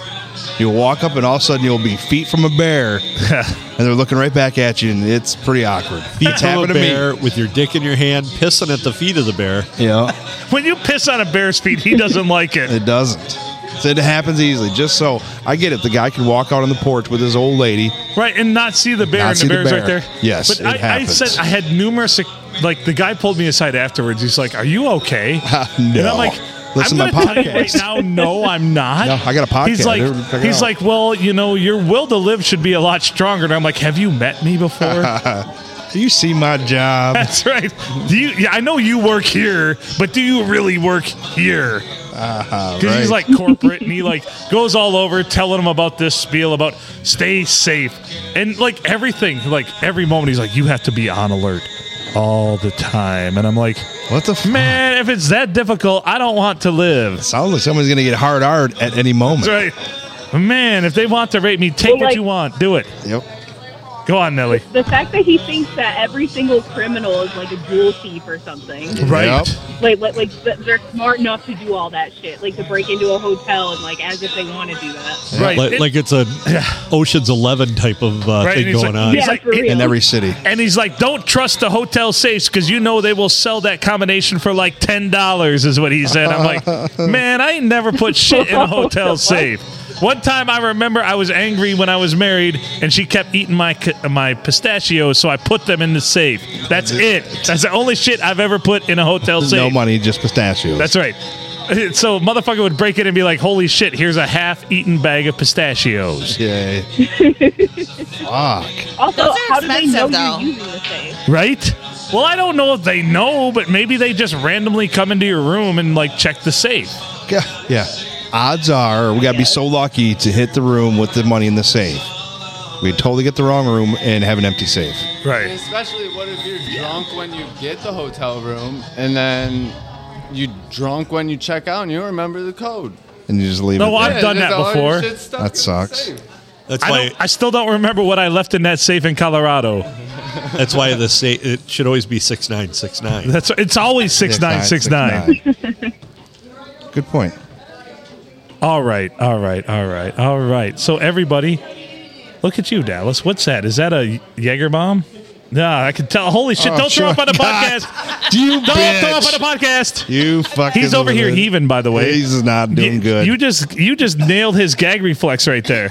Speaker 4: You'll walk up, and all of a sudden, you'll be feet from a bear, and they're looking right back at you, and it's pretty awkward.
Speaker 2: Feet
Speaker 4: It's
Speaker 2: from a
Speaker 4: happened to me.
Speaker 2: bear with your dick in your hand, pissing at the feet of the bear.
Speaker 4: Yeah.
Speaker 1: when you piss on a bear's feet, he doesn't like it.
Speaker 4: It doesn't. So it happens easily. Just so I get it. The guy can walk out on the porch with his old lady.
Speaker 1: Right, and not see the bear,
Speaker 4: Not
Speaker 1: and
Speaker 4: see
Speaker 1: the
Speaker 4: the
Speaker 1: bear's right
Speaker 4: bear.
Speaker 1: there.
Speaker 4: Yes,
Speaker 1: but
Speaker 4: it
Speaker 1: I, I
Speaker 4: happens.
Speaker 1: said I had numerous. Like the guy pulled me aside afterwards. He's like, "Are you okay?" no. And I'm like,
Speaker 4: Listen
Speaker 1: "I'm gonna
Speaker 4: to my
Speaker 1: tell you right
Speaker 4: podcast."
Speaker 1: now, no, I'm not.
Speaker 4: No, I got a podcast.
Speaker 1: He's like,
Speaker 4: Everyone check it
Speaker 1: he's
Speaker 4: out.
Speaker 1: like, well, you know, your will to live should be a lot stronger. And I'm like, have you met me before?
Speaker 4: do you see my job?
Speaker 1: That's right. Do you? Yeah, I know you work here, but do you really work here? Because he's
Speaker 4: Ah, right.
Speaker 1: like corporate, and he like goes all over telling him about this spiel about stay safe and like everything. Like every moment, he's like, you have to be on alert all the time. And I'm like,
Speaker 4: what the
Speaker 1: man? If it's that difficult, I don't want to live.
Speaker 4: Sounds like someone's gonna get hard hard at any moment.
Speaker 1: That's right. Man, if they want to rape me, take what you want. Do it.
Speaker 4: Yep.
Speaker 1: Go on, Nelly.
Speaker 12: The fact that he thinks that every single criminal is like a jewel thief or something.
Speaker 1: Right.
Speaker 12: Like, like, like th- they're smart enough to do all that shit, like to break into a hotel and like as if they want to do that.
Speaker 1: Right.
Speaker 2: Like, like it's a Ocean's Eleven type of uh,
Speaker 1: Right, and
Speaker 2: thing
Speaker 1: he's
Speaker 2: going
Speaker 1: like-
Speaker 2: on.
Speaker 1: he's like- Yeah, for real.
Speaker 4: in every city.
Speaker 1: And he's like, "Don't trust the hotel safes because you know they will sell that combination for like ten dollars," is what he said. I'm like, "Man, I ain't never put shit in a hotel safe." One time, I remember I was angry when I was married, and she kept eating my ca- my pistachios, so I put them in the safe. That's it. That's the only shit I've ever put in a hotel safe.
Speaker 4: No money, just pistachios.
Speaker 1: That's right. So motherfucker would break in and be like, "Holy shit! Here's a half-eaten bag of pistachios."
Speaker 4: Yeah. Fuck.
Speaker 12: Also,
Speaker 10: Those are
Speaker 12: how do they know
Speaker 10: expensive, though.
Speaker 12: you're using the safe?
Speaker 1: Right? Well, I don't know if they know, but maybe they just randomly come into your room and like check the safe.
Speaker 4: Yeah. Yeah. Odds are we gotta be so lucky to hit the room with the money in the safe. We totally get the wrong room and have an empty safe.
Speaker 1: Right.
Speaker 11: Especially what if you're drunk when you get the hotel room and then you drunk when you check out and you don't remember the code.
Speaker 4: And you just leave
Speaker 1: No,
Speaker 4: it.
Speaker 1: I've
Speaker 4: there.
Speaker 1: done that
Speaker 11: Yeah, just all your
Speaker 1: before.
Speaker 11: shit stuck
Speaker 4: That sucks.
Speaker 2: That's
Speaker 1: I,
Speaker 2: why.
Speaker 1: don't, I still don't remember what I left in that safe in Colorado.
Speaker 2: That's why the sa- it should always be six nine six nine.
Speaker 1: That's it's always six nine six nine.
Speaker 4: Good point.
Speaker 1: All right, all right, all right, all right. So everybody, look at you, Dallas. What's that? Is that a Jaeger bomb? Nah, I can tell. Holy shit!
Speaker 4: Oh,
Speaker 1: don't throw
Speaker 4: sure.
Speaker 1: up on the
Speaker 4: God.
Speaker 1: podcast.
Speaker 4: You
Speaker 1: don't throw up
Speaker 4: bitch.
Speaker 1: on the podcast.
Speaker 4: You fucking.
Speaker 1: He's over here
Speaker 4: little-
Speaker 1: heaving, by the way.
Speaker 4: He's not doing
Speaker 1: You-
Speaker 4: good.
Speaker 1: You just you just nailed his gag reflex right there.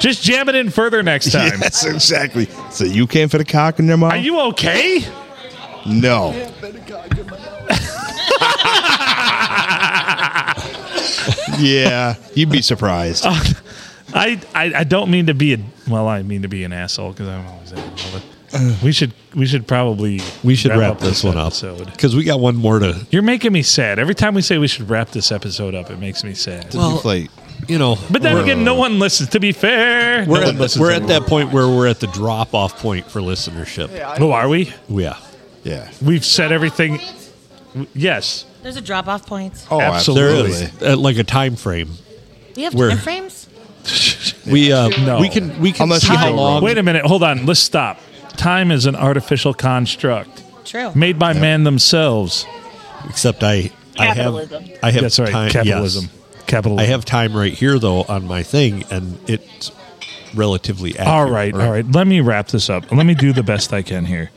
Speaker 1: just jam it in further next time.
Speaker 4: Yes, exactly. So you can't fit a cock in your mouth?
Speaker 1: Are you okay?
Speaker 4: No. yeah, you'd be surprised.
Speaker 1: I, I I don't mean to be a well. I mean to be an asshole because I'm always an asshole. but We should we should probably
Speaker 2: We should wrap,
Speaker 1: up
Speaker 2: this one up
Speaker 1: episode.
Speaker 2: because we got one more to.
Speaker 1: You're making me sad. Every time we say we should wrap this episode up, it makes me sad.
Speaker 2: Well, you know,
Speaker 1: but then
Speaker 2: we're-
Speaker 1: again, no one listens. To be fair,
Speaker 2: We're,
Speaker 1: no one
Speaker 2: at, the-
Speaker 1: listens
Speaker 2: we're at
Speaker 1: anymore.
Speaker 2: that point where we're at the drop off point for listenership. Oh,
Speaker 1: Who are we?
Speaker 2: Yeah.
Speaker 4: Yeah.
Speaker 1: We've said everything. Yes.
Speaker 10: There's a drop off point.
Speaker 4: Oh, absolutely.
Speaker 2: There is uh, like a time frame.
Speaker 10: Do you have
Speaker 2: Where-
Speaker 10: time frames?
Speaker 2: We uh,
Speaker 1: No.
Speaker 2: we can we can
Speaker 1: Unless
Speaker 2: see
Speaker 1: you
Speaker 2: how
Speaker 1: go-
Speaker 2: long.
Speaker 1: Wait a minute. Hold on. Let's stop. Time is an artificial construct
Speaker 10: True.
Speaker 1: made by man themselves.
Speaker 2: Except I I have
Speaker 10: Capitalism.
Speaker 2: I have
Speaker 1: That's right.
Speaker 2: time,
Speaker 1: Capitalism. Capitalism.
Speaker 2: I have time right here though on my thing, and it's relatively. Accurate,
Speaker 1: All right, all right. Let me wrap this up. Let me do the best I can here.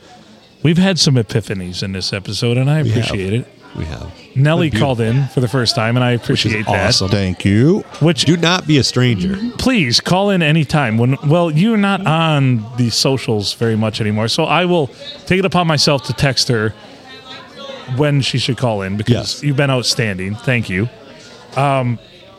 Speaker 1: We've had some epiphanies in this episode, and I
Speaker 2: have.
Speaker 1: appreciate it.
Speaker 2: we have.
Speaker 1: Nelly
Speaker 2: Beautiful.
Speaker 1: called in for the first time, and I appreciate that.
Speaker 2: awesome.
Speaker 4: Thank you.
Speaker 1: Which Mm-hmm.
Speaker 2: do not be a stranger.
Speaker 1: Please call in anytime. When well, you're not on the socials very much anymore, so I will take it upon myself to text her when she should call in because you've been outstanding. Thank you. Um,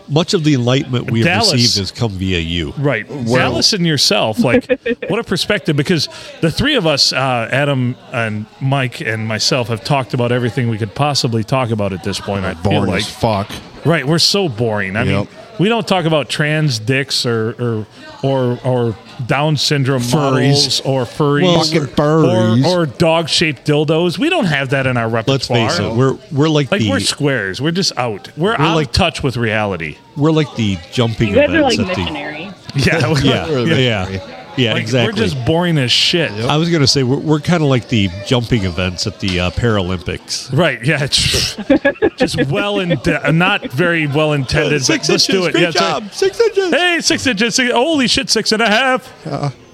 Speaker 2: Much of the enlightenment we have
Speaker 1: Dallas-
Speaker 2: received has come via you.
Speaker 1: Right. Dallas and yourself, like, what a perspective. Because the three of us, uh, Adam and Mike and myself, have talked about everything we could possibly talk about at this point. I feel
Speaker 4: Boring
Speaker 1: like.
Speaker 4: as fuck.
Speaker 1: Right. We're so boring. I mean,
Speaker 4: Yep.
Speaker 1: we don't talk about trans dicks or or or, or Down syndrome models or furries,
Speaker 2: Well, Fucking
Speaker 4: furries.
Speaker 1: Or, or dog shaped dildos. We don't have that in our repertoire.
Speaker 2: Let's face it, we're we're like,
Speaker 1: like
Speaker 2: the
Speaker 1: we're squares. We're just out. We're, out of touch with reality.
Speaker 2: we're like the jumping
Speaker 12: You guys are
Speaker 2: events
Speaker 12: like
Speaker 2: at the-
Speaker 12: missionary.
Speaker 1: Yeah, we're-
Speaker 2: yeah,
Speaker 1: yeah.
Speaker 2: yeah, yeah,
Speaker 1: Like,
Speaker 2: exactly.
Speaker 1: We're just boring as shit.
Speaker 2: I was gonna say we're, we're kind of like the jumping events at the uh, Paralympics.
Speaker 1: Right. Yeah. It's just well in, not very well intended.
Speaker 2: Six
Speaker 1: but let's do
Speaker 2: inches,
Speaker 1: it.
Speaker 2: great
Speaker 1: yeah, it's
Speaker 2: job,
Speaker 1: like,
Speaker 2: six inches.
Speaker 1: Hey, six inches. Six, holy shit, six and a half.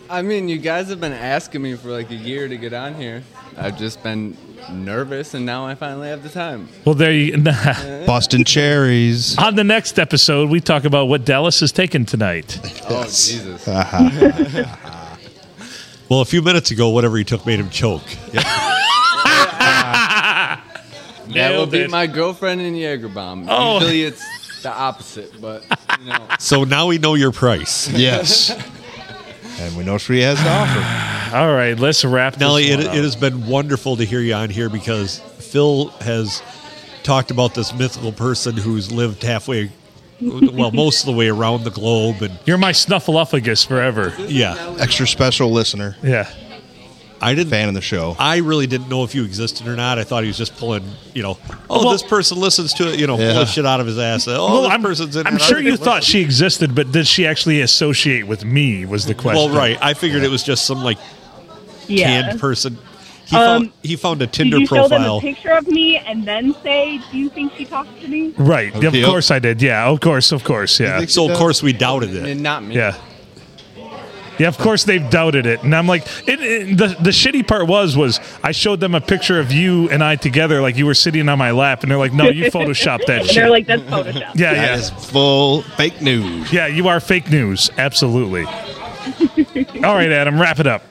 Speaker 11: I mean, you guys have been asking me for like a year to get on here. I've just been nervous, and now I finally have the time.
Speaker 1: Well, there you.
Speaker 4: Busting cherries.
Speaker 1: On the next episode, we talk about what Dallas has taken tonight.
Speaker 11: Oh Jesus!
Speaker 2: Well, a few minutes ago, whatever he took made him choke.
Speaker 11: That will
Speaker 1: Nailed
Speaker 11: be
Speaker 1: it.
Speaker 11: my girlfriend in Jagerbomb.
Speaker 1: Oh.
Speaker 11: Usually it's the opposite, but you know.
Speaker 2: So now we know your price.
Speaker 4: Yes. and we know she has to offer.
Speaker 1: All right, let's wrap. this
Speaker 2: Nelly, it,
Speaker 1: one
Speaker 2: it
Speaker 1: up.
Speaker 2: has been wonderful to hear you on here because Phil has talked about this mythical person who's lived halfway, well, most of the way around the globe. And
Speaker 1: You're my snuffleupagus forever.
Speaker 2: yeah,
Speaker 4: Extra special listener.
Speaker 1: Yeah.
Speaker 2: I didn't.
Speaker 4: Fan of the show.
Speaker 2: I really didn't know if you existed or not. I thought he was just pulling, you know, oh,
Speaker 1: Well-
Speaker 2: this person listens to it, you know,
Speaker 4: Yeah.
Speaker 2: pulling shit out of his ass. Oh,
Speaker 1: Well,
Speaker 2: this
Speaker 1: I'm,
Speaker 2: person's in
Speaker 1: I'm
Speaker 2: it. I
Speaker 1: sure
Speaker 2: don't
Speaker 1: you
Speaker 2: listen.
Speaker 1: thought she existed, but did she actually associate with me? Was the question.
Speaker 2: Well, right. I figured it was just some like
Speaker 12: Yeah.
Speaker 2: canned person. He,
Speaker 12: Um,
Speaker 2: found, he found a
Speaker 12: Did
Speaker 2: Tinder
Speaker 12: you show them a
Speaker 2: profile.
Speaker 12: picture of me and then say, "Do you think she talked to me?"
Speaker 1: Right.
Speaker 4: Okay.
Speaker 1: Of course I did. Yeah. Of course. Of course. Yeah.
Speaker 4: think-
Speaker 2: So of course we doubted it.
Speaker 11: And not me.
Speaker 1: Yeah. Yeah, of course they've doubted it, and I'm like, it, it, the the shitty part was was I showed them a picture of you and I together, like you were sitting on my lap, and they're like, no, you photoshopped that
Speaker 12: And
Speaker 1: shit.
Speaker 12: they're like, "That's Photoshop."
Speaker 1: yeah,
Speaker 4: That
Speaker 1: yeah,
Speaker 4: is full fake news.
Speaker 1: yeah, you are fake news, absolutely. All right, Adam, wrap it up.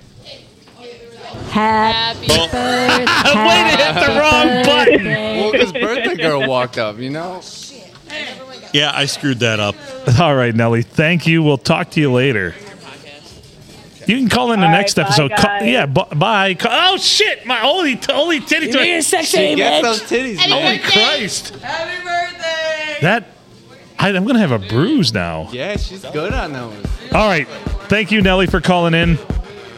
Speaker 3: Happy birthday.
Speaker 1: Wait, it hit the wrong button.
Speaker 11: Well, because birthday girl walked up, you know.
Speaker 2: Yeah, I screwed that up.
Speaker 1: All right, Nelly, thank you. We'll talk to you later. You can call in the
Speaker 12: All
Speaker 1: next
Speaker 12: right, bye,
Speaker 1: episode. Ca-
Speaker 12: guys.
Speaker 1: yeah, bu- bye. Ca- oh shit, my holy, t- holy titty.
Speaker 3: You're a sexy bitch.
Speaker 11: Get those titties.
Speaker 3: Any
Speaker 11: man.
Speaker 1: Holy Christ! Happy birthday! That I, I'm gonna have a bruise now.
Speaker 11: Yeah, she's good on those.
Speaker 1: All right, thank you, Nelly, for calling in.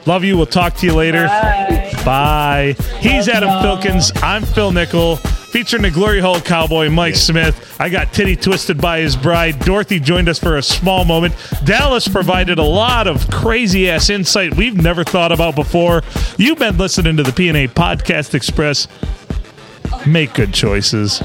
Speaker 1: Love you. We'll talk to you later.
Speaker 12: Bye.
Speaker 1: Bye. He's Adam Filkins. I'm Phil Nickel. Featuring the glory hole cowboy Mike Smith. I got titty twisted by his bride. Dorothy joined us for a small moment. Dallas provided a lot of crazy ass insight we've never thought about before. You've been listening to the PNA Podcast Express. Make good choices.